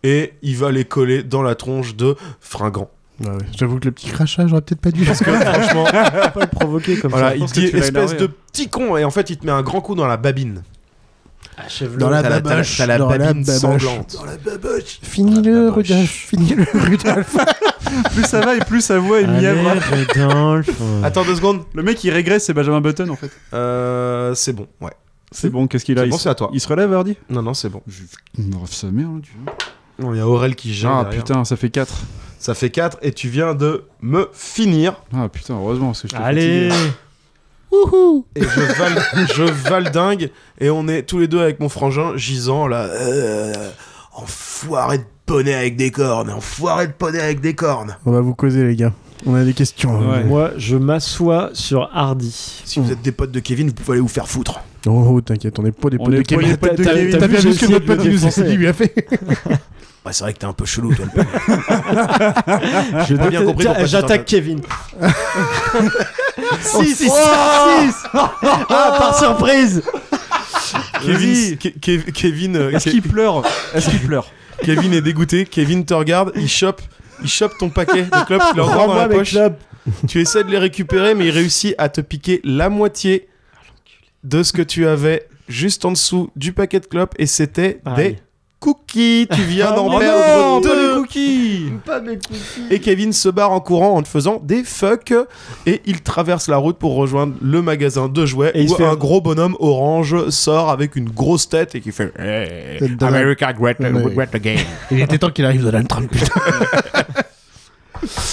[SPEAKER 3] et il va les coller dans la tronche de Fringant.
[SPEAKER 2] Ah ouais. J'avoue que le petit crachat, j'aurais peut-être pas dû. Parce que
[SPEAKER 5] Franchement, faut pas le provoquer comme
[SPEAKER 3] Voilà,
[SPEAKER 1] je
[SPEAKER 3] il
[SPEAKER 1] pense
[SPEAKER 3] te
[SPEAKER 1] que
[SPEAKER 3] dit
[SPEAKER 1] tu l'as
[SPEAKER 3] espèce
[SPEAKER 1] énervé.
[SPEAKER 3] de petit con et en fait il te met un grand coup dans la babine.
[SPEAKER 4] Ah, chef-le.
[SPEAKER 2] Dans la
[SPEAKER 3] T'as t'as
[SPEAKER 2] baboche,
[SPEAKER 3] t'as la
[SPEAKER 2] dans la
[SPEAKER 3] babine
[SPEAKER 2] baboche.
[SPEAKER 3] sanglante.
[SPEAKER 2] Finis-le,
[SPEAKER 3] Ah, bah,
[SPEAKER 2] Rudolf. Finis-le, Rudolf.
[SPEAKER 1] Plus ça va et plus sa voix est
[SPEAKER 5] hein.
[SPEAKER 1] mièvre.
[SPEAKER 3] Attends deux secondes.
[SPEAKER 1] Le mec, il régresse, c'est Benjamin Button en fait.
[SPEAKER 3] Euh, c'est bon, ouais.
[SPEAKER 1] C'est bon, qu'est-ce qu'il a
[SPEAKER 3] C'est
[SPEAKER 1] il
[SPEAKER 3] bon,
[SPEAKER 1] se-
[SPEAKER 3] c'est à toi.
[SPEAKER 1] Il se relève, Hardy
[SPEAKER 3] Non, non, c'est bon.
[SPEAKER 1] Bref, sa mère là, tu vois.
[SPEAKER 3] Non, il y a Aurel qui gêne.
[SPEAKER 1] Ah
[SPEAKER 3] derrière.
[SPEAKER 1] putain, ça fait 4.
[SPEAKER 3] Ça fait 4 et tu viens de me finir.
[SPEAKER 1] Ah putain, heureusement, parce que je t'ai
[SPEAKER 5] Allez
[SPEAKER 1] fatigué.
[SPEAKER 3] Et je, val... je valdingue. Et on est tous les deux avec mon frangin gisant là. Euh, enfoiré de poney avec des cornes. Enfoiré de poney avec des cornes.
[SPEAKER 2] On va vous causer, les gars. On a des questions. hein.
[SPEAKER 1] Ouais.
[SPEAKER 5] Moi, je m'assois sur Hardy.
[SPEAKER 3] Si vous êtes des potes de Kevin, vous pouvez aller vous faire foutre.
[SPEAKER 2] Oh, oh, t'inquiette, on est pas des
[SPEAKER 1] On
[SPEAKER 2] potes
[SPEAKER 1] est
[SPEAKER 2] de
[SPEAKER 1] pas
[SPEAKER 2] Kevin.
[SPEAKER 1] des potes de
[SPEAKER 2] T'as-
[SPEAKER 1] Kevin.
[SPEAKER 2] T'as
[SPEAKER 5] T'as
[SPEAKER 2] vu
[SPEAKER 5] vu
[SPEAKER 2] juste que
[SPEAKER 5] le
[SPEAKER 2] notre pote
[SPEAKER 5] signe
[SPEAKER 2] qui nous a
[SPEAKER 5] français.
[SPEAKER 2] dit, lui a fait.
[SPEAKER 3] Ouais, c'est vrai que t'es un peu chelou, toi, le poney.
[SPEAKER 5] Je
[SPEAKER 3] bien
[SPEAKER 5] déteste-
[SPEAKER 3] compris pourquoi tu
[SPEAKER 5] J'attaque
[SPEAKER 3] t'entends.
[SPEAKER 5] Kevin.
[SPEAKER 3] 6
[SPEAKER 5] Ah, par surprise
[SPEAKER 3] Kevin, Ke- Ke- Kevin, euh,
[SPEAKER 1] Est-ce
[SPEAKER 3] Ke-
[SPEAKER 1] qu'il pleure Est-ce qu'il pleure
[SPEAKER 3] Kevin est dégoûté. Kevin te regarde, il chope, il chope ton paquet de clopes, il le rentre dans
[SPEAKER 5] Rends-moi
[SPEAKER 3] la
[SPEAKER 5] mes
[SPEAKER 3] poche.
[SPEAKER 5] clubs.
[SPEAKER 3] Tu essaies de les récupérer, mais il réussit à te piquer la moitié de ce que tu avais juste en dessous du paquet de clopes, et c'était des
[SPEAKER 5] Aïe.
[SPEAKER 3] cookies. Tu viens d'en
[SPEAKER 1] Oh
[SPEAKER 3] perdre
[SPEAKER 1] non, pas
[SPEAKER 3] deux.
[SPEAKER 1] les cookies
[SPEAKER 4] Pas mes cookies.
[SPEAKER 3] Et Kevin se barre en courant en te faisant des fuck et il traverse la route pour rejoindre le magasin de jouets
[SPEAKER 5] Et il
[SPEAKER 3] où
[SPEAKER 5] se fait-
[SPEAKER 3] un gros bonhomme orange sort avec une grosse tête et qui fait eh, Hey,
[SPEAKER 2] Tête de
[SPEAKER 3] America great,
[SPEAKER 2] Ouais.
[SPEAKER 3] great again.
[SPEAKER 2] Il était temps qu'il arrive, Donald Trump, putain.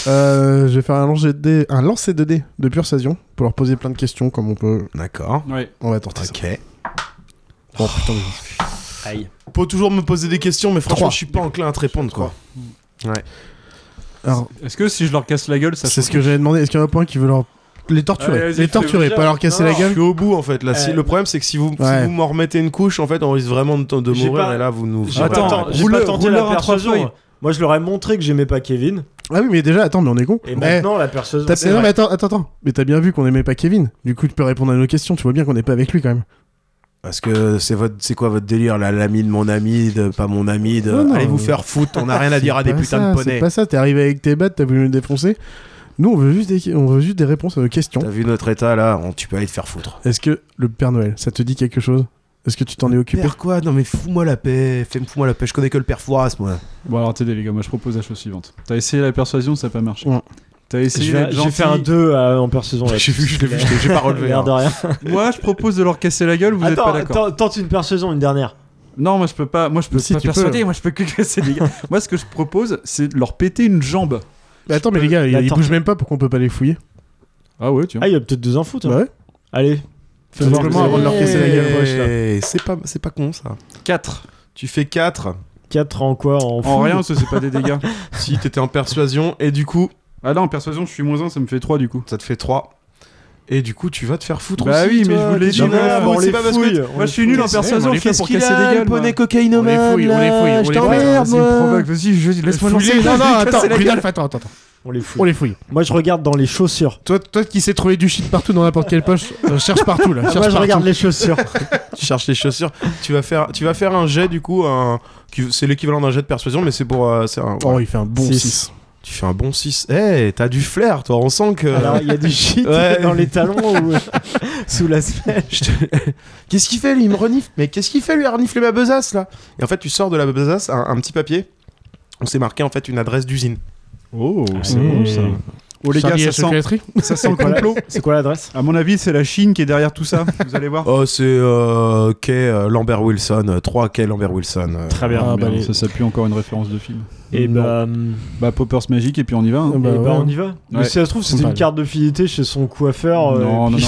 [SPEAKER 2] euh, je vais faire un lancer de dés, un lancer de dés de persuasion pour leur poser plein de questions comme on peut.
[SPEAKER 3] D'accord.
[SPEAKER 1] Ouais.
[SPEAKER 2] On va tenter ça.
[SPEAKER 3] Ok.
[SPEAKER 2] Oh putain, mais-
[SPEAKER 5] Aïe.
[SPEAKER 3] Faut toujours me poser des questions, mais franchement,
[SPEAKER 2] Trois.
[SPEAKER 3] je suis pas enclin à te répondre quoi.
[SPEAKER 2] Alors,
[SPEAKER 1] Est-ce que si je leur casse la gueule, ça
[SPEAKER 2] c'est ce que j'avais demandé. Est-ce qu'il y en a pas un qui veut leur. Les torturer.
[SPEAKER 1] Allez, vas-y,
[SPEAKER 2] les
[SPEAKER 1] fais-le
[SPEAKER 2] torturer,
[SPEAKER 1] déjà.
[SPEAKER 2] pas leur casser
[SPEAKER 1] Non,
[SPEAKER 2] la
[SPEAKER 3] Je
[SPEAKER 2] gueule.
[SPEAKER 3] suis au bout en fait là. Si,
[SPEAKER 5] Euh,
[SPEAKER 3] le problème c'est que si vous,
[SPEAKER 2] Ouais.
[SPEAKER 3] si vous m'en remettez une couche, en fait, on risque vraiment de, de
[SPEAKER 5] J'ai
[SPEAKER 3] mourir
[SPEAKER 5] pas-
[SPEAKER 3] et là vous nous.
[SPEAKER 5] J'ai
[SPEAKER 1] Attends,
[SPEAKER 5] pas tenté- j'ai
[SPEAKER 1] roule-le-
[SPEAKER 5] pas tenté
[SPEAKER 1] roule-le
[SPEAKER 5] la
[SPEAKER 1] en trois feuilles.
[SPEAKER 5] persuasion. Moi, je leur ai montré que j'aimais pas Kevin.
[SPEAKER 2] Ah oui, mais déjà, attends, mais on est con. Eh,
[SPEAKER 5] Et maintenant, la persuasion.
[SPEAKER 2] T'as-
[SPEAKER 5] c'est
[SPEAKER 2] non,
[SPEAKER 5] vrai.
[SPEAKER 2] mais attends, attends, attends. Mais t'as bien vu qu'on aimait pas Kevin. Du coup, tu peux répondre à nos questions. Tu vois bien qu'on n'est pas avec lui quand même.
[SPEAKER 3] Parce que c'est votre, c'est quoi votre délire là, l'ami de mon ami, de pas mon ami, de.
[SPEAKER 2] Non, non,
[SPEAKER 3] Allez vous
[SPEAKER 2] euh,
[SPEAKER 3] faire foutre, on a rien à dire à Ah, des
[SPEAKER 2] Pas
[SPEAKER 3] putains
[SPEAKER 2] ça,
[SPEAKER 3] de
[SPEAKER 2] C'est
[SPEAKER 3] poneys.
[SPEAKER 2] pas ça. T'es arrivé avec tes battes, t'as voulu nous défoncer. Nous, on veut juste des, on veut juste des réponses à nos questions.
[SPEAKER 3] T'as vu notre état là, on- tu peux aller te faire foutre.
[SPEAKER 2] Est-ce que le Père Noël, ça te dit quelque chose Est-ce que tu t'en es occupé
[SPEAKER 3] Père quoi Non mais fous-moi la paix, fais-moi la paix, je connais que le père Fouras moi.
[SPEAKER 1] Bon alors t'es les gars, moi je propose la chose suivante. T'as essayé la persuasion, ça n'a pas marché.
[SPEAKER 2] Ouais.
[SPEAKER 1] T'as essayé
[SPEAKER 5] Je vais-
[SPEAKER 1] d'être
[SPEAKER 5] J'ai fait un
[SPEAKER 1] gentil.
[SPEAKER 5] 2 en persuasion. là.
[SPEAKER 3] J'ai vu, je l'ai vu, je l'ai- j'ai pas relevé.
[SPEAKER 5] L'air
[SPEAKER 3] hein.
[SPEAKER 5] de rien.
[SPEAKER 1] Moi je propose de leur casser la gueule, vous êtes pas
[SPEAKER 5] Attends,
[SPEAKER 1] d'accord.
[SPEAKER 5] attends, tente une persuasion, une dernière.
[SPEAKER 1] Non, moi je peux pas, moi je peux
[SPEAKER 2] Si,
[SPEAKER 1] pas
[SPEAKER 2] tu peux.
[SPEAKER 1] persuader, moi je peux que casser les gars. moi ce que je propose, c'est de leur péter une jambe.
[SPEAKER 2] Mais Attends, mais les gars, ils,
[SPEAKER 5] Attends.
[SPEAKER 2] ils bougent même pas pour qu'on peut pas les fouiller.
[SPEAKER 1] Ah ouais, tiens.
[SPEAKER 5] Ah, il y a peut-être deux infos, toi.
[SPEAKER 2] Bah ouais.
[SPEAKER 5] Allez.
[SPEAKER 2] Tout simplement avant de leur casser la gueule.
[SPEAKER 3] Eh, C'est pas, c'est pas con ça.
[SPEAKER 1] 4.
[SPEAKER 3] Tu fais 4
[SPEAKER 5] 4 en quoi En,
[SPEAKER 1] En
[SPEAKER 5] fouille
[SPEAKER 1] rien, ça c'est pas des dégâts.
[SPEAKER 3] si t'étais en persuasion et du coup
[SPEAKER 1] Ah là, en persuasion, je suis moins 1, ça me fait 3 du coup.
[SPEAKER 3] ça te fait 3 et du coup tu vas te faire foutre
[SPEAKER 1] Bah
[SPEAKER 3] aussi,
[SPEAKER 1] oui,
[SPEAKER 3] toi,
[SPEAKER 1] mais je voulais
[SPEAKER 3] t'es
[SPEAKER 1] dire,
[SPEAKER 3] génial,
[SPEAKER 1] voilà,
[SPEAKER 3] bon,
[SPEAKER 5] on
[SPEAKER 3] c'est
[SPEAKER 5] les
[SPEAKER 3] pas parce
[SPEAKER 5] fouille,
[SPEAKER 3] que
[SPEAKER 5] on
[SPEAKER 1] Moi
[SPEAKER 5] les
[SPEAKER 1] je suis nul en
[SPEAKER 5] fouille.
[SPEAKER 1] persuasion,
[SPEAKER 3] on
[SPEAKER 1] je
[SPEAKER 3] les
[SPEAKER 1] fais
[SPEAKER 3] fait
[SPEAKER 1] pour
[SPEAKER 3] pour qu'il
[SPEAKER 1] casser
[SPEAKER 3] a
[SPEAKER 1] des
[SPEAKER 3] le
[SPEAKER 1] gueules. moi.
[SPEAKER 3] poney cocaïnomane
[SPEAKER 2] fouille, on les
[SPEAKER 3] là,
[SPEAKER 2] fouille, on
[SPEAKER 3] je
[SPEAKER 2] les fouille.
[SPEAKER 3] t'emmerde,
[SPEAKER 1] Vas-y,
[SPEAKER 3] moi.
[SPEAKER 1] provoque, vas-y, je- laisse-moi
[SPEAKER 2] Euh, Fouiller-
[SPEAKER 1] lancer les
[SPEAKER 2] non, non,
[SPEAKER 1] dés,
[SPEAKER 2] attends,
[SPEAKER 1] casser la gueule.
[SPEAKER 2] Rudolph, attends, attends, attends.
[SPEAKER 5] On les fouille.
[SPEAKER 2] On les fouille.
[SPEAKER 5] Moi, je regarde dans les chaussures.
[SPEAKER 2] Toi, toi qui sais trouver du shit partout dans n'importe quelle poche, euh, cherche partout là. Cherche
[SPEAKER 5] Moi, je
[SPEAKER 2] partout.
[SPEAKER 5] regarde les chaussures.
[SPEAKER 3] tu cherches les chaussures tu vas faire tu vas faire un jet du coup un qui- c'est l'équivalent d'un jet de persuasion mais c'est pour euh, c'est un-
[SPEAKER 2] Oh, il fait un bon
[SPEAKER 5] Six.
[SPEAKER 2] 6.
[SPEAKER 3] tu fais un bon 6 eh t'as du flair toi on sent que
[SPEAKER 5] Alors, il y a du shit
[SPEAKER 3] Euh. Ouais.
[SPEAKER 5] dans les talons ou sous la semelle.
[SPEAKER 3] Je te- qu'est-ce qu'il fait lui il me renifle mais qu'est-ce qu'il fait lui à renifler ma besace là et en fait tu sors de la besace un, un petit papier on s'est marqué en fait une adresse d'usine
[SPEAKER 1] Oh, c'est
[SPEAKER 2] Mmh.
[SPEAKER 1] bon ça. Oh les gars, ça sent,
[SPEAKER 2] chocolaterie
[SPEAKER 1] ça sent le
[SPEAKER 5] Voilà.
[SPEAKER 1] complot.
[SPEAKER 5] C'est quoi l'adresse
[SPEAKER 1] À mon avis, c'est la Chine qui est derrière tout ça. Vous allez voir.
[SPEAKER 3] Oh, c'est euh, quai euh, Lambert Wilson, 3 quai Lambert Wilson. euh.
[SPEAKER 5] Très bien.
[SPEAKER 1] Ah,
[SPEAKER 2] Ah,
[SPEAKER 1] merde,
[SPEAKER 2] bah, les-
[SPEAKER 1] Ça s'appuie encore une référence de film.
[SPEAKER 5] Et
[SPEAKER 2] Non.
[SPEAKER 5] bah,
[SPEAKER 1] Bah Poppers Magic et puis on y va. hein.
[SPEAKER 2] Ah bah,
[SPEAKER 5] eh bah,
[SPEAKER 2] ouais.
[SPEAKER 5] on y va. Mais
[SPEAKER 1] Ouais.
[SPEAKER 5] si ça se trouve, c'était
[SPEAKER 2] Sympa,
[SPEAKER 5] une carte de fidélité chez son coiffeur. euh,
[SPEAKER 1] Non,
[SPEAKER 5] et
[SPEAKER 1] non,
[SPEAKER 5] puis-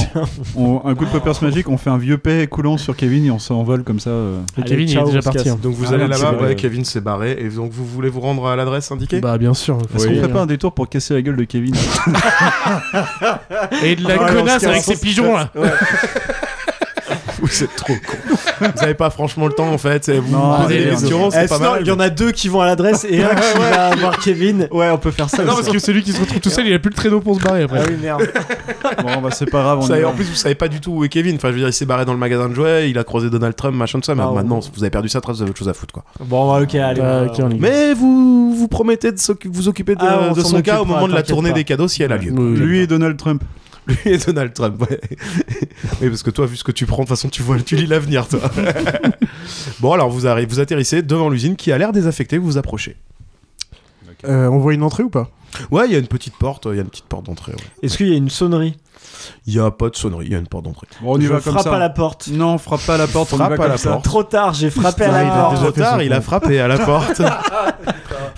[SPEAKER 1] On- un coup de Poppers Magic, on fait un vieux paix coulant sur Kevin et on s'envole comme ça. euh.
[SPEAKER 2] Et
[SPEAKER 5] Allez,
[SPEAKER 2] Kevin, il
[SPEAKER 5] ciao,
[SPEAKER 2] est déjà
[SPEAKER 5] on se
[SPEAKER 2] parti.
[SPEAKER 5] casse.
[SPEAKER 2] hein.
[SPEAKER 3] Donc vous
[SPEAKER 1] Ah,
[SPEAKER 3] allez
[SPEAKER 1] non,
[SPEAKER 3] là-bas,
[SPEAKER 1] c'est vrai.
[SPEAKER 3] ouais, Kevin s'est barré, et donc vous voulez vous rendre à l'adresse indiquée
[SPEAKER 2] Bah, bien sûr. faut
[SPEAKER 1] Est-ce
[SPEAKER 2] y
[SPEAKER 1] qu'on
[SPEAKER 2] aller,
[SPEAKER 1] ferait pas un détour pour casser la gueule de Kevin
[SPEAKER 2] hein. Et de la
[SPEAKER 5] Ah, ouais, on se
[SPEAKER 2] connasse
[SPEAKER 5] casse,
[SPEAKER 2] avec
[SPEAKER 5] on
[SPEAKER 2] ses pigeons là.
[SPEAKER 3] Vous êtes trop con. vous avez pas franchement le temps en fait. c'est- Vous
[SPEAKER 1] Non,
[SPEAKER 3] vous posez
[SPEAKER 1] allez,
[SPEAKER 3] des
[SPEAKER 1] on-
[SPEAKER 3] questions, c'est
[SPEAKER 5] Eh,
[SPEAKER 3] pas
[SPEAKER 5] sinon,
[SPEAKER 3] mal.
[SPEAKER 5] Il y en a deux qui vont à l'adresse et un qui va avoir Kevin.
[SPEAKER 1] Ouais, on peut faire ça.
[SPEAKER 2] Non,
[SPEAKER 1] aussi.
[SPEAKER 2] parce que celui qui se retrouve tout seul, il a plus le traîneau pour se barrer après.
[SPEAKER 5] Ah oui, merde.
[SPEAKER 1] Bon, bah c'est pas grave.
[SPEAKER 3] Vous
[SPEAKER 1] On
[SPEAKER 3] savez-
[SPEAKER 1] y
[SPEAKER 3] en
[SPEAKER 1] va.
[SPEAKER 3] plus, vous savez pas du tout où est Kevin. Enfin, je veux dire, il s'est barré dans le magasin de jouets, il a croisé Donald Trump, machin de ça. Mais
[SPEAKER 5] Ah, ouais.
[SPEAKER 3] maintenant, vous avez perdu ça, vous avez autre chose à foutre, quoi.
[SPEAKER 5] Bon, bah, ok, allez.
[SPEAKER 2] Bah,
[SPEAKER 5] bah,
[SPEAKER 2] ok, on y va.
[SPEAKER 3] Mais vous vous promettez de s'occu- vous occuper de,
[SPEAKER 5] Ah, on
[SPEAKER 3] de
[SPEAKER 5] s'en
[SPEAKER 3] son cas au
[SPEAKER 5] occupera,
[SPEAKER 3] moment de la
[SPEAKER 5] t'inquiète
[SPEAKER 3] tournée
[SPEAKER 5] pas.
[SPEAKER 3] des cadeaux si elle a lieu.
[SPEAKER 2] Oui,
[SPEAKER 1] Lui et Donald Trump.
[SPEAKER 3] Lui et Donald Trump, ouais. Oui, parce que toi, vu ce que tu prends, de toute façon, tu vois, tu lis l'avenir, toi. bon, alors vous arrivez, vous atterrissez devant l'usine qui a l'air désaffectée, vous vous approchez.
[SPEAKER 2] Euh, on voit une entrée ou pas
[SPEAKER 3] Ouais, il y a une petite porte, il y a une petite porte d'entrée. ouais.
[SPEAKER 5] Est-ce qu'il y a une sonnerie
[SPEAKER 3] Il y a pas de sonnerie, il y a une porte d'entrée.
[SPEAKER 1] Bon, on y
[SPEAKER 5] Je
[SPEAKER 1] va comme
[SPEAKER 5] frappe
[SPEAKER 1] ça.
[SPEAKER 5] à la porte.
[SPEAKER 1] Non, frappe pas à la porte. on y
[SPEAKER 3] Frappe
[SPEAKER 1] va
[SPEAKER 3] à
[SPEAKER 1] comme
[SPEAKER 3] la
[SPEAKER 1] ça.
[SPEAKER 3] porte.
[SPEAKER 5] Trop tard, j'ai frappé à
[SPEAKER 2] Ah,
[SPEAKER 5] la
[SPEAKER 2] il a
[SPEAKER 5] porte.
[SPEAKER 2] déjà
[SPEAKER 3] Trop
[SPEAKER 2] fait
[SPEAKER 3] tard,
[SPEAKER 2] son
[SPEAKER 3] il a
[SPEAKER 2] coup.
[SPEAKER 3] frappé à la porte.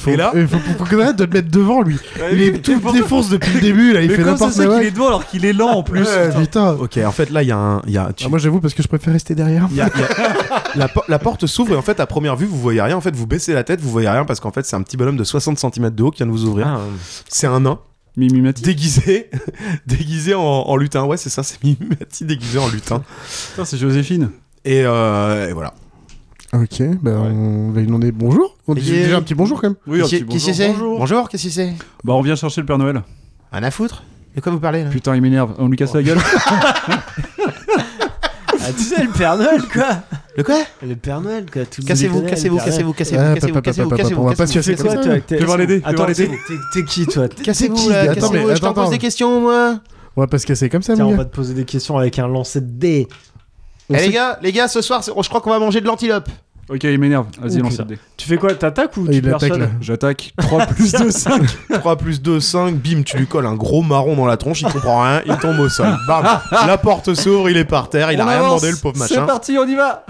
[SPEAKER 3] Et là,
[SPEAKER 2] Il faut, faut, qu'on arrête de le mettre devant lui. Il est tout défonce depuis le début là, il
[SPEAKER 1] Mais
[SPEAKER 2] fait
[SPEAKER 1] comment ça
[SPEAKER 2] n'importe
[SPEAKER 1] se fait
[SPEAKER 2] quoi.
[SPEAKER 1] qu'il est devant alors qu'il est lent en plus
[SPEAKER 2] Ouais, putain.
[SPEAKER 3] ok, en fait, là, il y a un, il y a, Oh, tu-
[SPEAKER 2] Ah, moi j'avoue parce que je préfère rester derrière.
[SPEAKER 3] Il y a- il y a- la, por- la porte s'ouvre et en fait à première vue vous voyez rien. En fait vous baissez la tête, vous voyez rien parce qu'en fait c'est un petit bonhomme de 60 cm de haut qui vient de vous ouvrir.
[SPEAKER 5] Ah.
[SPEAKER 2] Ah.
[SPEAKER 3] C'est un nain
[SPEAKER 1] Mimimati.
[SPEAKER 3] déguisé, déguisé en, en lutin. Ouais c'est ça, c'est Mimimati déguisé en lutin.
[SPEAKER 1] Putain, c'est Joséphine.
[SPEAKER 3] Et, euh, et voilà.
[SPEAKER 2] Ok, bah on va lui demander bonjour. On
[SPEAKER 4] Et
[SPEAKER 2] dit
[SPEAKER 4] qui est-
[SPEAKER 2] déjà un petit bonjour quand même.
[SPEAKER 1] Oui, un petit bonjour.
[SPEAKER 4] Bonjour, qu'est-ce que c'est
[SPEAKER 1] Bah, on vient chercher le Père Noël.
[SPEAKER 4] Un à foutre De quoi vous parlez là
[SPEAKER 1] Putain, il m'énerve. On lui casse la gueule.
[SPEAKER 5] Ah, tu sais, le Père Noël, quoi.
[SPEAKER 4] Le quoi
[SPEAKER 5] Le Père Noël, quoi. Tout le monde
[SPEAKER 4] Cassez-vous,
[SPEAKER 5] connaît, le
[SPEAKER 4] cassez-vous,
[SPEAKER 5] Père Noël.
[SPEAKER 4] cassez-vous,
[SPEAKER 2] Ah,
[SPEAKER 4] cassez-vous,
[SPEAKER 2] papa, papa,
[SPEAKER 4] cassez-vous, cassez-vous,
[SPEAKER 2] papa,
[SPEAKER 4] cassez-vous,
[SPEAKER 2] on va pas se
[SPEAKER 4] cassez-vous,
[SPEAKER 2] casser
[SPEAKER 5] C'est quoi,
[SPEAKER 4] cassez-vous,
[SPEAKER 2] comme
[SPEAKER 5] toi
[SPEAKER 2] ça.
[SPEAKER 5] t'es-
[SPEAKER 1] Je vais voir l'aider.
[SPEAKER 5] Attends,
[SPEAKER 1] Je vais
[SPEAKER 5] t'es
[SPEAKER 1] voir l'aider.
[SPEAKER 5] t'es- t'es qui, toi
[SPEAKER 4] Cassez-vous
[SPEAKER 2] qui,
[SPEAKER 4] là,
[SPEAKER 2] attends,
[SPEAKER 4] cassez-vous,
[SPEAKER 2] mais
[SPEAKER 4] je t'en
[SPEAKER 2] attends,
[SPEAKER 4] pose des
[SPEAKER 2] attends.
[SPEAKER 4] questions moi
[SPEAKER 2] On va pas se casser comme ça,
[SPEAKER 5] Tiens,
[SPEAKER 2] mon
[SPEAKER 5] on
[SPEAKER 2] gars.
[SPEAKER 5] va te poser des questions avec un lancer de dés.
[SPEAKER 4] Eh
[SPEAKER 2] sait-
[SPEAKER 4] les gars, les gars, ce soir, c'est- je crois qu'on va manger de l'antilope
[SPEAKER 1] Ok, il m'énerve. Vas-y,
[SPEAKER 5] Oh,
[SPEAKER 1] lance
[SPEAKER 5] putain.
[SPEAKER 1] le dé.
[SPEAKER 5] Tu fais quoi T'attaques ou
[SPEAKER 2] Ah,
[SPEAKER 5] tu
[SPEAKER 2] il attaque, là.
[SPEAKER 5] personnes
[SPEAKER 1] J'attaque. 3 plus 2, 5.
[SPEAKER 3] 3 plus 2, 5, bim, tu lui colles un gros marron dans la tronche, il comprend rien, il tombe au sol. Bam La porte s'ouvre, il est par terre, il a
[SPEAKER 1] On
[SPEAKER 3] rien
[SPEAKER 1] avance.
[SPEAKER 3] demandé le pauvre
[SPEAKER 1] C'est
[SPEAKER 3] machin.
[SPEAKER 1] parti, on y va.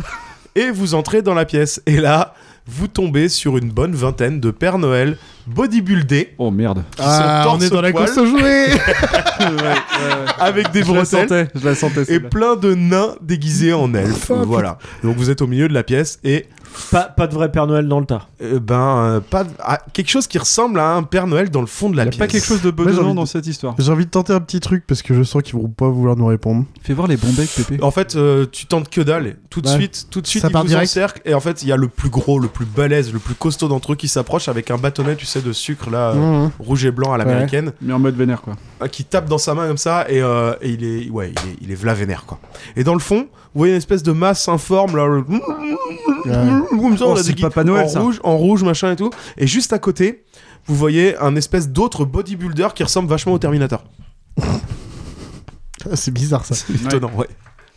[SPEAKER 3] et vous entrez dans la pièce. Et là, vous tombez sur une bonne vingtaine de Père Noël bodybuildés
[SPEAKER 1] Oh merde.
[SPEAKER 3] qui sont torse
[SPEAKER 2] Ah, on est dans la
[SPEAKER 3] poil,
[SPEAKER 2] course à jouer
[SPEAKER 3] avec des
[SPEAKER 1] Je la
[SPEAKER 3] bretelles
[SPEAKER 1] sentais. Je la sentais.
[SPEAKER 3] et
[SPEAKER 1] celle-là.
[SPEAKER 3] plein de nains déguisés en elfes. voilà. Donc vous êtes au milieu de la pièce et
[SPEAKER 5] pas, pas de vrai Père Noël dans le tas.
[SPEAKER 3] euh, ben euh, pas ah, quelque chose qui ressemble à un Père Noël dans le fond de la
[SPEAKER 1] Il y a
[SPEAKER 3] pièce.
[SPEAKER 1] pas quelque chose de
[SPEAKER 2] Moi, j'ai
[SPEAKER 1] bedonnant
[SPEAKER 2] envie de-
[SPEAKER 1] dans cette histoire.
[SPEAKER 2] J'ai envie de tenter un petit truc parce que je sens qu'ils vont pas vouloir nous répondre.
[SPEAKER 1] Fais voir les bons becs, Pépé.
[SPEAKER 3] En fait, euh, tu tentes que dalle. Tout de
[SPEAKER 2] Ouais.
[SPEAKER 3] suite, tout de suite,
[SPEAKER 2] Ça
[SPEAKER 3] ils
[SPEAKER 2] part
[SPEAKER 3] vous
[SPEAKER 2] direct.
[SPEAKER 3] encerclent. Et en fait, il y a le plus gros, le plus balèze, le plus costaud d'entre eux qui s'approche avec un bâtonnet, tu sais, de sucre là, euh,
[SPEAKER 2] Mmh.
[SPEAKER 3] rouge et blanc à l'américaine.
[SPEAKER 1] Mais en mode vénère, quoi.
[SPEAKER 3] Ah, qui tape dans sa main comme ça et, euh, et il est ouais il est, il est vla vénère quoi. Et dans le fond, vous voyez une espèce de masse informe là le- comme ça,
[SPEAKER 1] Oh,
[SPEAKER 3] on a
[SPEAKER 1] c'est
[SPEAKER 3] des gui-
[SPEAKER 1] Papa Noël,
[SPEAKER 3] en
[SPEAKER 1] ça.
[SPEAKER 3] rouge en rouge machin et tout et juste à côté, vous voyez un espèce d'autre bodybuilder qui ressemble vachement au Terminator.
[SPEAKER 2] Ah, C'est bizarre ça.
[SPEAKER 1] Ouais.
[SPEAKER 3] Étonnant, ouais.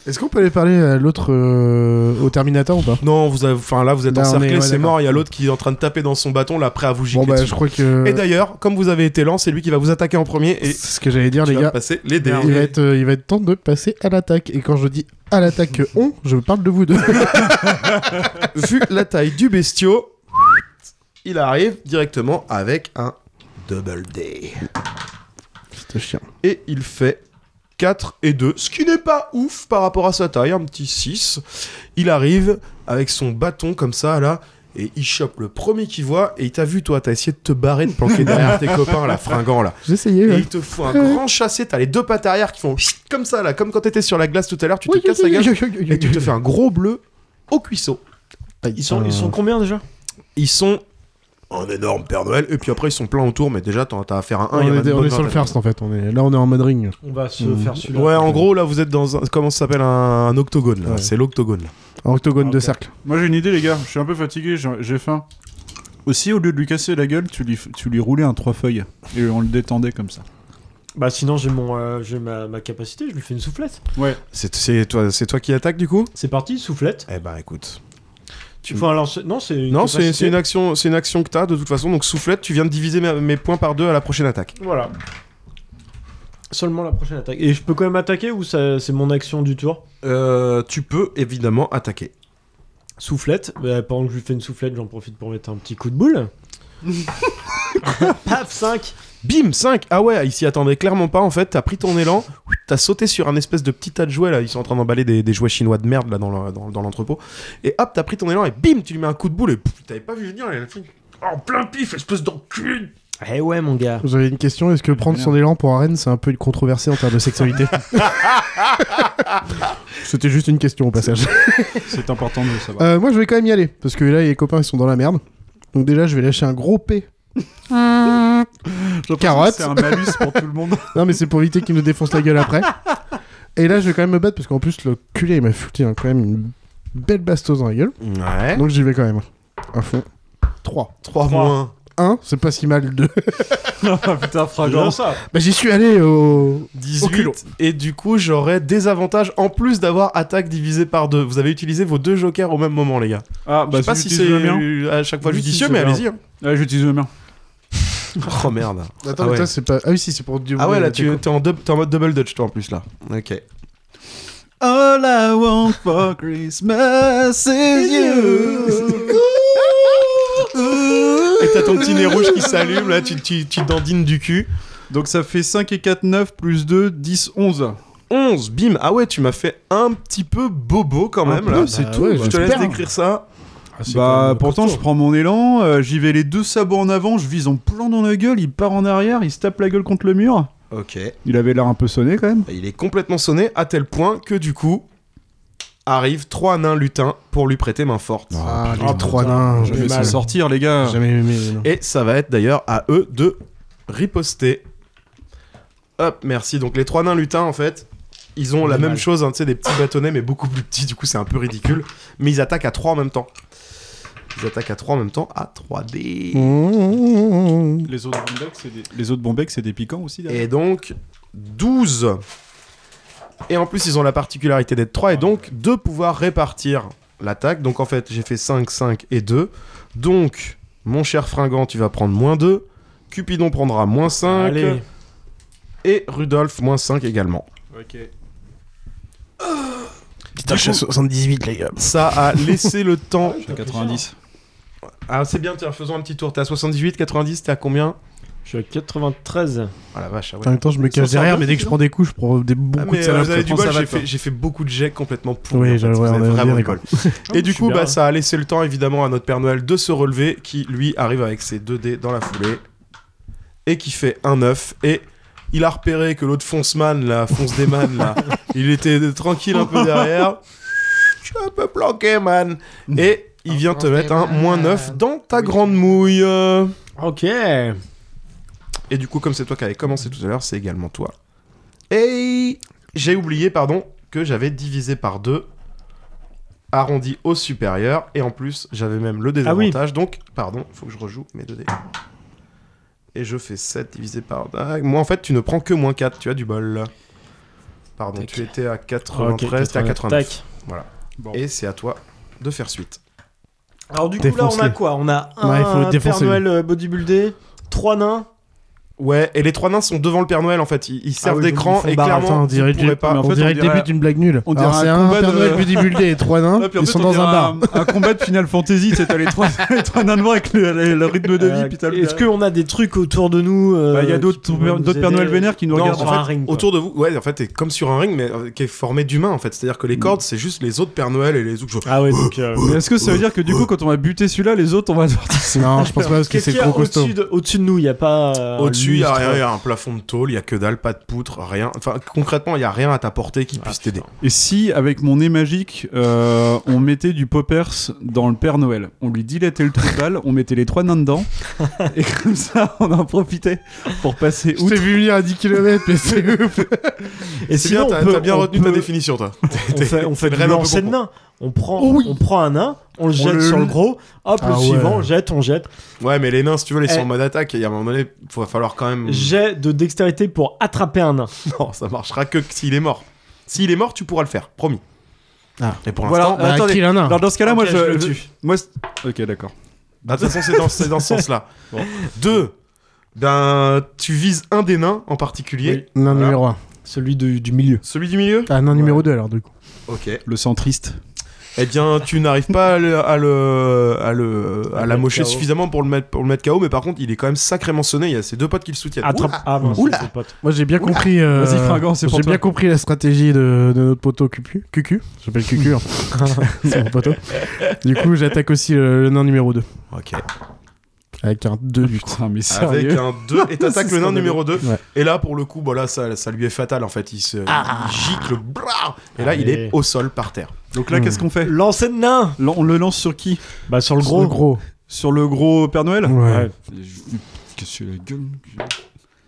[SPEAKER 2] Est-ce qu'on peut aller parler à l'autre euh, au Terminator ou pas
[SPEAKER 3] Non, vous avez enfin là vous êtes
[SPEAKER 2] Là, on est-
[SPEAKER 3] encerclé,
[SPEAKER 2] ouais,
[SPEAKER 3] c'est
[SPEAKER 2] d'accord.
[SPEAKER 3] mort, il y a l'autre qui est en train de taper dans son bâton là prêt à vous gicler.
[SPEAKER 2] Bon bah
[SPEAKER 3] dessus.
[SPEAKER 2] je crois que
[SPEAKER 3] Et d'ailleurs, comme vous avez été lent, c'est lui qui va vous attaquer en premier et
[SPEAKER 2] c'est ce que j'allais dire
[SPEAKER 3] tu
[SPEAKER 2] les
[SPEAKER 3] vas
[SPEAKER 2] gars.
[SPEAKER 3] passer les dés.
[SPEAKER 2] Il va, être, euh, il va être temps de passer à l'attaque. Et quand je dis à l'attaque que on, je parle de vous deux.
[SPEAKER 3] vu la taille du bestiau, il arrive directement avec un double D.
[SPEAKER 2] Putain, chien.
[SPEAKER 3] Et il fait 4 et 2, ce qui n'est pas ouf par rapport à sa taille, un petit 6. Il arrive avec son bâton comme ça, là, et il chope le premier qu'il voit, et il t'a vu, toi, t'as essayé de te barrer, de planquer derrière tes copains, là, fringants, là.
[SPEAKER 2] J'ai essayé.
[SPEAKER 3] Et
[SPEAKER 2] ouais.
[SPEAKER 3] il te fout un grand chassé, t'as les deux pattes arrière qui font comme ça, là, comme quand t'étais sur la glace tout à l'heure, tu te
[SPEAKER 2] Oui,
[SPEAKER 3] casses la
[SPEAKER 2] oui,
[SPEAKER 3] gueule,
[SPEAKER 2] oui, oui, oui,
[SPEAKER 3] et tu
[SPEAKER 2] oui,
[SPEAKER 3] te
[SPEAKER 2] oui.
[SPEAKER 3] fais un gros bleu au cuisseau.
[SPEAKER 5] Ils sont, ils
[SPEAKER 1] Euh.
[SPEAKER 5] sont combien déjà
[SPEAKER 3] ils sont un énorme Père Noël, et puis après ils sont plein autour, mais déjà t'en- t'as affaire à un. Ah, il y en
[SPEAKER 2] On
[SPEAKER 3] a
[SPEAKER 2] est,
[SPEAKER 3] une
[SPEAKER 2] on
[SPEAKER 3] bonne
[SPEAKER 2] est sur le
[SPEAKER 3] vingtaine.
[SPEAKER 2] first en fait. On est, là on est en mode ring.
[SPEAKER 5] On va se
[SPEAKER 2] Mmh.
[SPEAKER 5] faire celui-là.
[SPEAKER 3] Ouais, en gros, là vous êtes dans un. Comment ça s'appelle un... un octogone là
[SPEAKER 2] Ouais.
[SPEAKER 3] C'est l'octogone là.
[SPEAKER 2] En octogone
[SPEAKER 3] Ah,
[SPEAKER 2] de
[SPEAKER 1] Ok.
[SPEAKER 2] cercle.
[SPEAKER 1] Moi j'ai une idée les gars, je suis un peu fatigué, j'ai j'ai faim. Aussi au lieu de lui casser la gueule, tu lui, tu lui roulais un trois feuilles et on le détendait comme ça.
[SPEAKER 5] Bah sinon j'ai mon euh, j'ai ma, ma capacité, je lui fais une soufflette.
[SPEAKER 3] C'est c'est toi, c'est toi qui attaque du coup
[SPEAKER 5] C'est parti, soufflette.
[SPEAKER 3] Eh ben écoute.
[SPEAKER 5] Tu fais un lancer. Non, c'est une
[SPEAKER 3] Non, c'est
[SPEAKER 5] capacité.
[SPEAKER 3] c'est une action, c'est une action que t'as de toute façon. Donc soufflette, tu viens de diviser mes, mes points par deux à la prochaine attaque.
[SPEAKER 5] Voilà. Seulement la prochaine attaque. Et je peux quand même attaquer ou ça- c'est mon action du tour
[SPEAKER 3] Euh, tu peux évidemment attaquer.
[SPEAKER 5] Soufflette. Bah, pendant que je lui fais une soufflette, j'en profite pour mettre un petit coup de boule. Paf 5
[SPEAKER 3] Bim 5 Ah ouais, il s'y attendait clairement pas en fait, t'as pris ton élan, t'as sauté sur un espèce de petit tas de jouets là, ils sont en train d'emballer des, des jouets chinois de merde là dans le- dans- dans l'entrepôt, et hop, t'as pris ton élan et bim, tu lui mets un coup de boule et pff, t'avais pas vu venir, et la fille, en plein pif, espèce d'enculé
[SPEAKER 4] Eh ouais, mon gars.
[SPEAKER 2] J'avais une question. Est-ce que
[SPEAKER 3] Ah,
[SPEAKER 2] prendre son élan pour arène, c'est un peu controversé en termes de sexualité C'était juste une question au passage.
[SPEAKER 1] C'est important de le savoir.
[SPEAKER 2] Euh, moi, je vais quand même y aller parce que là, les copains, ils sont dans la merde. Donc déjà, je vais lâcher un gros P.
[SPEAKER 1] Ah, Je pense que
[SPEAKER 2] carotte.
[SPEAKER 1] C'est un malus pour tout le monde.
[SPEAKER 2] Non, mais c'est pour éviter qu'ils nous défoncent la gueule après. Et là, je vais quand même me battre parce qu'en plus, le culé, il m'a foutu hein, quand même une belle bastose dans la gueule.
[SPEAKER 3] Ouais.
[SPEAKER 2] Donc j'y vais quand même. À fond. 3.
[SPEAKER 3] 3
[SPEAKER 5] Trois.
[SPEAKER 3] moins.
[SPEAKER 2] 1, c'est pas si mal. 2.
[SPEAKER 1] Ah, Putain,
[SPEAKER 5] Genre
[SPEAKER 1] fragile.
[SPEAKER 5] ça.
[SPEAKER 2] Bah, j'y suis allé au. Au culot.
[SPEAKER 3] 18. Et du coup, j'aurais des avantages en plus d'avoir attaque divisé par 2. Vous avez utilisé vos deux jokers au même moment, les gars.
[SPEAKER 1] Ah, bah,
[SPEAKER 3] Je sais pas si c'est
[SPEAKER 1] le mien.
[SPEAKER 3] à chaque fois
[SPEAKER 1] Oui,
[SPEAKER 3] judicieux,
[SPEAKER 1] si,
[SPEAKER 3] mais
[SPEAKER 1] c'est bien.
[SPEAKER 3] allez-y. hein.
[SPEAKER 1] Ouais, j'utilise le mien.
[SPEAKER 3] Oh merde.
[SPEAKER 2] Attends,
[SPEAKER 3] Ah
[SPEAKER 2] mais
[SPEAKER 3] ouais.
[SPEAKER 2] toi, c'est pas. Ah oui, si, c'est pour Dieu.
[SPEAKER 3] Ah ouais, là, tu es en, dub- t'es en mode double dutch, toi, en plus, là. Ok.
[SPEAKER 1] All I want for Christmas is you.
[SPEAKER 3] Et t'as ton petit nez rouge qui s'allume, là, tu, tu, tu dandines du cul.
[SPEAKER 1] Donc ça fait 5 et 4, 9 plus 2, 10, 11.
[SPEAKER 3] 11, bim. Ah ouais, tu m'as fait un petit peu bobo quand même, là.
[SPEAKER 2] c'est tout.
[SPEAKER 3] Je te
[SPEAKER 1] hein.
[SPEAKER 2] hein.
[SPEAKER 3] laisse décrire ça.
[SPEAKER 2] Ah,
[SPEAKER 1] Bah pourtant je prends mon élan, euh, j'y vais les deux sabots en avant, je vise en plan dans la gueule, il part en arrière, il se tape la gueule contre le mur.
[SPEAKER 3] Ok.
[SPEAKER 1] Il avait l'air un peu sonné quand même.
[SPEAKER 3] Et Il est complètement sonné à tel point que du coup arrivent trois nains lutins pour lui prêter main forte.
[SPEAKER 2] Ah,
[SPEAKER 5] Ah,
[SPEAKER 2] les trois
[SPEAKER 5] putain,
[SPEAKER 2] nains.
[SPEAKER 5] j'ai
[SPEAKER 2] Jamais
[SPEAKER 5] mal.
[SPEAKER 2] ça.
[SPEAKER 1] Sortir les gars.
[SPEAKER 2] Jamais aimé. les nains.
[SPEAKER 3] Et ça va être d'ailleurs à eux de riposter. Hop, merci. Donc les trois nains lutins en fait, ils ont la
[SPEAKER 5] Pas mal.
[SPEAKER 3] même chose, hein, tu sais, des petits bâtonnets mais beaucoup plus petits. Du coup, c'est un peu ridicule. Mais ils attaquent à trois en même temps. Ils attaquent à trois en même temps à 3D.
[SPEAKER 2] Mmh.
[SPEAKER 1] Les autres bombecs c'est des... les autres bombecs, c'est des piquants aussi derrière.
[SPEAKER 3] Et donc 12. Et en plus, ils ont la particularité d'être 3 et donc de pouvoir répartir l'attaque. Donc en fait, j'ai fait 5, 5 et 2. Donc, mon cher Fringant, tu vas prendre moins 2. Cupidon prendra moins 5.
[SPEAKER 5] Allez.
[SPEAKER 3] Et Rudolf, moins 5 également.
[SPEAKER 1] Ok.
[SPEAKER 2] Putain, je suis à 78, les gars.
[SPEAKER 3] Ça a laissé le temps.
[SPEAKER 1] 90.
[SPEAKER 3] Ah, c'est bien, tiens, faisons un petit tour. T'es à 78, 90, t'es à combien
[SPEAKER 5] Je suis à 93.
[SPEAKER 3] Ah la vache, ah ouais.
[SPEAKER 2] En même temps, je me cache
[SPEAKER 3] 62,
[SPEAKER 2] derrière, mais dès que je prends des coups, je prends des bons
[SPEAKER 3] Ah,
[SPEAKER 2] coups de
[SPEAKER 3] mais euh,
[SPEAKER 2] salade.
[SPEAKER 3] vous avez du
[SPEAKER 2] quoi.
[SPEAKER 3] bol,
[SPEAKER 2] Ça va,
[SPEAKER 3] j'ai
[SPEAKER 2] toi.
[SPEAKER 3] fait, j'ai fait beaucoup de jets complètement pourris.
[SPEAKER 2] Oui,
[SPEAKER 3] en fait.
[SPEAKER 2] j'allais- euh,
[SPEAKER 3] Vous
[SPEAKER 2] ouais,
[SPEAKER 3] avez
[SPEAKER 2] on a
[SPEAKER 3] vraiment
[SPEAKER 2] bien
[SPEAKER 3] du
[SPEAKER 2] rigolé.
[SPEAKER 3] bol. Et
[SPEAKER 5] je
[SPEAKER 3] du
[SPEAKER 5] suis
[SPEAKER 3] coup,
[SPEAKER 5] bien.
[SPEAKER 3] bah, ça a laissé le temps évidemment à notre Père Noël de se relever, qui lui arrive avec ses 2 dés dans la foulée et qui fait un 9. Et il a repéré que l'autre fonceman, là, fonce des man, là, il était tranquille un peu derrière. Je suis un peu planqué, man. Et il vient te mettre un moins 9 dans ta grande mouille. euh.
[SPEAKER 5] Ok. J'ai
[SPEAKER 3] Et du coup, comme c'est toi qui avais commencé tout à l'heure, c'est également toi. Et j'ai oublié, pardon, que j'avais divisé par deux, arrondi au supérieur, et en plus, j'avais même le
[SPEAKER 5] Ah
[SPEAKER 3] désavantage. Donc, pardon, faut que je rejoue mes deux dés. Et je fais 7 divisé par... Ah, moi, en fait, tu ne prends que moins 4, tu as du bol. Pardon,
[SPEAKER 5] Tac.
[SPEAKER 3] tu étais à 93, t'es à 89.
[SPEAKER 5] Tac.
[SPEAKER 3] Et c'est à toi de faire suite.
[SPEAKER 5] Alors du coup là
[SPEAKER 2] Défonce-les.
[SPEAKER 5] on a quoi On a un
[SPEAKER 2] Ouais, il faut
[SPEAKER 5] Père
[SPEAKER 2] défoncer.
[SPEAKER 5] Noël euh, bodybuildé, trois nains.
[SPEAKER 3] Ouais, et les trois nains sont devant le Père Noël, en fait. Ils, ils servent
[SPEAKER 5] Ah oui, donc
[SPEAKER 3] d'écran,
[SPEAKER 5] ils
[SPEAKER 3] et
[SPEAKER 5] font barre,
[SPEAKER 3] clairement,
[SPEAKER 2] Enfin, on
[SPEAKER 3] tu
[SPEAKER 2] dirait,
[SPEAKER 3] pourrais
[SPEAKER 2] le-
[SPEAKER 3] pas...
[SPEAKER 1] mais en
[SPEAKER 2] on
[SPEAKER 1] fait,
[SPEAKER 2] dirait
[SPEAKER 1] on
[SPEAKER 2] le
[SPEAKER 1] dirait-
[SPEAKER 2] début d'une blague nulle.
[SPEAKER 1] on
[SPEAKER 2] Alors,
[SPEAKER 1] dirait
[SPEAKER 2] c'est
[SPEAKER 1] un
[SPEAKER 2] un
[SPEAKER 1] combat
[SPEAKER 2] Père
[SPEAKER 1] de-
[SPEAKER 2] Noël bodybuildé et trois nains.
[SPEAKER 1] Ah, puis en
[SPEAKER 2] Ils
[SPEAKER 1] fait,
[SPEAKER 2] sont
[SPEAKER 1] on
[SPEAKER 2] dans
[SPEAKER 1] dirait
[SPEAKER 2] un bar.
[SPEAKER 1] Un combat de Final Fantasy, c'est t'as les trois, les trois nains noirs avec le, le- le rythme de vie,
[SPEAKER 2] Ah,
[SPEAKER 5] Euh,
[SPEAKER 1] puis t'as le-
[SPEAKER 5] Est-ce qu'on a des trucs autour de nous euh,
[SPEAKER 1] Bah, il y a
[SPEAKER 5] qui
[SPEAKER 1] d'autres
[SPEAKER 5] pourraient nous
[SPEAKER 1] d'autres Père
[SPEAKER 5] aider
[SPEAKER 1] Noël vénères qui nous
[SPEAKER 3] Non,
[SPEAKER 1] regardent.
[SPEAKER 3] en
[SPEAKER 5] sur un
[SPEAKER 3] fait,
[SPEAKER 5] ring, quoi.
[SPEAKER 3] autour de vous, ouais, en fait, t'es comme sur un ring, mais euh, qui est formé d'humains, en fait. C'est-à-dire
[SPEAKER 5] Mm.
[SPEAKER 3] que les cordes, c'est juste les autres Père Noël et les autres.
[SPEAKER 5] Ah ouais donc. euh,
[SPEAKER 1] Mais est-ce que ça veut dire que du coup, quand on va buter celui-là, les autres, on va devoir
[SPEAKER 2] Non, je pense pas parce que
[SPEAKER 5] Qu'est-ce
[SPEAKER 2] c'est
[SPEAKER 5] qu'il y a
[SPEAKER 2] trop costaud.
[SPEAKER 5] au-dessus de, au-dessus de nous Il n'y a pas. euh,
[SPEAKER 3] Au-dessus, il y a
[SPEAKER 5] lustre.
[SPEAKER 3] rien, il y a un plafond de tôle, il y a que dalle, pas de poutre, rien. Enfin, concrètement, il y a rien à ta portée qui
[SPEAKER 5] Ah,
[SPEAKER 3] puisse t'aider.
[SPEAKER 1] Et si, avec mon nez magique, euh, on mettait du poppers dans le Père Noël On lui dilatait le trou de balle, on mettait les trois nains dedans, et comme ça, on en profitait pour passer
[SPEAKER 2] Je
[SPEAKER 1] outre.
[SPEAKER 2] t'ai vu venir à 10 km, mais c'est ouf.
[SPEAKER 5] Et
[SPEAKER 3] C'est
[SPEAKER 5] sinon,
[SPEAKER 3] bien, t'as
[SPEAKER 5] on peut-
[SPEAKER 3] t'as bien
[SPEAKER 5] on
[SPEAKER 3] retenu ta
[SPEAKER 5] peut-
[SPEAKER 3] définition, toi.
[SPEAKER 5] On fait, on fait
[SPEAKER 3] Une
[SPEAKER 5] du
[SPEAKER 3] reine un peu
[SPEAKER 5] lancer de
[SPEAKER 3] confond.
[SPEAKER 5] nains. On prend,
[SPEAKER 2] Oh oui.
[SPEAKER 5] on prend un nain, on le
[SPEAKER 2] On
[SPEAKER 5] jette
[SPEAKER 2] le-
[SPEAKER 5] sur le gros, hop,
[SPEAKER 2] Ah
[SPEAKER 5] le
[SPEAKER 2] ouais.
[SPEAKER 5] suivant, jette, on jette.
[SPEAKER 3] Ouais, mais les nains, si tu veux, ils sont
[SPEAKER 5] Eh.
[SPEAKER 3] en mode attaque, et il y a un moment donné, il va falloir quand même.
[SPEAKER 5] Jet de dextérité pour attraper un nain.
[SPEAKER 3] Non, ça marchera que s'il est mort. S'il est mort, tu pourras le faire, promis.
[SPEAKER 2] Ah.
[SPEAKER 3] Et pour
[SPEAKER 1] Voilà.
[SPEAKER 3] l'instant.
[SPEAKER 1] Bah, attendez.
[SPEAKER 2] kill un nain.
[SPEAKER 1] Alors dans ce cas-là, moi,
[SPEAKER 5] Ok,
[SPEAKER 1] je,
[SPEAKER 5] je le
[SPEAKER 1] je-
[SPEAKER 5] tue.
[SPEAKER 1] moi, c'est- ok, d'accord.
[SPEAKER 3] Bah, De toute façon, c'est dans, c'est dans ce sens-là.
[SPEAKER 1] Bon.
[SPEAKER 3] Deux, ben, tu vises un des nains en particulier.
[SPEAKER 5] Oui.
[SPEAKER 2] Nain
[SPEAKER 3] Voilà.
[SPEAKER 2] numéro 1.
[SPEAKER 5] Celui de- du milieu.
[SPEAKER 3] Celui du milieu
[SPEAKER 2] Ah, nain numéro 2 alors du coup.
[SPEAKER 3] Ok.
[SPEAKER 1] Le centriste.
[SPEAKER 3] Eh bien, tu n'arrives pas à le, à le, à le, à
[SPEAKER 5] À le
[SPEAKER 3] l'amocher
[SPEAKER 5] mettre KO.
[SPEAKER 3] suffisamment pour le mettre, pour le mettre KO, mais par contre, il est quand même sacrément sonné. Il y a ses deux potes qui le soutiennent.
[SPEAKER 5] Attrape. Ah, mince,
[SPEAKER 3] Oula.
[SPEAKER 5] c'est le pote.
[SPEAKER 2] Moi j'ai bien compris. euh,
[SPEAKER 1] Vas-y, Fringant, c'est pour
[SPEAKER 2] J'ai
[SPEAKER 1] toi.
[SPEAKER 2] bien compris la stratégie de, de notre poteau Cucu. Cucu. Je l'appelle Cucu. hein.
[SPEAKER 5] Ah,
[SPEAKER 2] c'est mon poteau. Du coup, j'attaque aussi le, le nain numéro 2.
[SPEAKER 3] Ok.
[SPEAKER 2] Avec un 2 du coup.
[SPEAKER 1] Putain, mais
[SPEAKER 3] Avec
[SPEAKER 1] sérieux
[SPEAKER 3] un 2 et t'attaques le nain numéro 2.
[SPEAKER 2] Ouais.
[SPEAKER 3] Et là, pour le coup, bah là, ça, ça lui est fatal en fait. Il se il gicle, brrr, et là, il
[SPEAKER 5] Ah. Allez.
[SPEAKER 3] est au sol par terre.
[SPEAKER 1] Donc là, qu'est-ce qu'on fait
[SPEAKER 5] Lancer de nain
[SPEAKER 1] Là, On le lance sur qui
[SPEAKER 5] Bah sur le
[SPEAKER 2] Sur le
[SPEAKER 5] gros.
[SPEAKER 2] gros.
[SPEAKER 1] Sur le gros Père Noël
[SPEAKER 2] Ouais.
[SPEAKER 1] Qu'est-ce que la gueule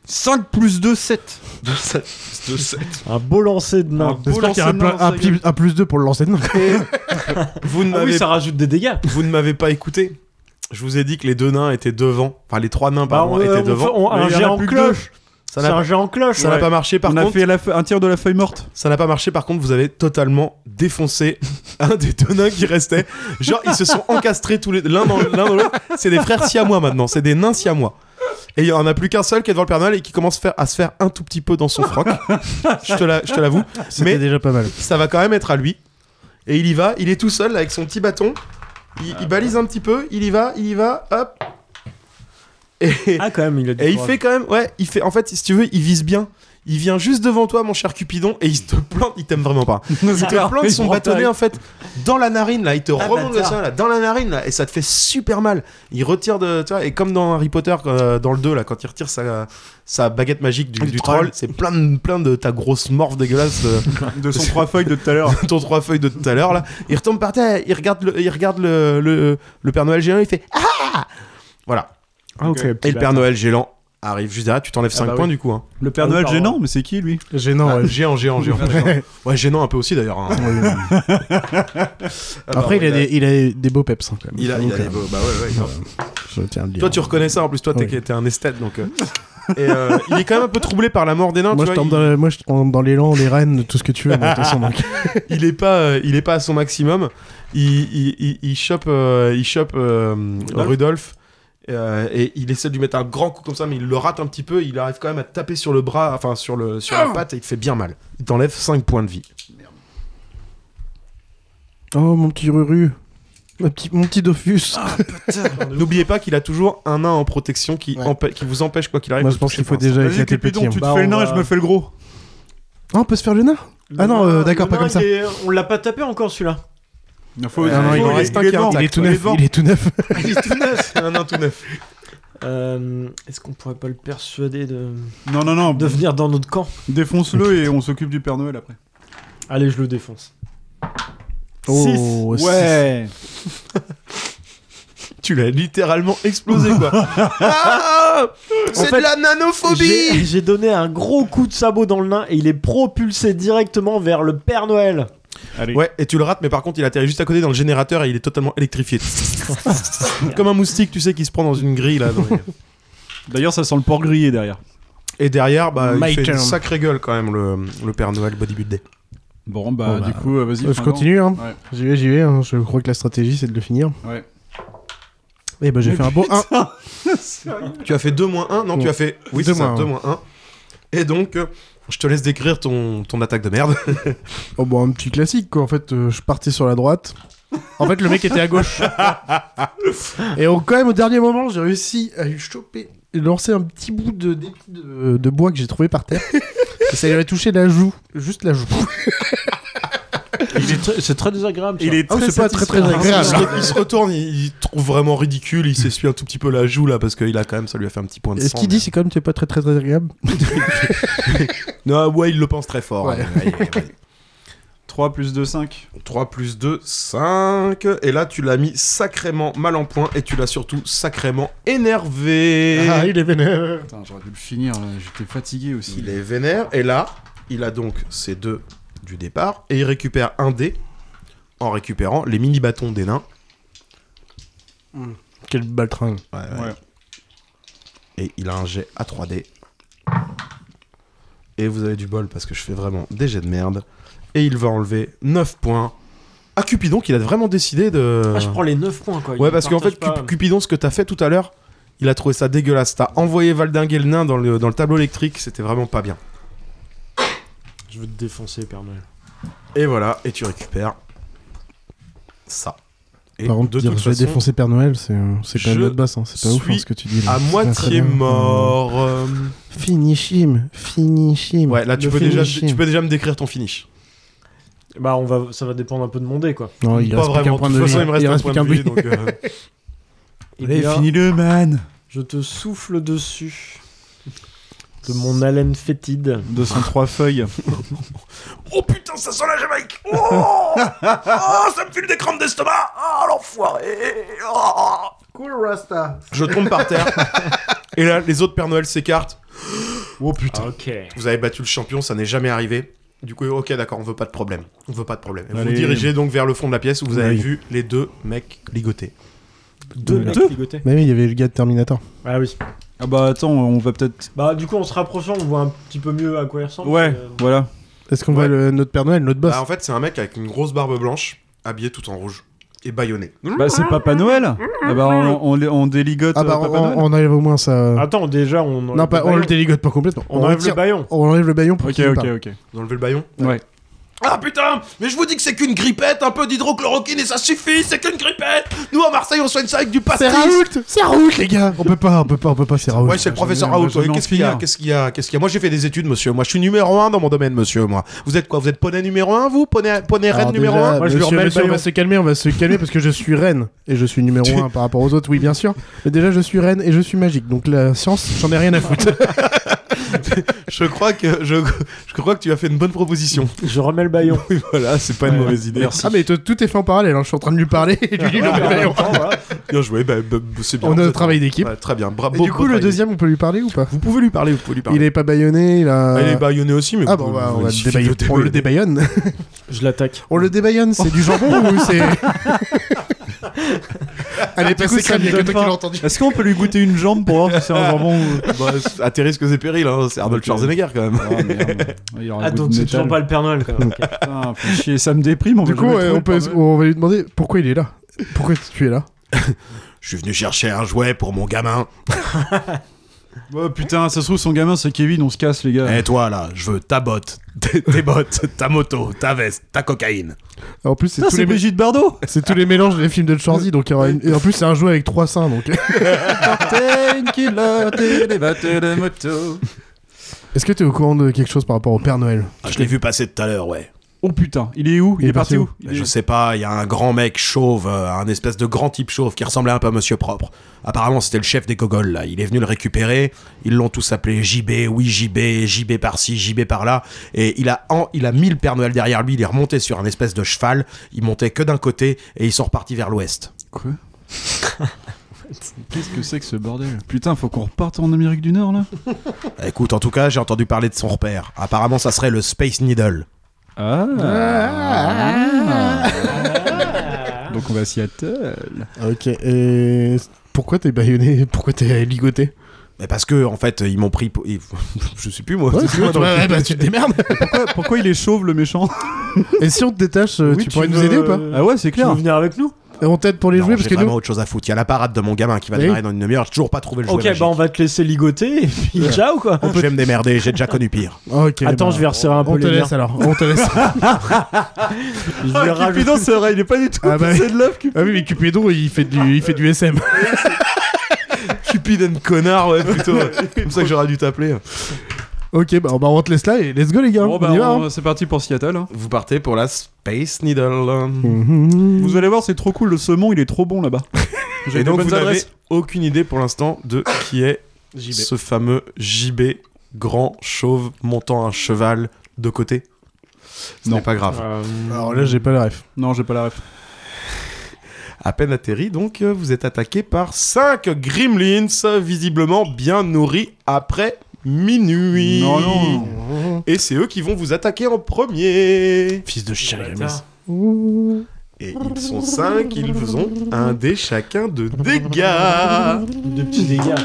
[SPEAKER 1] 5 plus 2, 7
[SPEAKER 3] De 7. De 7.
[SPEAKER 5] Un beau lancer de nain.
[SPEAKER 2] J'espère qu'il y a un,
[SPEAKER 1] Beau lancer de
[SPEAKER 2] pla-
[SPEAKER 1] nain dans
[SPEAKER 2] un
[SPEAKER 1] sa
[SPEAKER 2] pli- un plus 2 pour le lancer de nain.
[SPEAKER 3] Vous ne
[SPEAKER 5] Ah
[SPEAKER 3] m'avez
[SPEAKER 5] oui, ça rajoute des dégâts.
[SPEAKER 3] vous ne m'avez pas écouté. Je vous ai dit que les deux nains étaient devant. Enfin, les trois nains, pardon,
[SPEAKER 5] Bah, on-
[SPEAKER 3] étaient
[SPEAKER 5] on fait-
[SPEAKER 3] devant.
[SPEAKER 5] on-
[SPEAKER 3] Mais
[SPEAKER 5] un
[SPEAKER 3] il y en a
[SPEAKER 5] géant
[SPEAKER 3] plus que
[SPEAKER 5] cloche.
[SPEAKER 3] deux. Ça
[SPEAKER 5] C'est
[SPEAKER 3] n'a
[SPEAKER 5] un géant cloche.
[SPEAKER 3] ça n'a pas marché par
[SPEAKER 1] on a
[SPEAKER 3] contre.
[SPEAKER 1] fait la fe- un tir de la feuille morte.
[SPEAKER 3] Ça n'a pas marché par contre. Vous avez totalement défoncé un des deux nains qui restait. Genre, ils se sont encastrés tous les l'un dans l'un dans l'autre. C'est des frères siamois maintenant. C'est des nains siamois. Et il y en a plus qu'un seul qui est devant le Père Noël et qui commence faire- à se faire un tout petit peu dans son froc. je te la- je te l'avoue.
[SPEAKER 2] C'était
[SPEAKER 3] Mais-
[SPEAKER 2] déjà pas mal.
[SPEAKER 3] Ça va quand même être à lui. Et il y va, il est tout seul avec son petit bâton. Il, il balise un petit peu, il y va, il y va, hop. Et,
[SPEAKER 5] Ah quand même, il a du
[SPEAKER 3] et il
[SPEAKER 5] courage.
[SPEAKER 3] fait quand même, ouais, il fait, en fait, si tu veux, il vise bien. Il vient juste devant toi, mon cher Cupidon, et il te plante, il t'aime vraiment pas. Il te plante
[SPEAKER 1] Il
[SPEAKER 3] son
[SPEAKER 1] prend
[SPEAKER 3] bâtonnet,
[SPEAKER 1] pas.
[SPEAKER 3] en fait, dans la narine, là.
[SPEAKER 1] Ah,
[SPEAKER 3] Il te remonte comme
[SPEAKER 5] bâtard.
[SPEAKER 3] ça, là, dans la narine, là, et ça te fait super mal. Il retire de, tu vois, et comme dans Harry Potter, euh, dans le 2, là, quand il retire sa, sa baguette magique du,
[SPEAKER 1] Du
[SPEAKER 3] du
[SPEAKER 1] troll.
[SPEAKER 3] troll, c'est plein de, plein de ta grosse morve dégueulasse. de-
[SPEAKER 1] De son trois feuilles de tout à l'heure.
[SPEAKER 3] ton trois feuilles de tout à l'heure là, il retombe par terre, il regarde le, il regarde le, le, le Père Noël géant, il fait ah voilà.
[SPEAKER 5] Ah, ok,
[SPEAKER 3] Et le Père Noël géant arrive juste derrière, tu t'enlèves 5
[SPEAKER 1] bah
[SPEAKER 3] points du coup. Hein.
[SPEAKER 1] Le Père
[SPEAKER 5] Ah oui,
[SPEAKER 1] Noël
[SPEAKER 5] pardon.
[SPEAKER 1] gênant, mais c'est qui lui
[SPEAKER 2] Gênant,
[SPEAKER 3] Ah,
[SPEAKER 2] ouais.
[SPEAKER 3] géant, géant, géant.
[SPEAKER 2] Ouais.
[SPEAKER 3] ouais, gênant un peu aussi d'ailleurs. hein. Ah,
[SPEAKER 2] Après,
[SPEAKER 3] bah,
[SPEAKER 2] il a,
[SPEAKER 3] ouais,
[SPEAKER 2] des, il a des beaux peps hein, quand même.
[SPEAKER 3] il a, il a
[SPEAKER 2] Donc,
[SPEAKER 3] des
[SPEAKER 2] euh,
[SPEAKER 3] beaux- bah ouais, ouais, grave.
[SPEAKER 2] Je tiens à le dire.
[SPEAKER 3] Toi tu reconnais ça en plus, toi t'es
[SPEAKER 2] Oui.
[SPEAKER 3] t'es un esthète donc. euh, Et euh, il est quand même un peu troublé par la mort des nains.
[SPEAKER 2] moi,
[SPEAKER 3] tu
[SPEAKER 2] je
[SPEAKER 3] vois,
[SPEAKER 2] tombe
[SPEAKER 3] il-
[SPEAKER 2] dans, la- moi, je tombe dans l'élan, les rênes, tout ce que tu veux. moi, de toute façon, donc.
[SPEAKER 3] il est pas euh, il est pas à son maximum il il, il- il chope euh, il chope euh, Rudolph, euh, et il essaie de lui mettre un grand coup comme ça mais il le rate un petit peu il arrive quand même à taper sur le bras enfin sur le sur la patte et il te fait bien mal il t'enlève 5 points de vie
[SPEAKER 2] Oh, mon petit Ruru. Mon petit, mon petit Dofus.
[SPEAKER 3] n'oubliez pas qu'il a toujours un nain en protection qui,
[SPEAKER 2] Ouais.
[SPEAKER 3] empê- qui vous empêche quoi qu'il arrive
[SPEAKER 2] moi,
[SPEAKER 3] de
[SPEAKER 2] je pense
[SPEAKER 3] toucher
[SPEAKER 2] qu'il faut
[SPEAKER 3] pour l'instant.
[SPEAKER 2] déjà
[SPEAKER 1] Vas-y,
[SPEAKER 2] éclater petit.
[SPEAKER 1] Cupidon, tu te
[SPEAKER 5] Bah,
[SPEAKER 1] fais
[SPEAKER 5] on
[SPEAKER 1] le nain
[SPEAKER 5] va-
[SPEAKER 1] et je me fais le gros.
[SPEAKER 2] Ah, on peut se faire le nain Ah non, euh,
[SPEAKER 5] Le
[SPEAKER 2] d'accord,
[SPEAKER 5] nain,
[SPEAKER 2] pas comme
[SPEAKER 5] il
[SPEAKER 2] ça.
[SPEAKER 5] est- On l'a pas tapé encore celui-là.
[SPEAKER 1] Faut-
[SPEAKER 3] Euh,
[SPEAKER 1] faut-
[SPEAKER 2] Ah Non, non, il
[SPEAKER 1] faut-
[SPEAKER 2] en
[SPEAKER 3] reste un
[SPEAKER 1] est
[SPEAKER 3] qui est
[SPEAKER 1] mort.
[SPEAKER 2] Il est tout
[SPEAKER 1] Il est
[SPEAKER 2] neuf.
[SPEAKER 1] mort.
[SPEAKER 2] Il est tout neuf.
[SPEAKER 3] il est tout neuf un nain tout neuf
[SPEAKER 5] Euh, Est-ce qu'on pourrait pas le persuader de,
[SPEAKER 1] Non, non, non,
[SPEAKER 5] de venir dans notre camp
[SPEAKER 1] défonce-le et on s'occupe du Père Noël après.
[SPEAKER 5] Allez, je le défonce.
[SPEAKER 2] Oh, six.
[SPEAKER 3] tu l'as littéralement explosé quoi Ah c'est
[SPEAKER 5] fait,
[SPEAKER 3] de la nanophobie
[SPEAKER 5] J'ai j'ai donné un gros coup de sabot dans le nain et il est propulsé directement vers le Père Noël.
[SPEAKER 1] Allez.
[SPEAKER 3] Ouais, et tu le rates, mais par contre, il atterrit juste à côté dans le générateur et il est totalement électrifié. Comme un moustique, tu sais, qui se prend dans une grille là. dans les-
[SPEAKER 1] D'ailleurs, ça sent le porc grillé derrière.
[SPEAKER 3] Et derrière, bah,
[SPEAKER 2] My
[SPEAKER 3] il fait
[SPEAKER 2] turn.
[SPEAKER 3] une sacrée gueule quand même, le, le Père Noël bodybuilder.
[SPEAKER 1] Bon, bah,
[SPEAKER 2] Bon, bah,
[SPEAKER 1] du coup, euh, vas-y.
[SPEAKER 2] Euh, Je
[SPEAKER 1] prends-le.
[SPEAKER 2] continue, hein.
[SPEAKER 1] Ouais.
[SPEAKER 2] J'y vais, j'y vais. hein. Je crois que la stratégie, c'est de le finir.
[SPEAKER 1] Ouais.
[SPEAKER 2] Et ben, j'ai fait un beau 1.
[SPEAKER 3] Tu as fait 2 moins 1, non,
[SPEAKER 2] Ouais.
[SPEAKER 3] tu as fait. Oui,
[SPEAKER 2] Deux
[SPEAKER 3] c'est ça,
[SPEAKER 2] moins
[SPEAKER 3] 2
[SPEAKER 2] un.
[SPEAKER 3] moins 1. Et donc, euh, je te laisse décrire ton, ton attaque de merde.
[SPEAKER 2] Oh, bon, un petit classique, quoi. En fait, euh, je partais sur la droite. En fait, le mec était à gauche. Et au- quand même, au dernier moment, j'ai réussi à lui choper et lancer un petit bout de, d'épi de, de bois que j'ai trouvé par terre. Et ça lui a touché la joue. Juste la joue.
[SPEAKER 5] C'est très, désagréable.
[SPEAKER 1] Il est
[SPEAKER 2] Ah,
[SPEAKER 1] très
[SPEAKER 2] c'est pas très, très
[SPEAKER 1] satisfaisant.
[SPEAKER 3] il,
[SPEAKER 2] agréable.
[SPEAKER 3] se, il se retourne, il, il trouve vraiment ridicule, il s'essuie un tout petit peu la joue là, parce qu'il a quand même, ça lui a fait un petit point de
[SPEAKER 2] Et ce
[SPEAKER 3] sang.
[SPEAKER 2] qu'il dit, c'est quand même que c'est pas très très très agréable.
[SPEAKER 3] Non, ouais, il le pense très fort. hein.
[SPEAKER 2] Ouais.
[SPEAKER 3] Allez, allez, allez.
[SPEAKER 1] 3 plus 2, 5.
[SPEAKER 3] 3 plus 2, 5. Et là, tu l'as mis sacrément mal en point et tu l'as surtout sacrément énervé.
[SPEAKER 2] Ah, il est vénère.
[SPEAKER 1] Putain, j'aurais dû le finir, là, j'étais fatigué aussi.
[SPEAKER 3] Il est vénère. Et là, il a donc ses deux du départ et il récupère un dé en récupérant les mini-bâtons des nains.
[SPEAKER 2] Quel baltringue.
[SPEAKER 3] Ouais, ouais.
[SPEAKER 1] Ouais.
[SPEAKER 3] Et il a un jet à 3 dés. Et vous avez du bol parce que je fais vraiment des jets de merde. Et il va enlever 9 points à Cupidon qu'il a vraiment décidé de...
[SPEAKER 5] Ah, je prends les 9 points quoi.
[SPEAKER 3] Ouais,
[SPEAKER 5] Il
[SPEAKER 3] parce qu'en fait,
[SPEAKER 5] partage pas.
[SPEAKER 3] Cup- Cupidon, ce que t'as fait tout à l'heure, il a trouvé ça dégueulasse. T'as envoyé Valdinguer le nain dans le, dans le tableau électrique, c'était vraiment pas bien.
[SPEAKER 5] Je veux te défoncer, Père Noël.
[SPEAKER 3] Et voilà, et tu récupères ça. Et
[SPEAKER 2] Par contre,
[SPEAKER 3] de
[SPEAKER 2] dire
[SPEAKER 3] toute
[SPEAKER 2] je vais
[SPEAKER 3] façon,
[SPEAKER 2] défoncer Père Noël, c'est euh, c'est quand
[SPEAKER 3] je
[SPEAKER 2] même notre basse, hein. c'est pas ouf hein,
[SPEAKER 3] suis
[SPEAKER 2] ce que tu dis. là.
[SPEAKER 3] à
[SPEAKER 2] C'est pas très
[SPEAKER 3] moitié
[SPEAKER 2] bien.
[SPEAKER 3] mort. euh,
[SPEAKER 2] Finish him, finish him.
[SPEAKER 3] Ouais, là, tu
[SPEAKER 2] Le
[SPEAKER 3] peux, déjà,
[SPEAKER 2] finish him.
[SPEAKER 3] tu peux déjà me décrire ton finish.
[SPEAKER 5] Bah, on va, ça va dépendre un peu de mon dé quoi.
[SPEAKER 2] Non, il
[SPEAKER 3] pas
[SPEAKER 2] reste plus
[SPEAKER 3] vraiment.
[SPEAKER 2] qu'un
[SPEAKER 3] De
[SPEAKER 2] point
[SPEAKER 3] toute
[SPEAKER 2] de
[SPEAKER 3] façon,
[SPEAKER 2] vie.
[SPEAKER 3] il me reste un point de vie.
[SPEAKER 2] but.
[SPEAKER 3] donc, euh,
[SPEAKER 5] Eh
[SPEAKER 1] Allez,
[SPEAKER 5] bien,
[SPEAKER 1] finis-le, man
[SPEAKER 5] je te souffle dessus de mon haleine fétide.
[SPEAKER 1] 203 feuilles.
[SPEAKER 3] Oh putain, ça sent la Jamaïque Oh, Oh, ça me file des crampes d'estomac Oh, l'enfoiré Oh.
[SPEAKER 2] Cool Rasta.
[SPEAKER 3] Je tombe par terre. Et là, les autres Père Noël s'écartent. Oh putain.
[SPEAKER 5] Ok.
[SPEAKER 3] Vous avez battu le champion, ça n'est jamais arrivé. Du coup, ok, d'accord, on veut pas de problème. On veut pas de problème. Et Vous vous
[SPEAKER 1] Allez.
[SPEAKER 3] dirigez donc vers le fond de la pièce où vous avez
[SPEAKER 2] Oui.
[SPEAKER 3] vu les deux mecs ligotés.
[SPEAKER 5] Deux
[SPEAKER 2] Deux.
[SPEAKER 5] mecs ligotés.
[SPEAKER 2] Bah oui, il y avait le gars de Terminator.
[SPEAKER 5] Ah oui.
[SPEAKER 1] Ah bah attends, on va peut-être...
[SPEAKER 5] Bah du coup en se rapprochant on voit un petit peu mieux à quoi il ressemble.
[SPEAKER 1] Ouais,
[SPEAKER 5] Euh,
[SPEAKER 1] voilà.
[SPEAKER 2] Est-ce qu'on
[SPEAKER 3] Ouais.
[SPEAKER 2] voit le- notre Père Noël, notre boss
[SPEAKER 3] Bah, en fait, c'est un mec avec une grosse barbe blanche, habillé tout en rouge et baïonné.
[SPEAKER 1] Bah c'est Papa Noël Ah bah on, on, les- on déligote
[SPEAKER 2] Ah bah,
[SPEAKER 1] euh,
[SPEAKER 2] on,
[SPEAKER 1] Papa Noël
[SPEAKER 2] on enlève au moins ça.
[SPEAKER 5] Attends déjà Ah, on.
[SPEAKER 2] non, pas, on
[SPEAKER 5] baillon.
[SPEAKER 2] le déligote pas complètement.
[SPEAKER 5] On enlève
[SPEAKER 2] retire-
[SPEAKER 5] le baillon.
[SPEAKER 2] On enlève le baillon pour
[SPEAKER 1] Ok,
[SPEAKER 2] qu'il nous
[SPEAKER 1] ok,
[SPEAKER 2] parle.
[SPEAKER 1] ok.
[SPEAKER 3] Vous enlevez le baillon
[SPEAKER 1] Ouais.
[SPEAKER 3] Ah putain Mais je vous dis que c'est qu'une grippette, un peu d'hydrochloroquine et ça suffit, c'est qu'une grippette Nous à Marseille, on soigne ça avec du
[SPEAKER 2] C'est
[SPEAKER 3] pastis
[SPEAKER 2] Raoult C'est Raoult, les gars On peut pas, on peut pas, on peut pas, c'est Raoult.
[SPEAKER 3] Ouais, c'est le professeur
[SPEAKER 1] j'en ai-
[SPEAKER 3] Raoult.
[SPEAKER 1] j'en ai
[SPEAKER 3] ouais.
[SPEAKER 1] en
[SPEAKER 3] Qu'est-ce qu'il y a
[SPEAKER 1] finir.
[SPEAKER 3] Qu'est-ce qu'il y a Qu'est-ce qu'il y a Moi, j'ai fait des études, monsieur. Moi, je suis numéro un dans mon domaine, monsieur. Moi, vous êtes quoi Vous êtes poney numéro un, vous Poney, poney
[SPEAKER 2] Alors
[SPEAKER 3] reine numéro
[SPEAKER 2] déjà,
[SPEAKER 3] un
[SPEAKER 5] Moi, je lui
[SPEAKER 2] monsieur,
[SPEAKER 5] remets le
[SPEAKER 2] monsieur, on
[SPEAKER 5] baillon.
[SPEAKER 2] va se calmer, on va se calmer parce que je suis reine et je suis numéro
[SPEAKER 3] Tu-
[SPEAKER 2] 1 par rapport aux autres, oui bien sûr. Mais déjà je suis reine et je suis magique, donc la science, j'en ai rien à foutre.
[SPEAKER 3] Je crois que je, je crois que tu as fait une bonne proposition.
[SPEAKER 5] Je remets le baillon.
[SPEAKER 3] Oui, voilà, c'est pas une mauvaise idée.
[SPEAKER 2] Ah mais t- tout est fait en parallèle, hein, je suis en train de lui parler et lui, il
[SPEAKER 5] Ouais,
[SPEAKER 2] en fait
[SPEAKER 5] bah,
[SPEAKER 2] rien.
[SPEAKER 5] attends, voilà.
[SPEAKER 3] Bien joué. Bah, bah, c'est bien.
[SPEAKER 2] On a
[SPEAKER 3] Vous
[SPEAKER 2] un
[SPEAKER 3] êtes-
[SPEAKER 2] travail d'équipe.
[SPEAKER 3] Ouais, très bien.
[SPEAKER 2] Et
[SPEAKER 3] Bravo.
[SPEAKER 2] du coup le deuxième on peut lui parler ou pas
[SPEAKER 3] Vous pouvez lui parler. Vous pouvez lui parler.
[SPEAKER 2] Il est pas baïonné, il a...
[SPEAKER 3] Ah, il est baïonné aussi, mais
[SPEAKER 2] ah
[SPEAKER 3] vous
[SPEAKER 2] bon,
[SPEAKER 3] pouvez-
[SPEAKER 2] bah,
[SPEAKER 3] vous
[SPEAKER 2] on, va
[SPEAKER 3] pouvez-
[SPEAKER 2] débaillonner. on le débaillonne.
[SPEAKER 5] Je l'attaque.
[SPEAKER 2] on le débaillonne, c'est du jambon ou c'est... Ah, Elle est
[SPEAKER 1] Du coup,
[SPEAKER 2] passée
[SPEAKER 1] ça
[SPEAKER 2] crème, il y a
[SPEAKER 1] lui donne
[SPEAKER 2] que toi qui
[SPEAKER 1] faim.
[SPEAKER 2] l'as entendu.
[SPEAKER 1] Est-ce qu'on peut lui goûter une jambe pour voir si c'est un jambon ou...
[SPEAKER 3] Bah, c'est à tes risques et périls, hein. c'est Arnold
[SPEAKER 1] Ok.
[SPEAKER 3] Schwarzenegger quand même.
[SPEAKER 1] Ah merde. Il aura
[SPEAKER 5] Ah
[SPEAKER 1] le goût
[SPEAKER 5] donc
[SPEAKER 1] de
[SPEAKER 5] c'est
[SPEAKER 1] métal.
[SPEAKER 5] toujours pas le Père Noël quand même. ok.
[SPEAKER 1] Putain, fais chier, ça me déprime. on
[SPEAKER 2] Du
[SPEAKER 1] va
[SPEAKER 2] coup
[SPEAKER 1] jamais trouver
[SPEAKER 2] euh, on, peut,
[SPEAKER 1] le Père Noël.
[SPEAKER 2] on va lui demander pourquoi il est là. Pourquoi tu es là
[SPEAKER 3] Je suis venu chercher un jouet pour mon gamin.
[SPEAKER 1] Oh putain, ça se trouve son gamin c'est Kevin, on se casse les
[SPEAKER 3] Et
[SPEAKER 1] gars.
[SPEAKER 3] toi là, je veux ta botte, tes tes bottes, ta moto, ta veste, ta cocaïne.
[SPEAKER 2] En plus c'est
[SPEAKER 1] Putain,
[SPEAKER 2] tous
[SPEAKER 1] c'est
[SPEAKER 2] les...
[SPEAKER 1] Brigitte Bardot
[SPEAKER 2] C'est tous les mélanges des films de Schwarzy, donc il y aura une- et en plus c'est un jeu avec trois seins, donc.
[SPEAKER 1] Portez une culotte et des bottes de moto.
[SPEAKER 2] Est-ce que t'es au courant de quelque chose par rapport au Père Noël
[SPEAKER 3] Ah, je l'ai vu passer tout à l'heure, ouais.
[SPEAKER 1] Oh putain, il est où Il, est, parti où, Il
[SPEAKER 3] Mais
[SPEAKER 1] est-
[SPEAKER 3] je sais pas, il y a un grand mec chauve, euh, un espèce de grand type chauve qui ressemblait un peu à Monsieur Propre. Apparemment, c'était le chef des gogoles, là. Il est venu le récupérer. Ils l'ont tous appelé JB, oui, JB, JB par-ci, JB par-là. Et il a, en, il a mis le Père Noël derrière lui. Il est remonté sur un espèce de cheval. Il montait que d'un côté et ils sont repartis vers l'ouest.
[SPEAKER 1] Quoi Qu'est-ce que c'est que ce bordel Putain, faut qu'on reparte en Amérique du Nord là
[SPEAKER 3] Bah, Écoute, en tout cas, j'ai entendu parler de son repère. Apparemment, ça serait le Space Needle.
[SPEAKER 1] Ah.
[SPEAKER 2] Ah.
[SPEAKER 1] Donc on va à Seattle.
[SPEAKER 2] Ok, et pourquoi t'es baïonné Pourquoi t'es ligoté
[SPEAKER 3] Mais parce que, en fait, ils m'ont pris. pour- ils- Je sais plus, moi.
[SPEAKER 2] Ouais,
[SPEAKER 3] C'est moi dans le-
[SPEAKER 2] bah tu te démerdes
[SPEAKER 1] Pourquoi, pourquoi il est chauve le méchant
[SPEAKER 2] Et si on te détache, euh,
[SPEAKER 5] Oui,
[SPEAKER 2] tu pourrais nous
[SPEAKER 5] veux-
[SPEAKER 2] aider ou pas
[SPEAKER 1] Ah ouais, c'est
[SPEAKER 5] Tu veux
[SPEAKER 1] clair.
[SPEAKER 5] venir avec nous
[SPEAKER 2] Et on t'aide pour les
[SPEAKER 3] Non,
[SPEAKER 2] jouer
[SPEAKER 3] j'ai
[SPEAKER 2] parce que
[SPEAKER 3] vraiment
[SPEAKER 2] nous.
[SPEAKER 3] autre chose à foutre. Il y a la parade de mon gamin qui va
[SPEAKER 2] Oui.
[SPEAKER 3] démarrer dans une demi-heure. J'ai toujours pas trouvé le jouet
[SPEAKER 5] Ok
[SPEAKER 3] magique.
[SPEAKER 5] bah on va te laisser ligoter et puis ciao quoi.
[SPEAKER 3] Je vais me démerder, j'ai déjà connu pire.
[SPEAKER 2] Ok.
[SPEAKER 5] Attends
[SPEAKER 2] bah,
[SPEAKER 5] je vais resserrer un peu
[SPEAKER 2] On te
[SPEAKER 5] les
[SPEAKER 2] laisse Ah,
[SPEAKER 5] liens.
[SPEAKER 2] alors, on te laisse.
[SPEAKER 5] Je vais rajouter-
[SPEAKER 1] c'est vrai, il est pas du tout
[SPEAKER 2] Ah bah poussé
[SPEAKER 1] de l'œuf.
[SPEAKER 2] ah oui, mais Cupidon il fait du, il fait du SM.
[SPEAKER 3] Cupid and connard, ouais, plutôt. C'est comme ça que j'aurais dû t'appeler.
[SPEAKER 2] ok, bah, bah, on te laisse là et let's go les gars,
[SPEAKER 1] Bon bah
[SPEAKER 2] on y va.
[SPEAKER 1] on-
[SPEAKER 2] hein.
[SPEAKER 1] c'est parti pour Seattle. hein.
[SPEAKER 3] Vous partez pour la Space Needle.
[SPEAKER 1] Vous allez voir, c'est trop cool, le saumon il est trop bon là-bas. J'ai
[SPEAKER 3] Et
[SPEAKER 1] des
[SPEAKER 3] donc,
[SPEAKER 1] bonnes
[SPEAKER 3] vous n'avez
[SPEAKER 1] adresses.
[SPEAKER 3] aucune idée pour l'instant de qui est ce fameux JB, grand chauve montant un cheval de côté. Ce
[SPEAKER 1] Non.
[SPEAKER 3] n'est pas grave.
[SPEAKER 5] Euh,
[SPEAKER 2] Bah, Alors là, j'ai pas la ref.
[SPEAKER 1] Non, j'ai pas la ref.
[SPEAKER 3] À peine atterri, donc, euh, vous êtes attaqué par 5 gremlins, visiblement bien nourris après minuit.
[SPEAKER 1] Non, non.
[SPEAKER 3] Et c'est eux qui vont vous attaquer en premier. Fils de chien,
[SPEAKER 5] bâtard.
[SPEAKER 3] Et ils sont 5, ils vous ont un dé chacun de dégâts.
[SPEAKER 5] de petits dégâts.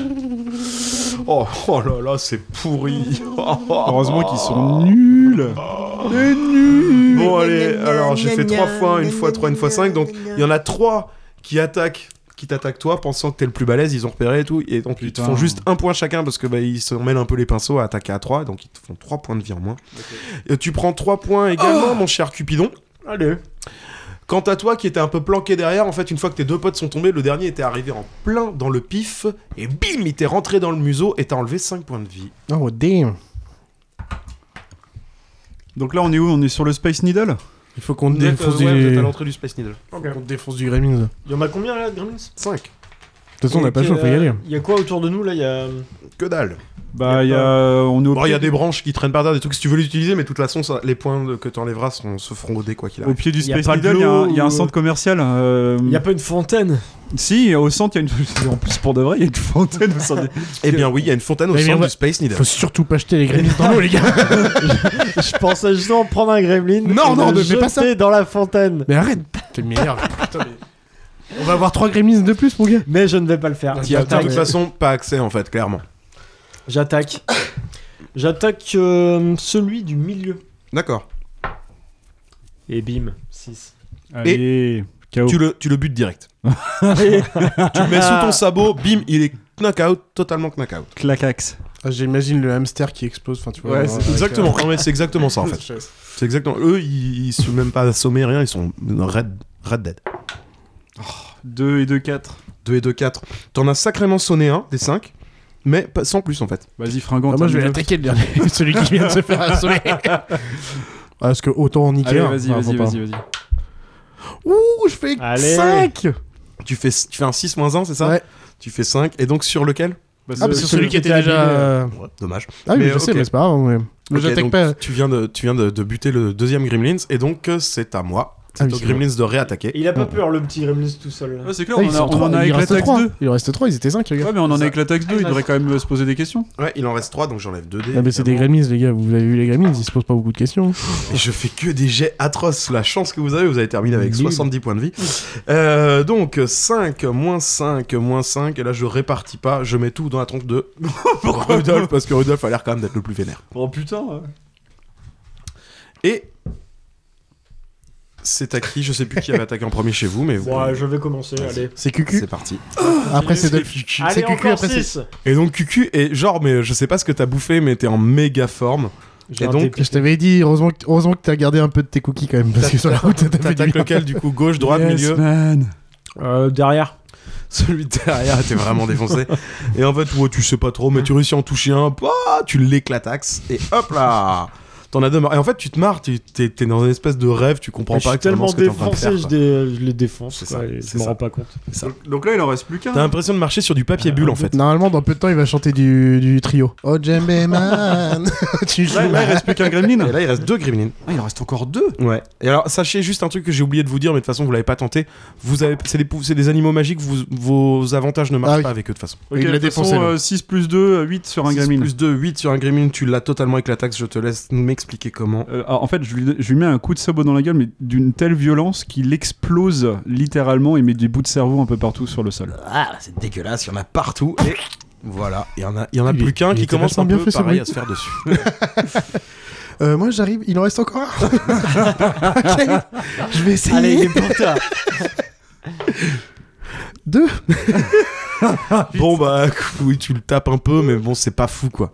[SPEAKER 3] Oh, oh là là, c'est pourri. Oh,
[SPEAKER 1] Heureusement qu'ils sont nuls. C'est nul.
[SPEAKER 3] Bon, allez, alors j'ai fait 3 fois, une fois 3, une fois 5. Donc il y en a 3 qui attaquent qui t'attaquent toi pensant que t'es le plus balèze, ils ont repéré et tout, et donc ils te
[SPEAKER 1] Putain.
[SPEAKER 3] font juste un point chacun parce que bah, ils se mêlent un peu les pinceaux à attaquer à 3, donc ils te font 3 points de vie en moins. Et tu prends 3 points également, mon cher Cupidon.
[SPEAKER 5] Allez.
[SPEAKER 3] Quant à toi qui était un peu planqué derrière, en fait, une fois que tes deux potes sont tombés, le dernier était arrivé en plein dans le pif, et bim, il t'est rentré dans le museau et t'as enlevé 5 points de vie.
[SPEAKER 2] Oh damn.
[SPEAKER 1] Donc là, on est où On est sur le Space Needle
[SPEAKER 2] Il faut qu'on
[SPEAKER 3] Vous êtes, euh,
[SPEAKER 2] défonce
[SPEAKER 3] ouais, vous êtes à
[SPEAKER 2] du.
[SPEAKER 3] l'entrée du Space Needle.
[SPEAKER 5] Ok.
[SPEAKER 2] On défonce du Gremlins.
[SPEAKER 5] Il y en a combien là de Gremlins
[SPEAKER 3] 5.
[SPEAKER 2] toute façon, on n'a pas le choix, faut y aller.
[SPEAKER 5] euh, Il y a quoi autour de nous là Il y a.
[SPEAKER 3] Que dalle.
[SPEAKER 1] Bah, il y
[SPEAKER 5] Y a
[SPEAKER 1] a. On est au
[SPEAKER 3] Bon, il y
[SPEAKER 1] pied
[SPEAKER 3] a
[SPEAKER 1] du-
[SPEAKER 3] des branches qui traînent par terre, des trucs si tu veux l'utiliser, mais de toute façon, ça- les points de- que t'enlèveras seront- se feront roder quoi qu'il
[SPEAKER 1] Au
[SPEAKER 3] arrive.
[SPEAKER 1] pied du
[SPEAKER 5] Y a
[SPEAKER 1] Space
[SPEAKER 5] pas de
[SPEAKER 1] Needle, il y a un- il y, a un
[SPEAKER 5] l'eau,
[SPEAKER 1] centre commercial. euh,
[SPEAKER 5] Il y a pas une fontaine
[SPEAKER 1] Si, au centre, il y a une. En plus, pour de vrai, il y a une fontaine au centre. des-
[SPEAKER 3] Eh bien oui, il y a une fontaine au
[SPEAKER 2] Mais on
[SPEAKER 3] centre
[SPEAKER 2] va-
[SPEAKER 3] du Space Needle.
[SPEAKER 2] Faut surtout pas jeter les grévistes dans l'eau, les gars.
[SPEAKER 5] Je pensais justement prendre un gremlin.
[SPEAKER 2] Non,
[SPEAKER 5] et
[SPEAKER 2] non,
[SPEAKER 5] le
[SPEAKER 2] ne fais pas
[SPEAKER 5] jeter dans la fontaine.
[SPEAKER 2] Mais arrête, t'es le meilleur. Putain, mais- On va avoir trois gremlins de plus, mon gars.
[SPEAKER 5] Mais je ne vais pas le faire.
[SPEAKER 3] T'y as de
[SPEAKER 5] J'attaque.
[SPEAKER 3] toute façon pas accès en fait, clairement.
[SPEAKER 5] J'attaque. J'attaque euh, celui du milieu.
[SPEAKER 3] D'accord.
[SPEAKER 5] Et bim, 6.
[SPEAKER 1] Allez, KO.
[SPEAKER 3] Tu le, tu le butes direct. tu le mets sous ton sabot, bim, il est knockout, totalement knockout.
[SPEAKER 1] Clacax.
[SPEAKER 2] Ah, J'imagine le hamster qui explose, enfin tu vois. genre, avec,
[SPEAKER 3] exactement. Non, mais c'est exactement ça en fait.
[SPEAKER 2] euh,
[SPEAKER 3] C'est exactement. Eux, ils, ils sont même pas assommés, rien, ils sont red, red dead.
[SPEAKER 1] 2 et 2, 4.
[SPEAKER 3] 2 et 2, 4. T'en as sacrément sonné un des 5, mais pas- sans plus en fait.
[SPEAKER 1] Vas-y, fringant.
[SPEAKER 2] Ah, moi je vais
[SPEAKER 1] termine-le.
[SPEAKER 2] l'attaquer le dernier, celui qui vient de se faire assommer. Ah, Parce que autant en Ikea.
[SPEAKER 1] Allez, vas-y,
[SPEAKER 2] enfin,
[SPEAKER 1] vas-y,
[SPEAKER 2] faut pas.
[SPEAKER 1] vas-y, vas-y.
[SPEAKER 2] Ouh, je fais Ah,
[SPEAKER 5] Allez.
[SPEAKER 2] 5
[SPEAKER 3] Tu fais, tu fais un 6 moins 1, c'est ça
[SPEAKER 2] Ouais.
[SPEAKER 3] Tu fais 5, et donc sur lequel
[SPEAKER 2] Ah, bah, c'est celui qui était déjà. euh,
[SPEAKER 3] Ouais, Dommage.
[SPEAKER 2] Ah, oui,
[SPEAKER 3] Mais,
[SPEAKER 2] je sais,
[SPEAKER 3] ok.
[SPEAKER 2] mais c'est pas grave. ouais. Mais
[SPEAKER 3] Ok,
[SPEAKER 2] j'attaque
[SPEAKER 3] donc
[SPEAKER 2] pas. Ah,
[SPEAKER 3] Tu viens, de, tu viens de, de buter le deuxième Gremlins, et donc euh, c'est à moi. C'est
[SPEAKER 2] Ah oui,
[SPEAKER 3] au
[SPEAKER 2] c'est
[SPEAKER 3] Gremlins de réattaquer.
[SPEAKER 5] Il a pas peur le petit gremlin tout seul. là.
[SPEAKER 1] c'est clair,
[SPEAKER 2] Ah,
[SPEAKER 1] on,
[SPEAKER 2] ils
[SPEAKER 1] en a-
[SPEAKER 2] sont
[SPEAKER 1] on
[SPEAKER 2] trois,
[SPEAKER 1] en a
[SPEAKER 2] il
[SPEAKER 1] avec
[SPEAKER 2] reste
[SPEAKER 1] la taxe
[SPEAKER 2] trois.
[SPEAKER 1] 2.
[SPEAKER 2] Il en reste 3, ils étaient 5, les gars.
[SPEAKER 1] Ouais, mais on en a avec la taxe 2, il
[SPEAKER 5] exact.
[SPEAKER 1] devrait quand même euh, se poser des questions.
[SPEAKER 3] Ouais, il en reste 3, donc j'enlève 2 dés.
[SPEAKER 2] Ah, mais c'est des
[SPEAKER 3] évidemment.
[SPEAKER 2] gremlins, les gars. Vous avez vu les gremlins, ils se posent pas beaucoup de questions.
[SPEAKER 3] Et je fais que des jets atroces. La chance que vous avez, vous avez terminé avec
[SPEAKER 2] Nul.
[SPEAKER 3] 70 points de vie. Euh, donc 5, moins 5, moins 5. Et là, je répartis pas. Je mets tout dans la tronche de Rudolf. Parce que Rudolf a l'air quand même d'être le plus vénère.
[SPEAKER 1] Oh putain.
[SPEAKER 3] Et c'est à qui Je sais plus qui avait attaqué en premier chez vous, mais vous.
[SPEAKER 5] Bon, je vais commencer,
[SPEAKER 3] Vas-y.
[SPEAKER 5] allez.
[SPEAKER 2] C'est cucu.
[SPEAKER 3] C'est parti.
[SPEAKER 2] Après, c'est Duff.
[SPEAKER 5] Allez,
[SPEAKER 2] C'est cucu,
[SPEAKER 5] encore
[SPEAKER 2] après, c'est.
[SPEAKER 5] 6
[SPEAKER 3] Et donc Cucu est genre mais je sais pas ce que t'as bouffé mais t'es en méga forme. Et donc,
[SPEAKER 2] Je t'avais dit, heureusement que, heureusement que t'as gardé un peu de tes cookies quand même, parce que sur la route, t'as fait du
[SPEAKER 3] T'attaques
[SPEAKER 2] bien.
[SPEAKER 3] lequel du coup gauche, droite, milieu
[SPEAKER 1] man.
[SPEAKER 5] Euh, derrière.
[SPEAKER 3] Celui de derrière t'es vraiment défoncé. et en fait, ouais, tu sais pas trop, mais tu réussis à en toucher un, bah, tu l'éclataxes, et hop là T'en as deux marre. Et en fait, tu te marres, tu t'es, t'es dans une espèce de rêve, tu comprends
[SPEAKER 5] Je
[SPEAKER 3] pas
[SPEAKER 5] suis
[SPEAKER 3] exactement
[SPEAKER 5] tellement
[SPEAKER 3] ce que t'es en train de faire.
[SPEAKER 5] défoncé, je,
[SPEAKER 3] quoi.
[SPEAKER 5] dé- je les défonce.
[SPEAKER 3] C'est
[SPEAKER 5] Quoi,
[SPEAKER 3] ça,
[SPEAKER 5] et je
[SPEAKER 3] c'est
[SPEAKER 5] me
[SPEAKER 3] ça.
[SPEAKER 5] rends pas compte.
[SPEAKER 1] Donc là, il en reste plus qu'un.
[SPEAKER 3] T'as l'impression de marcher sur du papier bulle en fait.
[SPEAKER 2] Normalement, dans peu de temps, il va chanter du, du trio. Oh, Djembe Man Tu joues
[SPEAKER 1] Là, là, il reste plus qu'un gremlin.
[SPEAKER 3] Et là, il reste deux gremlins.
[SPEAKER 1] Ah, il en reste encore deux.
[SPEAKER 3] Ouais. Et alors, sachez juste un truc que j'ai oublié de vous dire, mais de toute façon, vous l'avez pas tenté. Vous avez, c'est des, pou- c'est des animaux magiques, vous- vos avantages ne marchent
[SPEAKER 2] Ah oui.
[SPEAKER 3] pas avec eux de toute façon.
[SPEAKER 1] Ok, de
[SPEAKER 2] Il l'a
[SPEAKER 1] toute façon,
[SPEAKER 2] défoncé, là.
[SPEAKER 1] euh, 6 plus 2, euh, 8 sur un
[SPEAKER 3] 6
[SPEAKER 1] gremlin.
[SPEAKER 3] plus 2, 8 sur un gremlin, tu l'as totalement éclataxe, je te laisse m'expliquer comment.
[SPEAKER 1] Euh, alors, en fait, je lui, je lui mets un coup de sabot dans la gueule, mais d'une telle violence qu'il explose littéralement et met des bouts de cerveau un peu partout sur le sol.
[SPEAKER 3] Ah, c'est dégueulasse, il y en a partout. Et voilà, il y en a, il y en a
[SPEAKER 2] Il est-
[SPEAKER 3] plus qu'un
[SPEAKER 2] il
[SPEAKER 3] qui
[SPEAKER 2] était
[SPEAKER 3] commence un
[SPEAKER 2] vachement bien
[SPEAKER 3] peu
[SPEAKER 2] fait, ce bruit.
[SPEAKER 3] pareil à se faire dessus.
[SPEAKER 2] Euh, Moi, j'arrive, il en reste encore un. Ok. Je vais essayer.
[SPEAKER 5] Allez, il est pour toi.
[SPEAKER 2] Deux. Ah,
[SPEAKER 3] bon, bah, oui, tu le tapes un peu, mais bon, c'est pas fou, quoi.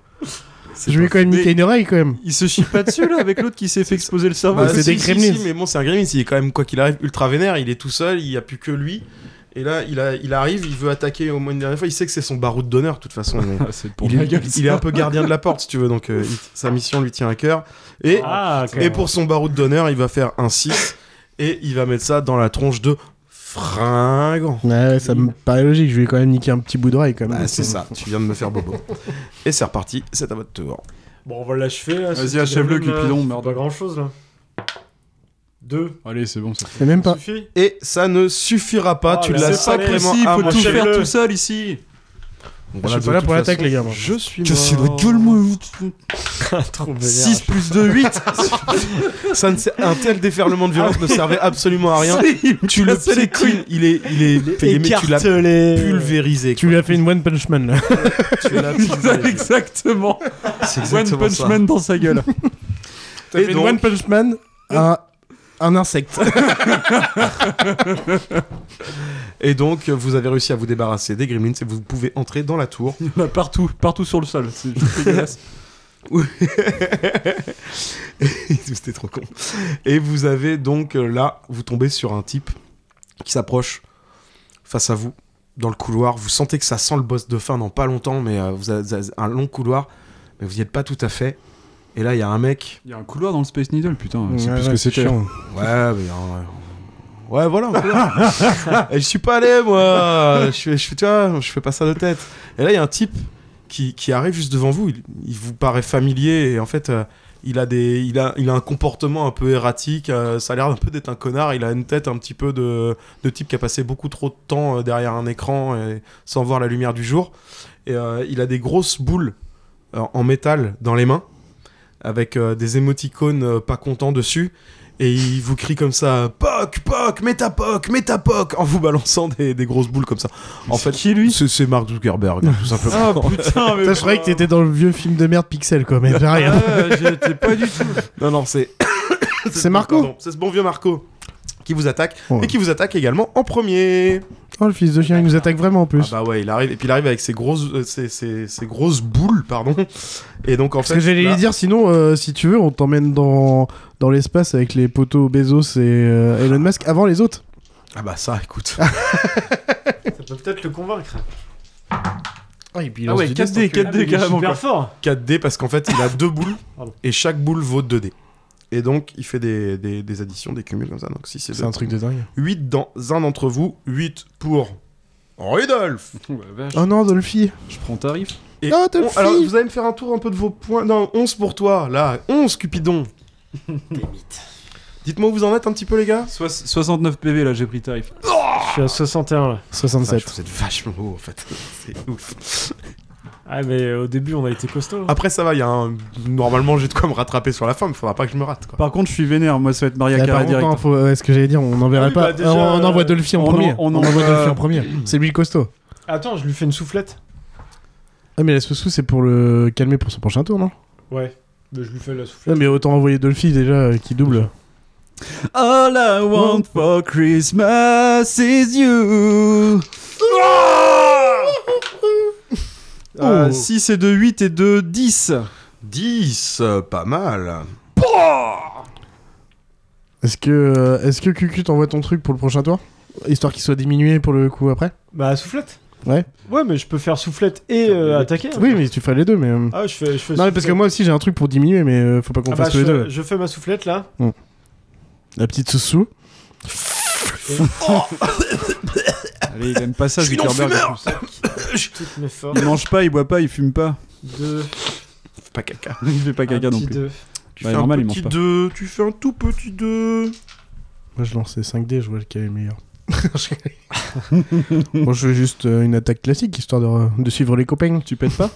[SPEAKER 3] C'est
[SPEAKER 2] Je vais
[SPEAKER 3] pas-
[SPEAKER 2] quand même niquer
[SPEAKER 1] Mais-
[SPEAKER 2] une oreille quand même.
[SPEAKER 1] Il se chie pas dessus là avec l'autre qui s'est fait exploser le cerveau.
[SPEAKER 3] Bah,
[SPEAKER 2] Ah, c'est
[SPEAKER 3] si,
[SPEAKER 2] des
[SPEAKER 3] si,
[SPEAKER 2] gremlins.
[SPEAKER 3] si, mais bon, c'est un gremlin, il est quand même, quoi qu'il arrive, ultra vénère, il est tout seul, il n'y a plus que lui. Et là, il, a, il arrive, il veut attaquer au moins une dernière fois, il sait que c'est son baroud d'honneur, de toute façon. mais
[SPEAKER 1] Ah, c'est
[SPEAKER 3] il, est, il est un peu gardien de la porte, si tu veux, donc euh, il- sa mission lui tient à cœur. Et
[SPEAKER 5] Ah, quand
[SPEAKER 3] Et
[SPEAKER 5] même.
[SPEAKER 3] pour son baroud d'honneur, il va faire un 6 et il va mettre ça dans la tronche de fringant.
[SPEAKER 2] Ouais, ouais, ça me paraît logique, je vais quand même niquer un petit bout d'oreille quand même.
[SPEAKER 3] Bah, c'est ça, tu viens de me faire bobo. Et c'est reparti, c'est à votre tour.
[SPEAKER 5] Bon, on va l'achever. là, ce
[SPEAKER 1] Vas-y,
[SPEAKER 5] petit
[SPEAKER 1] achève-le,
[SPEAKER 5] gremlin, là.
[SPEAKER 1] Cupidon,
[SPEAKER 5] euh, Pas
[SPEAKER 1] merde.
[SPEAKER 5] grand chose là. 2.
[SPEAKER 1] Allez, c'est bon. Ça.
[SPEAKER 2] Mais même pas.
[SPEAKER 5] Suffit
[SPEAKER 3] Et ça ne suffira pas,
[SPEAKER 5] Oh,
[SPEAKER 3] tu
[SPEAKER 5] mais
[SPEAKER 3] l'as
[SPEAKER 5] c'est pas
[SPEAKER 3] sacrément
[SPEAKER 5] possible,
[SPEAKER 1] faut
[SPEAKER 5] moi,
[SPEAKER 1] tout
[SPEAKER 5] je
[SPEAKER 1] faire
[SPEAKER 5] le-
[SPEAKER 1] tout seul ici.
[SPEAKER 2] je suis pas là pour l'attaque, les gars. moi.
[SPEAKER 3] Je suis
[SPEAKER 5] Trop vénère.
[SPEAKER 1] 6 plus 2, 8.
[SPEAKER 3] Ça ne sert- un tel déferlement de violence ne servait absolument à rien. tu le
[SPEAKER 1] cassait les
[SPEAKER 3] piétines, il est, il est payé, mais tu l'as
[SPEAKER 5] Écarte-les.
[SPEAKER 3] pulvérisé.
[SPEAKER 2] Tu lui as fait une One Punch Man là.
[SPEAKER 3] tu l'as pulvérisé.
[SPEAKER 1] Exactement.
[SPEAKER 3] C'est
[SPEAKER 1] One
[SPEAKER 3] exactement
[SPEAKER 1] Punch
[SPEAKER 3] ça.
[SPEAKER 1] Man dans sa gueule.
[SPEAKER 3] Et donc-
[SPEAKER 2] One Punch Man un, un insecte.
[SPEAKER 3] Et donc, vous avez réussi à vous débarrasser des gremlins et vous pouvez entrer dans la tour.
[SPEAKER 1] Il y en a partout, partout sur le sol. C'est juste dégueulasse.
[SPEAKER 3] C'était trop con. Et vous avez donc euh, là, vous tombez sur un type qui s'approche face à vous dans le couloir. Vous sentez que ça sent le boss de fin dans pas longtemps, mais euh, vous avez vous avez un long couloir, mais vous n'y êtes pas tout à fait. Et là, il y a un mec.
[SPEAKER 1] Il y a un couloir dans le Space Needle, putain. c'est
[SPEAKER 2] Ouais,
[SPEAKER 1] plus ce
[SPEAKER 2] ouais,
[SPEAKER 1] que c'était.
[SPEAKER 2] chiant.
[SPEAKER 3] Ouais, mais euh, Ouais, voilà. voilà. et je suis pas allé, moi. Je fais, je fais, tu vois, je fais pas ça de tête. Et là, il y a un type qui, qui arrive juste devant vous. Il, il vous paraît familier et en fait, euh, il a des, il a, il a un comportement un peu erratique. euh, ça a l'air un peu d'être un connard. Il a une tête un petit peu de, de type qui a passé beaucoup trop de temps euh, derrière un écran et sans voir la lumière du jour. Et euh, il a des grosses boules euh, en métal dans les mains avec euh, des émoticônes euh, pas contents dessus. Et il vous crie comme ça, POC, POC, MetaPOC, MetaPOC, en vous balançant des, des grosses boules comme ça. En fait,
[SPEAKER 5] Qui lui
[SPEAKER 3] c'est c'est Mark Zuckerberg, hein, tout simplement.
[SPEAKER 5] Ah putain, mais.
[SPEAKER 2] Putain, je croyais que
[SPEAKER 5] quoi.
[SPEAKER 2] t'étais dans le vieux film de merde Pixel, quoi, mais j'ai rien.
[SPEAKER 5] Ah, j'étais pas du tout.
[SPEAKER 3] Non, non, c'est.
[SPEAKER 2] C'est Marco.
[SPEAKER 3] Pardon, C'est ce bon vieux Marco qui vous attaque
[SPEAKER 2] Ouais.
[SPEAKER 3] et qui vous attaque également en premier.
[SPEAKER 2] Oh, le fils de chien, il nous attaque vraiment en
[SPEAKER 3] Ah
[SPEAKER 2] plus.
[SPEAKER 3] bah ouais, il arrive et puis il arrive avec ses grosses, euh, ses, ses- ses grosses boules, pardon. Et donc en
[SPEAKER 2] Parce
[SPEAKER 3] fait,
[SPEAKER 2] que j'allais
[SPEAKER 3] là-
[SPEAKER 2] lui dire, sinon, euh, si tu veux, on t'emmène dans, dans l'espace avec les poteaux Bezos et euh, Elon Musk avant les autres.
[SPEAKER 3] ah bah ça, écoute.
[SPEAKER 5] Ça peut peut-être le convaincre.
[SPEAKER 2] Ah, et puis
[SPEAKER 1] Ah ouais, 4D, 4D carrément.
[SPEAKER 5] super
[SPEAKER 1] quoi.
[SPEAKER 5] fort.
[SPEAKER 3] 4D parce qu'en fait, il a deux boules
[SPEAKER 5] Pardon.
[SPEAKER 3] et chaque boule vaut 2D. Et donc, il fait des, des- des additions, des cumuls comme ça. Donc, si c'est
[SPEAKER 2] C'est un truc de dingue.
[SPEAKER 3] 8 dans un d'entre vous, 8 pour Rudolf.
[SPEAKER 1] Ouais, vache.
[SPEAKER 2] Oh non, Dolphy.
[SPEAKER 1] Je prends tarif.
[SPEAKER 3] Et
[SPEAKER 2] Non, t'as le
[SPEAKER 3] on- alors,
[SPEAKER 2] fille.
[SPEAKER 3] vous allez me faire un tour un peu de vos points. Non, 11 pour toi, là. 11, Cupidon. Dites-moi où vous en êtes un petit peu, les gars.
[SPEAKER 1] Sois- 69 PV là, j'ai pris tarif.
[SPEAKER 5] Je suis à 61 là.
[SPEAKER 3] Vache,
[SPEAKER 2] 67.
[SPEAKER 3] Ah, vous êtes vachement haut, en fait. C'est ouf.
[SPEAKER 5] Ah, mais euh, au début, on a été costaud.
[SPEAKER 3] Après, ça va, il y a un... Normalement, j'ai de quoi me rattraper sur la fin, mais faudra pas que je me rate, quoi.
[SPEAKER 1] Par contre, je suis vénère, moi ça va être Maria
[SPEAKER 2] Là, par
[SPEAKER 1] Carré
[SPEAKER 2] contre,
[SPEAKER 1] direct.
[SPEAKER 2] non, faut- ouais, ce que j'allais dire, on n'enverrait
[SPEAKER 5] Ah oui,
[SPEAKER 2] pas.
[SPEAKER 5] bah, déjà,
[SPEAKER 2] on, on envoie
[SPEAKER 5] euh,
[SPEAKER 2] Dolphy en
[SPEAKER 1] on en-
[SPEAKER 2] premier.
[SPEAKER 1] on
[SPEAKER 2] On,
[SPEAKER 1] envoie-
[SPEAKER 2] envoie Dolphy en premier. C'est lui le costaud.
[SPEAKER 5] Attends, je lui fais une soufflette.
[SPEAKER 2] Ah, mais la sous c'est pour le calmer pour son prochain tour, non
[SPEAKER 5] Ouais. Mais je lui fais la soufflette.
[SPEAKER 2] Non, mais autant envoyer Dolphy déjà euh, qui double.
[SPEAKER 1] All I want for Christmas is you.
[SPEAKER 5] Ah,
[SPEAKER 2] Oh.
[SPEAKER 1] 6 et 2, 8 et 2, 10.
[SPEAKER 3] 10, euh, pas mal.
[SPEAKER 2] Est-ce que, euh, est-ce que QQ t'envoie ton truc pour le prochain tour Histoire qu'il soit diminué pour le coup après
[SPEAKER 5] Bah, soufflette
[SPEAKER 2] Ouais.
[SPEAKER 5] Ouais, mais je peux faire soufflette et euh, attaquer.
[SPEAKER 2] Oui, mais tu fais les deux, mais. euh,
[SPEAKER 5] Ah, je fais. Je fais
[SPEAKER 2] Non, mais parce que
[SPEAKER 5] soufflette.
[SPEAKER 2] moi aussi j'ai un truc pour diminuer, mais euh, faut pas qu'on
[SPEAKER 5] Ah bah,
[SPEAKER 2] fasse tous
[SPEAKER 5] je,
[SPEAKER 2] les
[SPEAKER 5] fais-
[SPEAKER 2] deux.
[SPEAKER 5] je fais ma soufflette là.
[SPEAKER 2] La petite sous-sous.
[SPEAKER 1] Allez, il aime pas ça,
[SPEAKER 3] Je suis
[SPEAKER 1] Zuckerberg.
[SPEAKER 3] non-fumeur.
[SPEAKER 1] en plus.
[SPEAKER 5] Toutes mes forces.
[SPEAKER 1] Il mange pas, il boit pas, il fume pas.
[SPEAKER 5] Deux.
[SPEAKER 3] Pas caca.
[SPEAKER 1] Il fait pas caca
[SPEAKER 5] un
[SPEAKER 1] non
[SPEAKER 5] petit
[SPEAKER 1] plus.
[SPEAKER 5] deux.
[SPEAKER 3] Tu
[SPEAKER 1] Bah,
[SPEAKER 3] fais
[SPEAKER 1] normal, il
[SPEAKER 3] un
[SPEAKER 1] mange
[SPEAKER 3] petit
[SPEAKER 1] pas.
[SPEAKER 3] 2, tu fais un tout petit 2.
[SPEAKER 2] Moi je lançais 5D, je vois lequel est le meilleur. Moi je fais juste euh, une attaque classique histoire de, re- de suivre les copains.
[SPEAKER 1] Tu pètes pas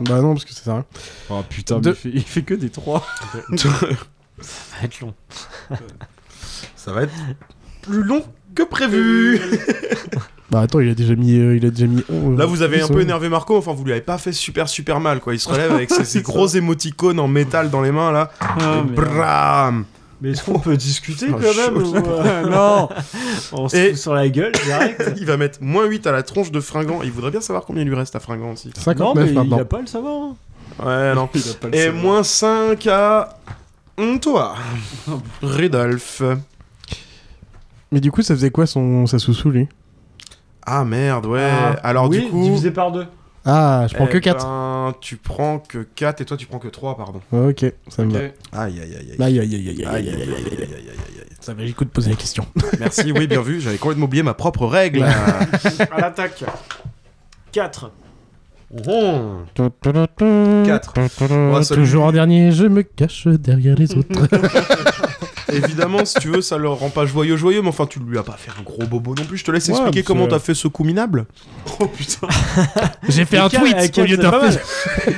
[SPEAKER 2] Bah non, parce que ça sert à rien.
[SPEAKER 1] Oh putain,
[SPEAKER 2] Deux.
[SPEAKER 1] mais il fait, il fait que des 3.
[SPEAKER 5] Ça va être long.
[SPEAKER 3] Ça va être plus long que prévu.
[SPEAKER 2] Bah attends, il a déjà mis. euh, il a déjà mis onze,
[SPEAKER 3] Là, vous avez
[SPEAKER 2] dix,
[SPEAKER 3] un peu
[SPEAKER 2] ouais.
[SPEAKER 3] énervé Marco, enfin, vous lui avez pas fait super super mal, quoi. Il se relève avec ses, ses gros émoticônes en métal dans les mains, là. Et bram
[SPEAKER 5] Mais est-ce qu'on peut discuter
[SPEAKER 3] Oh,
[SPEAKER 5] quand même
[SPEAKER 3] chaud.
[SPEAKER 5] ou, euh,
[SPEAKER 1] non
[SPEAKER 5] On se
[SPEAKER 3] Et-
[SPEAKER 5] fout sur la gueule direct.
[SPEAKER 3] Il va mettre moins 8 à la tronche de Fringant. Il voudrait bien savoir combien il lui reste à Fringant aussi.
[SPEAKER 5] non,
[SPEAKER 2] 59
[SPEAKER 5] mais il
[SPEAKER 2] maintenant.
[SPEAKER 5] a pas à le savoir. hein.
[SPEAKER 3] Ouais, non.
[SPEAKER 1] Il a pas le
[SPEAKER 3] Et
[SPEAKER 1] seum.
[SPEAKER 3] moins 5 à. Hmm, Toi, Rudolf.
[SPEAKER 2] Mais du coup, ça faisait quoi son, sa sous-sous lui
[SPEAKER 3] Ah merde, ouais.
[SPEAKER 5] Ah,
[SPEAKER 3] Alors
[SPEAKER 5] oui,
[SPEAKER 3] du coup.
[SPEAKER 5] Divisé par deux.
[SPEAKER 2] Ah, je prends
[SPEAKER 3] eh
[SPEAKER 2] que 4.
[SPEAKER 3] ben, tu prends que 4 et toi tu prends que 3, pardon.
[SPEAKER 2] Ok, ça me va.
[SPEAKER 3] Aïe aïe aïe
[SPEAKER 2] Aïe, aïe, aïe, aïe, aïe,
[SPEAKER 3] Aïe,
[SPEAKER 2] aïe, aïe.
[SPEAKER 3] aïe, aïe, aïe, aïe, aïe, aïe.
[SPEAKER 2] Ça valait le coup de poser la question.
[SPEAKER 3] Merci, oui, bien vu, j'avais complètement oublié ma propre règle.
[SPEAKER 5] À l'attaque. 4.
[SPEAKER 3] 4.
[SPEAKER 2] Moi,
[SPEAKER 3] celui-
[SPEAKER 2] Toujours en dernier, je me cache derrière les autres.
[SPEAKER 3] Évidemment, si tu veux, ça le rend pas joyeux, joyeux, mais enfin, tu lui as pas fait un gros bobo non plus. Je te laisse
[SPEAKER 5] Ouais,
[SPEAKER 3] expliquer
[SPEAKER 5] parce que-
[SPEAKER 3] comment t'as fait ce coup minable. Oh putain.
[SPEAKER 2] J'ai fait un tweet au lieu d'un fait.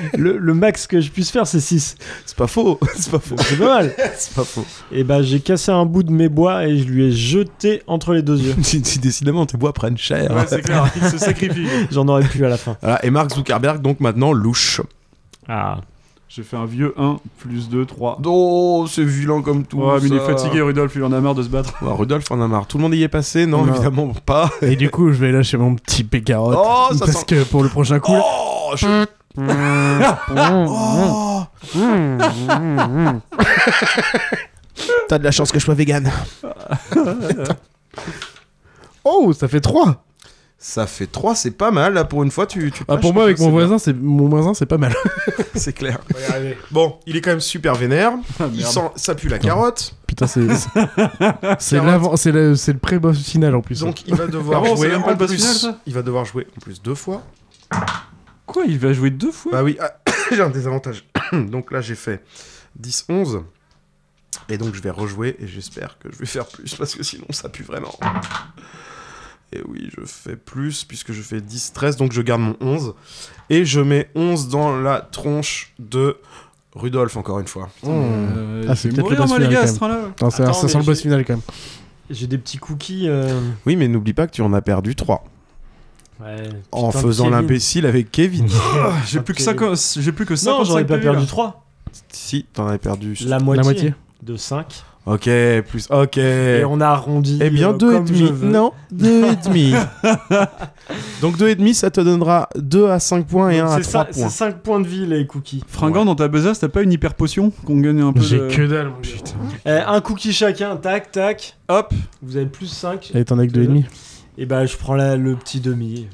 [SPEAKER 5] le, le max que je puisse faire, c'est 6.
[SPEAKER 3] C'est pas faux, c'est pas faux,
[SPEAKER 5] C'est pas mal.
[SPEAKER 3] c'est pas faux.
[SPEAKER 5] Et bah, j'ai cassé un bout de mes bois et je lui ai jeté entre les deux yeux.
[SPEAKER 3] Si- si Décidément, tes bois prennent cher.
[SPEAKER 1] clair, il se sacrifie.
[SPEAKER 5] J'en aurais plus à la fin.
[SPEAKER 3] Voilà, et Mark Zuckerberg, donc maintenant louche.
[SPEAKER 5] Ah.
[SPEAKER 1] J'ai fait un vieux 1, plus 2, 3.
[SPEAKER 3] Oh, c'est vilain comme tout.
[SPEAKER 1] Ouais, mais il est
[SPEAKER 3] ça.
[SPEAKER 1] fatigué, Rudolf, il en a marre de se battre.
[SPEAKER 3] Ouais, Rudolf en a marre. Tout le monde y est passé Non,
[SPEAKER 2] Non.
[SPEAKER 3] évidemment pas.
[SPEAKER 2] Et du coup, je vais lâcher mon petit pécarotte.
[SPEAKER 3] Oh, ça
[SPEAKER 2] parce
[SPEAKER 3] sent-
[SPEAKER 2] que pour le prochain coup.
[SPEAKER 3] Oh, je- Oh. T'as de la chance que je sois vegan.
[SPEAKER 2] Oh, ça fait 3
[SPEAKER 3] Ça fait 3, c'est pas mal. Là, pour une fois, tu. tu
[SPEAKER 2] ah,
[SPEAKER 3] lâches,
[SPEAKER 2] Pour moi,
[SPEAKER 3] je
[SPEAKER 2] avec
[SPEAKER 3] trouve
[SPEAKER 2] mon
[SPEAKER 3] que
[SPEAKER 2] voisin, c'est mon voisin, c'est pas mal.
[SPEAKER 3] c'est bien, C'est clair. Bon, il est quand même super vénère.
[SPEAKER 1] Ah,
[SPEAKER 3] Il
[SPEAKER 1] merde.
[SPEAKER 3] sent... Ça pue la carotte.
[SPEAKER 2] Putain, c'est. c'est- C'est l'avant- c'est le, c'est le pré-boss final en plus.
[SPEAKER 3] Donc il va devoir
[SPEAKER 1] Ah bon, c'est
[SPEAKER 3] jouer
[SPEAKER 1] même pas
[SPEAKER 3] en
[SPEAKER 1] le boss
[SPEAKER 3] plus.
[SPEAKER 1] final, ça
[SPEAKER 3] il va devoir jouer en plus deux fois.
[SPEAKER 1] Quoi Il va jouer deux fois
[SPEAKER 3] Bah oui, ah, j'ai un désavantage. donc là j'ai fait 10 11 et donc je vais rejouer et j'espère que je vais faire plus parce que sinon ça pue vraiment. Et oui, je fais plus puisque je fais 10 13 donc je garde mon 11 et je mets 11 dans la tronche de Rudolf encore une fois.
[SPEAKER 5] Oh.
[SPEAKER 1] Euh,
[SPEAKER 2] Ah,
[SPEAKER 1] je
[SPEAKER 2] c'est
[SPEAKER 1] vais
[SPEAKER 2] peut-être
[SPEAKER 1] mourir,
[SPEAKER 2] le boss
[SPEAKER 1] moi, les
[SPEAKER 2] final,
[SPEAKER 1] gars,
[SPEAKER 2] quand
[SPEAKER 1] ce train-là.
[SPEAKER 2] Attends, ça-
[SPEAKER 5] Attends,
[SPEAKER 2] ça
[SPEAKER 5] mais
[SPEAKER 2] sent le boss
[SPEAKER 5] j'ai-
[SPEAKER 2] final quand même.
[SPEAKER 4] J'ai des petits cookies. euh,
[SPEAKER 3] Oui, mais n'oublie pas que tu en as perdu 3
[SPEAKER 4] ouais,
[SPEAKER 3] en
[SPEAKER 4] putain de
[SPEAKER 3] faisant
[SPEAKER 4] Kevin.
[SPEAKER 3] l'imbécile avec Kevin.
[SPEAKER 1] J'ai plus que 50 j'ai plus que 55
[SPEAKER 5] Non, j'aurais pas
[SPEAKER 1] PV,
[SPEAKER 5] perdu
[SPEAKER 1] là.
[SPEAKER 5] 3.
[SPEAKER 3] si, t'en as perdu.
[SPEAKER 5] La moitié.
[SPEAKER 2] La moitié.
[SPEAKER 5] De 5.
[SPEAKER 3] OK, plus OK.
[SPEAKER 5] Et on a arrondi.
[SPEAKER 3] Eh bien,
[SPEAKER 5] euh,
[SPEAKER 3] deux et
[SPEAKER 5] comme je
[SPEAKER 3] demi.
[SPEAKER 5] veux.
[SPEAKER 3] Non, deux et demi. Donc deux et demi, ça te donnera 2 à 5 points et 1 à 3
[SPEAKER 5] C'est ça-
[SPEAKER 3] points.
[SPEAKER 5] c'est 5 points de vie, les cookies.
[SPEAKER 1] Fringant, dans ta besace, t'as pas une hyper potion qu'on gagne un peu euh,
[SPEAKER 2] J'ai
[SPEAKER 1] de-
[SPEAKER 2] que dalle.
[SPEAKER 1] Putain.
[SPEAKER 5] Eh, un cookie chacun, tac, tac.
[SPEAKER 1] Hop
[SPEAKER 5] Vous avez plus 5.
[SPEAKER 2] Et t'en as que deux et demi.
[SPEAKER 5] Et bah, je prends la- le petit demi.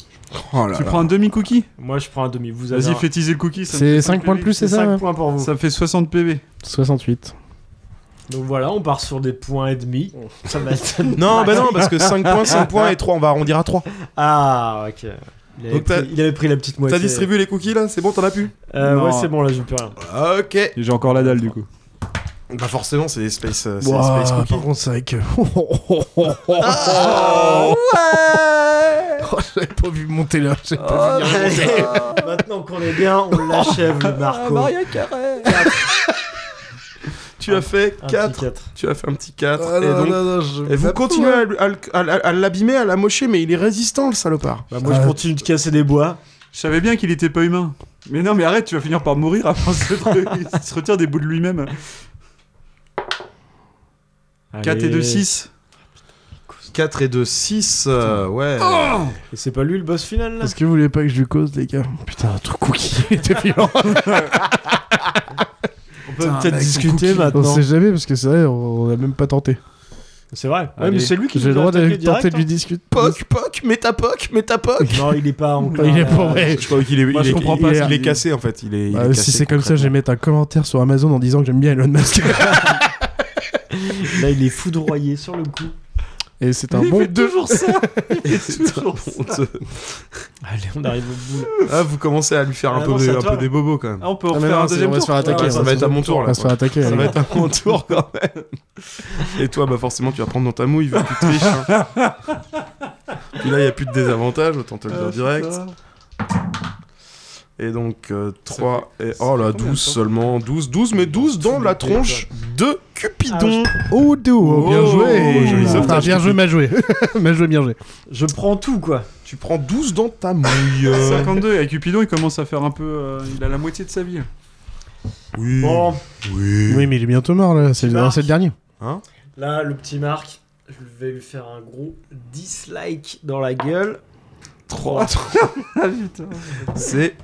[SPEAKER 3] Oh là
[SPEAKER 1] Tu
[SPEAKER 3] là.
[SPEAKER 1] prends un demi-cookie
[SPEAKER 5] Moi, je prends un demi. Vous avez
[SPEAKER 1] Vas-y,
[SPEAKER 5] un-
[SPEAKER 1] fais teaser le cookie. ça me
[SPEAKER 2] C'est
[SPEAKER 1] fait
[SPEAKER 2] 5 points de plus, c'est ça
[SPEAKER 5] 5
[SPEAKER 2] hein
[SPEAKER 5] points pour vous.
[SPEAKER 1] Ça fait 60 PV.
[SPEAKER 2] 68.
[SPEAKER 5] Donc voilà, on part sur des points et demi. Ça va être...
[SPEAKER 3] Non, bah non, parce que 5 points, 5 points et 3, on va arrondir à 3.
[SPEAKER 5] Ah, ok. Il avait,
[SPEAKER 3] Donc t'as-
[SPEAKER 5] pris, il avait pris la petite moitié.
[SPEAKER 3] T'as distribué Oh, les cookies là C'est bon, t'en as plus
[SPEAKER 5] Euh,
[SPEAKER 1] Non.
[SPEAKER 5] Ouais, c'est bon, là, j'ai plus rien.
[SPEAKER 3] Ok.
[SPEAKER 1] Et j'ai encore la dalle du coup.
[SPEAKER 3] Bah forcément, c'est les space, euh, c'est les
[SPEAKER 2] Ouah,
[SPEAKER 3] space
[SPEAKER 2] Par
[SPEAKER 3] cookies.
[SPEAKER 2] contre, c'est vrai que. Oh, j'avais pas vu monter là. j'ai pas vu venir.
[SPEAKER 5] Maintenant qu'on est bien, on l'achève, le Marco.
[SPEAKER 3] Tu as fait
[SPEAKER 5] Un petit
[SPEAKER 3] 4.
[SPEAKER 5] quatre.
[SPEAKER 3] Tu as fait un petit 4.
[SPEAKER 2] Ah,
[SPEAKER 3] et
[SPEAKER 2] non,
[SPEAKER 3] donc,
[SPEAKER 2] non, non, je- hein.
[SPEAKER 3] et vous continuez à, le- à le- à le- à l'abîmer, à l'amocher, mais il est résistant le salopard.
[SPEAKER 5] Bah, moi, je continue de casser des bois.
[SPEAKER 1] Je savais bien qu'il était pas humain. Mais non, mais arrête, tu vas finir par mourir avant ce truc. Il se retire des bouts de lui-même. 4 et 2, 6.
[SPEAKER 3] 4 et 2, 6. ouais.
[SPEAKER 5] Et c'est pas lui le boss final, là
[SPEAKER 2] Est-ce que vous voulez pas que je lui cause, les gars Putain, trop cookie il était violent.
[SPEAKER 5] On peut
[SPEAKER 1] Putain,
[SPEAKER 5] peut-être
[SPEAKER 1] mec, son
[SPEAKER 5] discuter
[SPEAKER 1] cookie.
[SPEAKER 2] On
[SPEAKER 5] maintenant.
[SPEAKER 2] sait jamais parce que c'est vrai, on on a même pas tenté.
[SPEAKER 5] C'est vrai. Ouais,
[SPEAKER 1] Allez.
[SPEAKER 5] mais c'est lui qui
[SPEAKER 2] J'ai
[SPEAKER 5] nous
[SPEAKER 2] le
[SPEAKER 5] a
[SPEAKER 2] droit de
[SPEAKER 5] attaqué
[SPEAKER 2] tenter de
[SPEAKER 5] direct,
[SPEAKER 2] lui discuter.
[SPEAKER 3] Poc, poc, métapoc, métapoc.
[SPEAKER 5] hein. Non, il est pas encore.
[SPEAKER 2] Il est pas
[SPEAKER 5] euh,
[SPEAKER 2] vrai.
[SPEAKER 3] Eh, Je crois qu'il est,
[SPEAKER 1] Moi, je
[SPEAKER 3] il est-
[SPEAKER 1] comprends
[SPEAKER 3] il-
[SPEAKER 1] pas
[SPEAKER 3] il
[SPEAKER 1] ça.
[SPEAKER 3] est cassé en fait. Il est, il
[SPEAKER 2] Bah,
[SPEAKER 3] est cassé
[SPEAKER 2] si c'est comme ça, je vais
[SPEAKER 3] concrètement.
[SPEAKER 2] mettre un commentaire sur Amazon en disant que j'aime bien Elon Musk.
[SPEAKER 5] Là, il est foudroyé sur le coup.
[SPEAKER 2] Et c'est un
[SPEAKER 1] Il
[SPEAKER 2] bon
[SPEAKER 1] fait toujours ça. Il fait
[SPEAKER 3] C'est
[SPEAKER 1] toujours
[SPEAKER 3] un
[SPEAKER 1] ça.
[SPEAKER 3] bon-
[SPEAKER 5] Allez, on arrive au bout. là.
[SPEAKER 3] Ah, vous commencez à lui faire un,
[SPEAKER 5] Ah
[SPEAKER 3] peu,
[SPEAKER 5] non,
[SPEAKER 3] des,
[SPEAKER 5] c'est à
[SPEAKER 3] un
[SPEAKER 5] toi,
[SPEAKER 3] peu
[SPEAKER 5] là.
[SPEAKER 3] des bobos quand même.
[SPEAKER 1] Ah, on peut
[SPEAKER 2] Ah,
[SPEAKER 1] en
[SPEAKER 2] mais
[SPEAKER 1] faire
[SPEAKER 2] non,
[SPEAKER 1] un
[SPEAKER 2] c'est-
[SPEAKER 1] deuxième
[SPEAKER 2] on va se
[SPEAKER 1] tour.
[SPEAKER 2] faire attaquer.
[SPEAKER 3] Ouais, ça
[SPEAKER 2] on
[SPEAKER 3] va être à mon tour
[SPEAKER 2] On
[SPEAKER 3] là.
[SPEAKER 2] va se faire attaquer.
[SPEAKER 3] Ça
[SPEAKER 2] les
[SPEAKER 3] va
[SPEAKER 2] gars.
[SPEAKER 3] être à mon tour quand même. Et toi, bah forcément, tu vas prendre dans ta mouille vu que tu triches. hein. Puis là, il n'y a plus de désavantage, autant te le
[SPEAKER 1] Euh,
[SPEAKER 3] dire direct. Et donc, 3 et. Oh
[SPEAKER 1] fait combien de
[SPEAKER 3] là, 12
[SPEAKER 1] temps
[SPEAKER 3] seulement. 12, 12, mais 12 dans la tronche de Cupidon.
[SPEAKER 2] Oh, Dodo, bien
[SPEAKER 3] Oh,
[SPEAKER 2] joué.
[SPEAKER 3] joli
[SPEAKER 2] Enfin,
[SPEAKER 3] sauvetage,
[SPEAKER 2] bien joué, mal joué. Mal joué, bien joué.
[SPEAKER 5] Je prends tout, quoi.
[SPEAKER 3] Tu prends 12 dans ta mouille.
[SPEAKER 1] 52, et Cupidon il commence à faire un peu. euh, il a la moitié de sa vie.
[SPEAKER 3] Oui.
[SPEAKER 5] Bon,
[SPEAKER 3] Oui.
[SPEAKER 2] Oui, mais il est bientôt mort là. C'est
[SPEAKER 5] marques.
[SPEAKER 2] c'est le dernier.
[SPEAKER 5] là, le petit Marc, je vais lui faire un gros dislike dans la gueule.
[SPEAKER 3] 3. Ah, C'est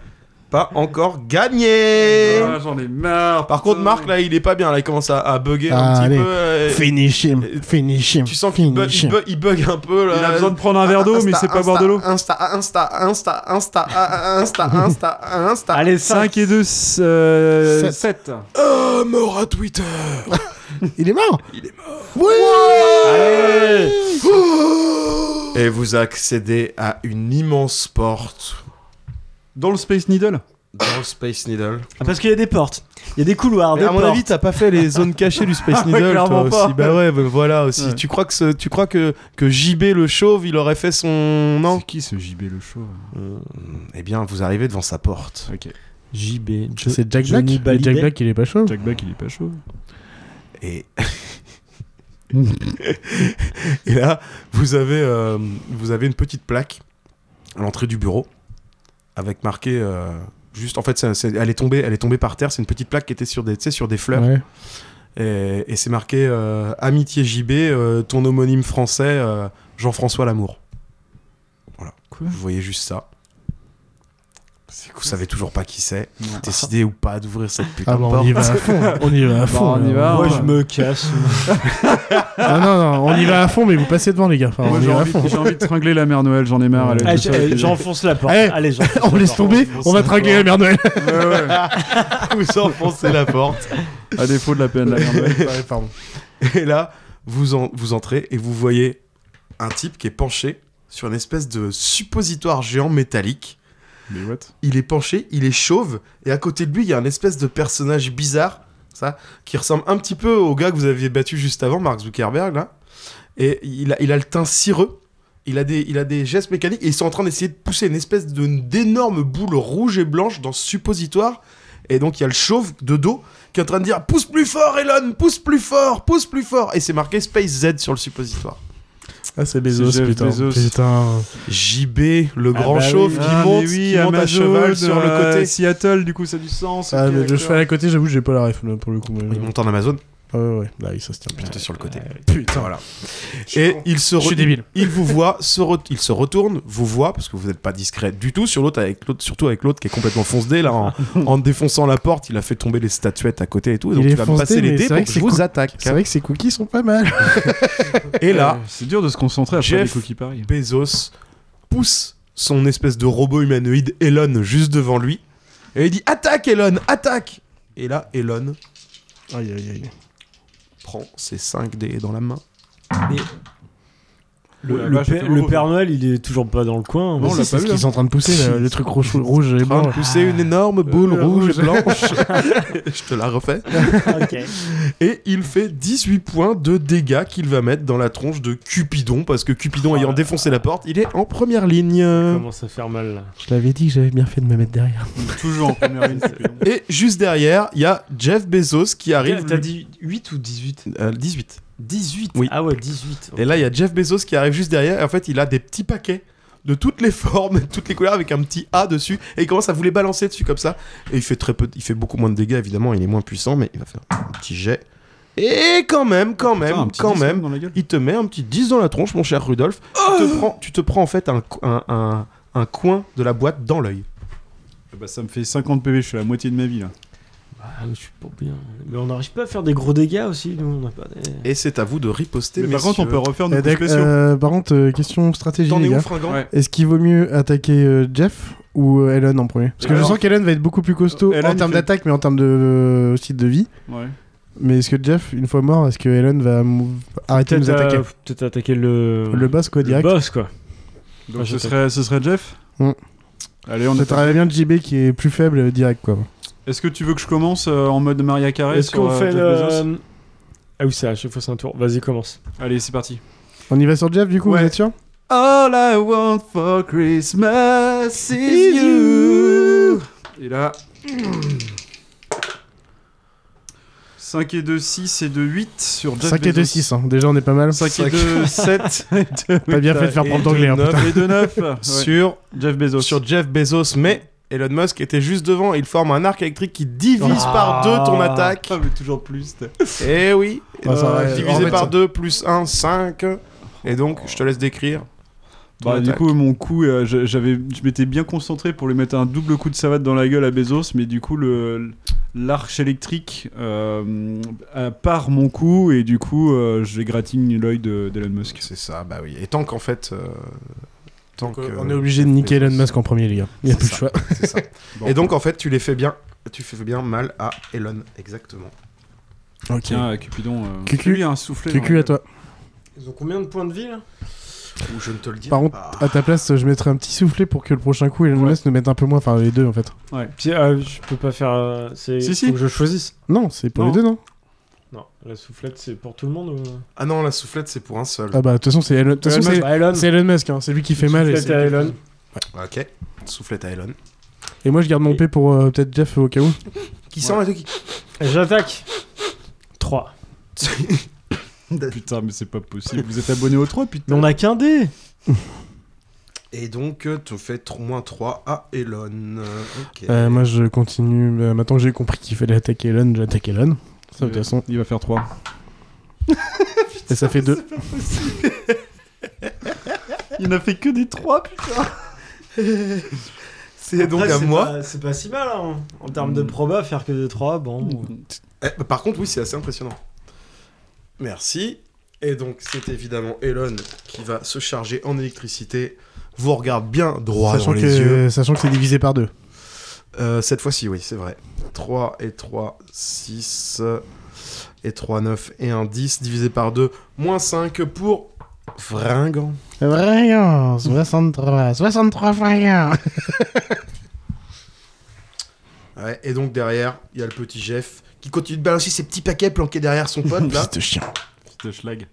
[SPEAKER 3] pas encore gagné.
[SPEAKER 1] Ah, J'en ai marre.
[SPEAKER 3] Par contre, Marc, là, il est pas bien. Là, il commence à, à bugger un
[SPEAKER 2] Ah,
[SPEAKER 3] petit
[SPEAKER 2] allez.
[SPEAKER 3] peu. euh,
[SPEAKER 2] Finish him.
[SPEAKER 3] Euh,
[SPEAKER 2] Finish him.
[SPEAKER 3] tu sens qu'il bug,
[SPEAKER 2] Finish
[SPEAKER 3] il
[SPEAKER 2] him.
[SPEAKER 3] bug, il bug un peu. Là. Ah,
[SPEAKER 1] Il a besoin de prendre un verre d'eau, mais il
[SPEAKER 3] euh, Insta,
[SPEAKER 1] sait pas
[SPEAKER 3] Insta,
[SPEAKER 1] boire de l'eau.
[SPEAKER 3] Insta, Insta, Insta, Insta, ah, ah, Insta, Insta, Insta.
[SPEAKER 5] Allez, 5.
[SPEAKER 1] 5 et euh, 2,
[SPEAKER 2] Sept.
[SPEAKER 1] 7.
[SPEAKER 3] Ah, mort à Twitter.
[SPEAKER 2] Il est mort.
[SPEAKER 5] Allez
[SPEAKER 3] Et vous accédez à une immense porte
[SPEAKER 1] Dans le Space Needle.
[SPEAKER 3] dans le Space Needle.
[SPEAKER 5] Ah, Parce qu'il y a des portes, il y a des couloirs, des portes.
[SPEAKER 3] t'as pas fait les zones cachées du Space
[SPEAKER 1] ouais, clairement pas.
[SPEAKER 3] Bah ouais, bah voilà aussi.
[SPEAKER 1] Ouais.
[SPEAKER 3] Tu crois que ce- tu crois que que JB le chauve, il aurait fait son non
[SPEAKER 1] qui ce JB le chaud
[SPEAKER 3] Eh bien, vous arrivez devant sa porte.
[SPEAKER 1] Ok.
[SPEAKER 5] JB, je-
[SPEAKER 2] C'est Jack Black.
[SPEAKER 5] Johnny
[SPEAKER 2] Mais Jack
[SPEAKER 5] Hallyday.
[SPEAKER 2] Black, il est pas chaud.
[SPEAKER 1] Jack Black il est pas chaud.
[SPEAKER 3] Et... et là, vous avez, euh, vous avez une petite plaque à l'entrée du bureau avec marqué euh, juste en fait, c'est- c'est- elle est tombée, elle est tombée par terre. C'est une petite plaque qui était sur des, tu sais, sur des fleurs
[SPEAKER 2] Ouais.
[SPEAKER 3] et, et c'est marqué euh, amitié JB, euh, ton homonyme français euh, Jean-François Lamour. Voilà.
[SPEAKER 1] Quoi
[SPEAKER 3] Vous voyez juste ça. Vous savez toujours pas qui c'est. Décidez ou pas d'ouvrir cette putain
[SPEAKER 2] Ah
[SPEAKER 3] de
[SPEAKER 2] bah, on
[SPEAKER 3] porte.
[SPEAKER 2] y va à fond, on y va à fond.
[SPEAKER 1] on y
[SPEAKER 2] là.
[SPEAKER 1] va.
[SPEAKER 5] Moi,
[SPEAKER 1] ouais.
[SPEAKER 5] je me casse.
[SPEAKER 2] Ah non, non, on y va à fond, mais vous passez devant les gars. Enfin,
[SPEAKER 1] Ah, Moi
[SPEAKER 2] on y
[SPEAKER 1] j'ai
[SPEAKER 2] va à
[SPEAKER 1] envie,
[SPEAKER 2] fond.
[SPEAKER 1] j'ai envie de tringler la mère Noël, j'en ai marre. Elle est
[SPEAKER 5] Ah,
[SPEAKER 1] toute seule.
[SPEAKER 5] j- eh, J'enfonce la porte.
[SPEAKER 2] Eh,
[SPEAKER 5] Allez, j'enfonce
[SPEAKER 2] On
[SPEAKER 5] la
[SPEAKER 2] laisse
[SPEAKER 5] porte.
[SPEAKER 2] tomber, on va tringler la mère Noël.
[SPEAKER 1] Ouais, ouais.
[SPEAKER 3] Vous enfoncez la porte.
[SPEAKER 1] À défaut de la peine, la mère Noël.
[SPEAKER 2] Pardon.
[SPEAKER 3] Et là, vous, en- vous entrez et vous voyez un type qui est penché sur une espèce de suppositoire géant métallique.
[SPEAKER 1] Mais what
[SPEAKER 3] Il est penché, il est chauve, et à côté de lui, il y a un espèce de personnage bizarre, ça, qui ressemble un petit peu au gars que vous aviez battu juste avant, Mark Zuckerberg, là. Et il a, il a le teint cireux, il a, des, il a des gestes mécaniques, et ils sont en train d'essayer de pousser une espèce de- d'énorme boule rouge et blanche dans ce suppositoire. Et donc, il y a le chauve de dos qui est en train de dire Pousse plus fort, Elon, pousse plus fort, pousse plus fort. Et c'est marqué Space Z sur le suppositoire.
[SPEAKER 2] Ah, c'est Bezos,
[SPEAKER 1] Jeff
[SPEAKER 2] putain.
[SPEAKER 1] Bezos.
[SPEAKER 2] Putain.
[SPEAKER 3] JB, le grand
[SPEAKER 5] bah oui.
[SPEAKER 3] chauve qui
[SPEAKER 1] Ah,
[SPEAKER 3] monte,
[SPEAKER 1] mais oui,
[SPEAKER 3] qui monte à
[SPEAKER 1] Amazon,
[SPEAKER 3] cheval sur le
[SPEAKER 1] euh,
[SPEAKER 3] côté.
[SPEAKER 1] Seattle, du coup, ça a du sens.
[SPEAKER 2] Ah,
[SPEAKER 1] ok,
[SPEAKER 2] mais le
[SPEAKER 1] d'accord.
[SPEAKER 2] cheval à côté, j'avoue, j'ai pas la ref là, pour le coup. mais-
[SPEAKER 3] Il monte en Amazon,
[SPEAKER 2] Ah ouais, ouais, là, ça se tient bien.
[SPEAKER 3] plutôt sur le côté.
[SPEAKER 2] Putain,
[SPEAKER 3] Voilà. Et il se re- Il vous voit, se re- il se retourne, vous voit parce que vous n'êtes pas discret du tout sur l'autre avec l'autre, surtout avec l'autre qui est complètement foncedé là en, en défonçant la porte, il a fait tomber les statuettes à côté et tout, et donc
[SPEAKER 2] Il
[SPEAKER 3] il,
[SPEAKER 2] est
[SPEAKER 3] va me
[SPEAKER 2] foncedé,
[SPEAKER 3] passer les
[SPEAKER 2] mais
[SPEAKER 3] dés
[SPEAKER 2] c'est
[SPEAKER 3] pour
[SPEAKER 2] vrai
[SPEAKER 3] que
[SPEAKER 2] que
[SPEAKER 3] je
[SPEAKER 2] c'est
[SPEAKER 3] vous
[SPEAKER 2] cool.
[SPEAKER 3] attaque.
[SPEAKER 2] C'est vrai euh, que ces cookies sont pas mal.
[SPEAKER 3] Et là,
[SPEAKER 1] C'est dur de se concentrer après
[SPEAKER 3] Jeff
[SPEAKER 1] les cookies paris.
[SPEAKER 3] Bezos pousse son espèce de robot humanoïde Elon juste devant lui et il dit attaque Elon, attaque. Et là, Elon
[SPEAKER 2] Aïe, aïe, aïe.
[SPEAKER 3] prend ses 5 dés dans la main.
[SPEAKER 5] Le, le père, le Père Noël, il est toujours pas dans le coin.
[SPEAKER 1] Non,
[SPEAKER 5] Mais
[SPEAKER 1] on l'a
[SPEAKER 2] C'est
[SPEAKER 1] pas
[SPEAKER 2] ce
[SPEAKER 1] vu,
[SPEAKER 2] qu'ils
[SPEAKER 1] hein.
[SPEAKER 2] sont en train de pousser, là, le truc rouge, rouge et
[SPEAKER 3] En train
[SPEAKER 2] blanc.
[SPEAKER 3] de pousser
[SPEAKER 5] Ah.
[SPEAKER 3] une énorme boule
[SPEAKER 2] Euh,
[SPEAKER 3] rouge
[SPEAKER 2] rouge.
[SPEAKER 3] et blanche. je te la refais.
[SPEAKER 5] Ah,
[SPEAKER 3] Et il fait 18 points de dégâts qu'il va mettre dans la tronche de Cupidon, parce que Cupidon
[SPEAKER 5] Oh
[SPEAKER 3] ayant défoncé la porte, il est en première ligne.
[SPEAKER 5] ça commence à faire mal là.
[SPEAKER 2] Je l'avais dit que j'avais bien fait de me mettre derrière.
[SPEAKER 1] Toujours en première ligne.
[SPEAKER 3] Et juste derrière, il y a Jeff Bezos qui arrive.
[SPEAKER 5] T'as dit 8 ou 18
[SPEAKER 3] Euh, 18.
[SPEAKER 5] 18
[SPEAKER 3] Oui.
[SPEAKER 5] Ah ouais, 18.
[SPEAKER 3] Et là, il y a Jeff Bezos qui arrive juste derrière, et en fait, il a des petits paquets de toutes les formes, de toutes les couleurs, avec un petit A dessus, et il commence à vous les balancer dessus comme ça. Et il fait très peu, il fait beaucoup moins de dégâts, évidemment, il est moins puissant, mais il va faire un petit jet. Et quand même, quand même, quand même,
[SPEAKER 1] Dans la gueule.
[SPEAKER 3] Il te met un petit 10 dans la tronche, mon cher Rudolf. tu,
[SPEAKER 1] Oh
[SPEAKER 3] te prends, tu te prends en fait un, co- un, un- un coin de la boîte dans l'œil.
[SPEAKER 1] Bah, ça me fait 50 PV, je suis à la moitié de ma vie là.
[SPEAKER 5] Ah, mais je suis pas bien. Mais on n'arrive pas à faire des gros dégâts aussi, nous. On n'a pas des...
[SPEAKER 3] Et c'est à vous de riposter.
[SPEAKER 1] Mais par contre, on peut
[SPEAKER 3] messieurs.
[SPEAKER 1] refaire nos
[SPEAKER 2] Euh,
[SPEAKER 1] coups
[SPEAKER 2] d'ac-
[SPEAKER 1] spéciaux.
[SPEAKER 2] euh, par contre, euh, question stratégie,
[SPEAKER 3] T'en
[SPEAKER 2] les
[SPEAKER 3] es où,
[SPEAKER 2] gars.
[SPEAKER 3] fringant
[SPEAKER 1] Ouais.
[SPEAKER 2] Est-ce qu'il vaut mieux attaquer euh, Jeff ou euh, Elon en premier Parce que
[SPEAKER 1] Alors-
[SPEAKER 2] je sens qu'Elon va être beaucoup plus costaud
[SPEAKER 1] Euh, Elon,
[SPEAKER 2] en termes
[SPEAKER 1] il fait-
[SPEAKER 2] d'attaque, mais en termes de euh, aussi de vie.
[SPEAKER 1] Ouais.
[SPEAKER 2] Mais est-ce que Jeff, une fois mort, est-ce que Elon va mou- arrêter de Ah, nous
[SPEAKER 5] Peut-être
[SPEAKER 2] attaquer
[SPEAKER 5] euh, peut-être attaquer le.
[SPEAKER 2] Le boss, quoi, direct.
[SPEAKER 5] boss, quoi.
[SPEAKER 1] Donc ce
[SPEAKER 5] Ah, j'attaque.
[SPEAKER 1] serait, ce serait Jeff
[SPEAKER 2] Hmm.
[SPEAKER 1] Allez, on
[SPEAKER 2] Ça
[SPEAKER 1] est.
[SPEAKER 2] travaille bien de JB qui est plus faible euh, direct, quoi.
[SPEAKER 1] Est-ce que tu veux que je commence euh, en mode Maria Carré
[SPEAKER 5] Est-ce
[SPEAKER 1] sur,
[SPEAKER 5] qu'on
[SPEAKER 1] euh,
[SPEAKER 5] fait
[SPEAKER 1] Jeff Bezos
[SPEAKER 5] le. Ah oui, c'est à chaque fois c'est un tour. Vas-y, commence.
[SPEAKER 1] Allez, c'est parti.
[SPEAKER 2] On y va sur Jeff, du coup,
[SPEAKER 1] Ouais.
[SPEAKER 2] vous êtes sûr
[SPEAKER 1] All I want for Christmas is you. Et là. 5 et 2, 6 et 2, 8 sur Jeff
[SPEAKER 2] 5 et 2,
[SPEAKER 1] Bezos.
[SPEAKER 2] 6, hein. déjà on est pas mal.
[SPEAKER 1] 5 et 2, 7.
[SPEAKER 2] Pas bien fait de faire
[SPEAKER 3] et
[SPEAKER 2] prendre d'anglais, hein,
[SPEAKER 3] de neuf.
[SPEAKER 2] putain.
[SPEAKER 1] Et 2, 9.
[SPEAKER 3] Sur,
[SPEAKER 1] Jeff Bezos.
[SPEAKER 3] sur Jeff Bezos, mais Elon Musk était juste devant. Il forme un arc électrique qui divise
[SPEAKER 5] Ah.
[SPEAKER 3] par deux ton attaque.
[SPEAKER 1] Ah, mais toujours plus. t'es.
[SPEAKER 3] Et oui, Euh,
[SPEAKER 2] Ah, ça va,
[SPEAKER 3] divisé
[SPEAKER 2] en fait,
[SPEAKER 3] par
[SPEAKER 2] ça-
[SPEAKER 3] deux plus 1, 5. Et donc, je te laisse décrire.
[SPEAKER 1] Bah,
[SPEAKER 3] Ton
[SPEAKER 1] du
[SPEAKER 3] attaque.
[SPEAKER 1] coup, mon coup, euh, je- j'avais, je m'étais bien concentré pour lui mettre un double coup de savate dans la gueule à Bezos, mais du coup, le, l'arche électrique euh, euh, part mon coup et du coup, euh, je gratigne l'œil de, d'Elon Musk.
[SPEAKER 3] C'est ça, bah oui. Et tant qu'en fait. euh, tant
[SPEAKER 2] Donc, euh,
[SPEAKER 3] que-
[SPEAKER 2] on est obligé de niquer Elon Musk en premier, les gars. Il n'y a plus
[SPEAKER 3] C'est ça.
[SPEAKER 2] de choix.
[SPEAKER 3] C'est ça.
[SPEAKER 1] Bon.
[SPEAKER 3] Et donc en fait, tu les fais bien, tu fais bien mal à Elon, exactement.
[SPEAKER 2] Ok.
[SPEAKER 1] Tiens, euh, Cupidon, euh,
[SPEAKER 2] Cucu.
[SPEAKER 1] lui, un soufflet.
[SPEAKER 2] QQ à toi.
[SPEAKER 5] Ils ont combien de points de vie là
[SPEAKER 3] Ou je ne te le dis
[SPEAKER 2] Par contre,
[SPEAKER 3] pas.
[SPEAKER 2] à ta place, je mettrais un petit soufflet pour que le prochain coup, Elon
[SPEAKER 1] Ouais.
[SPEAKER 2] Musk nous mette un peu moins. Enfin, les deux, en fait.
[SPEAKER 5] je peux pas faire. euh, c'est...
[SPEAKER 1] Si, si.
[SPEAKER 5] Faut que je choisisse.
[SPEAKER 2] Non, c'est pour
[SPEAKER 1] Non.
[SPEAKER 2] les deux, non
[SPEAKER 5] Non, la soufflette, c'est pour tout le monde ou.
[SPEAKER 3] Ah non, la soufflette c'est pour un seul.
[SPEAKER 2] Ah bah, de toute façon, c'est Elon, de toute façon, c'est-
[SPEAKER 5] Bah, Elon.
[SPEAKER 2] c'est Elon Musk, hein. c'est lui qui fait mal. et
[SPEAKER 5] Soufflette
[SPEAKER 2] c'est-
[SPEAKER 5] à Elon.
[SPEAKER 3] Ok. Soufflette à Elon.
[SPEAKER 2] Et moi, je garde mon P pour euh, peut-être Jeff au cas où.
[SPEAKER 3] Qui sent la qui
[SPEAKER 5] J'attaque 3.
[SPEAKER 1] Putain, mais c'est pas possible. Vous êtes abonné aux 3, putain.
[SPEAKER 5] Mais on a qu'un dé
[SPEAKER 3] Et donc euh, tu fais tr- moins 3 à Elon. Euh, Ok.
[SPEAKER 2] Euh, moi, je continue. Euh, maintenant que j'ai compris qu'il fallait attaquer Elon, j'attaque Elon. Ça, de toute façon.
[SPEAKER 1] euh, Il va faire 3.
[SPEAKER 2] Et ça fait deux.
[SPEAKER 1] Il n'a fait que des 3, putain.
[SPEAKER 3] C'est donc
[SPEAKER 5] Après,
[SPEAKER 3] à
[SPEAKER 5] c'est
[SPEAKER 3] moi.
[SPEAKER 5] pas- C'est pas si mal, hein. En termes de proba, faire que des 3, bon.
[SPEAKER 1] Oh,
[SPEAKER 3] Eh, bah, par contre, oui, c'est assez impressionnant. Merci. Et donc, c'est évidemment Elon qui va se charger en électricité. Vous regarde bien droit
[SPEAKER 2] sachant,
[SPEAKER 3] dans les yeux.
[SPEAKER 2] que, sachant que c'est divisé par deux.
[SPEAKER 3] Euh, cette fois-ci, oui, c'est vrai. 3 et 3, 6 et 3, 9 et 1, 10 divisé par 2, moins 5 pour Vringan.
[SPEAKER 2] Voyons, 63, 63 voyons.
[SPEAKER 3] Ouais, et donc derrière, il y a le petit Jeff qui continue de balancer ses petits paquets planqués derrière son pote là
[SPEAKER 2] Fils de chien.
[SPEAKER 1] C'était schlag.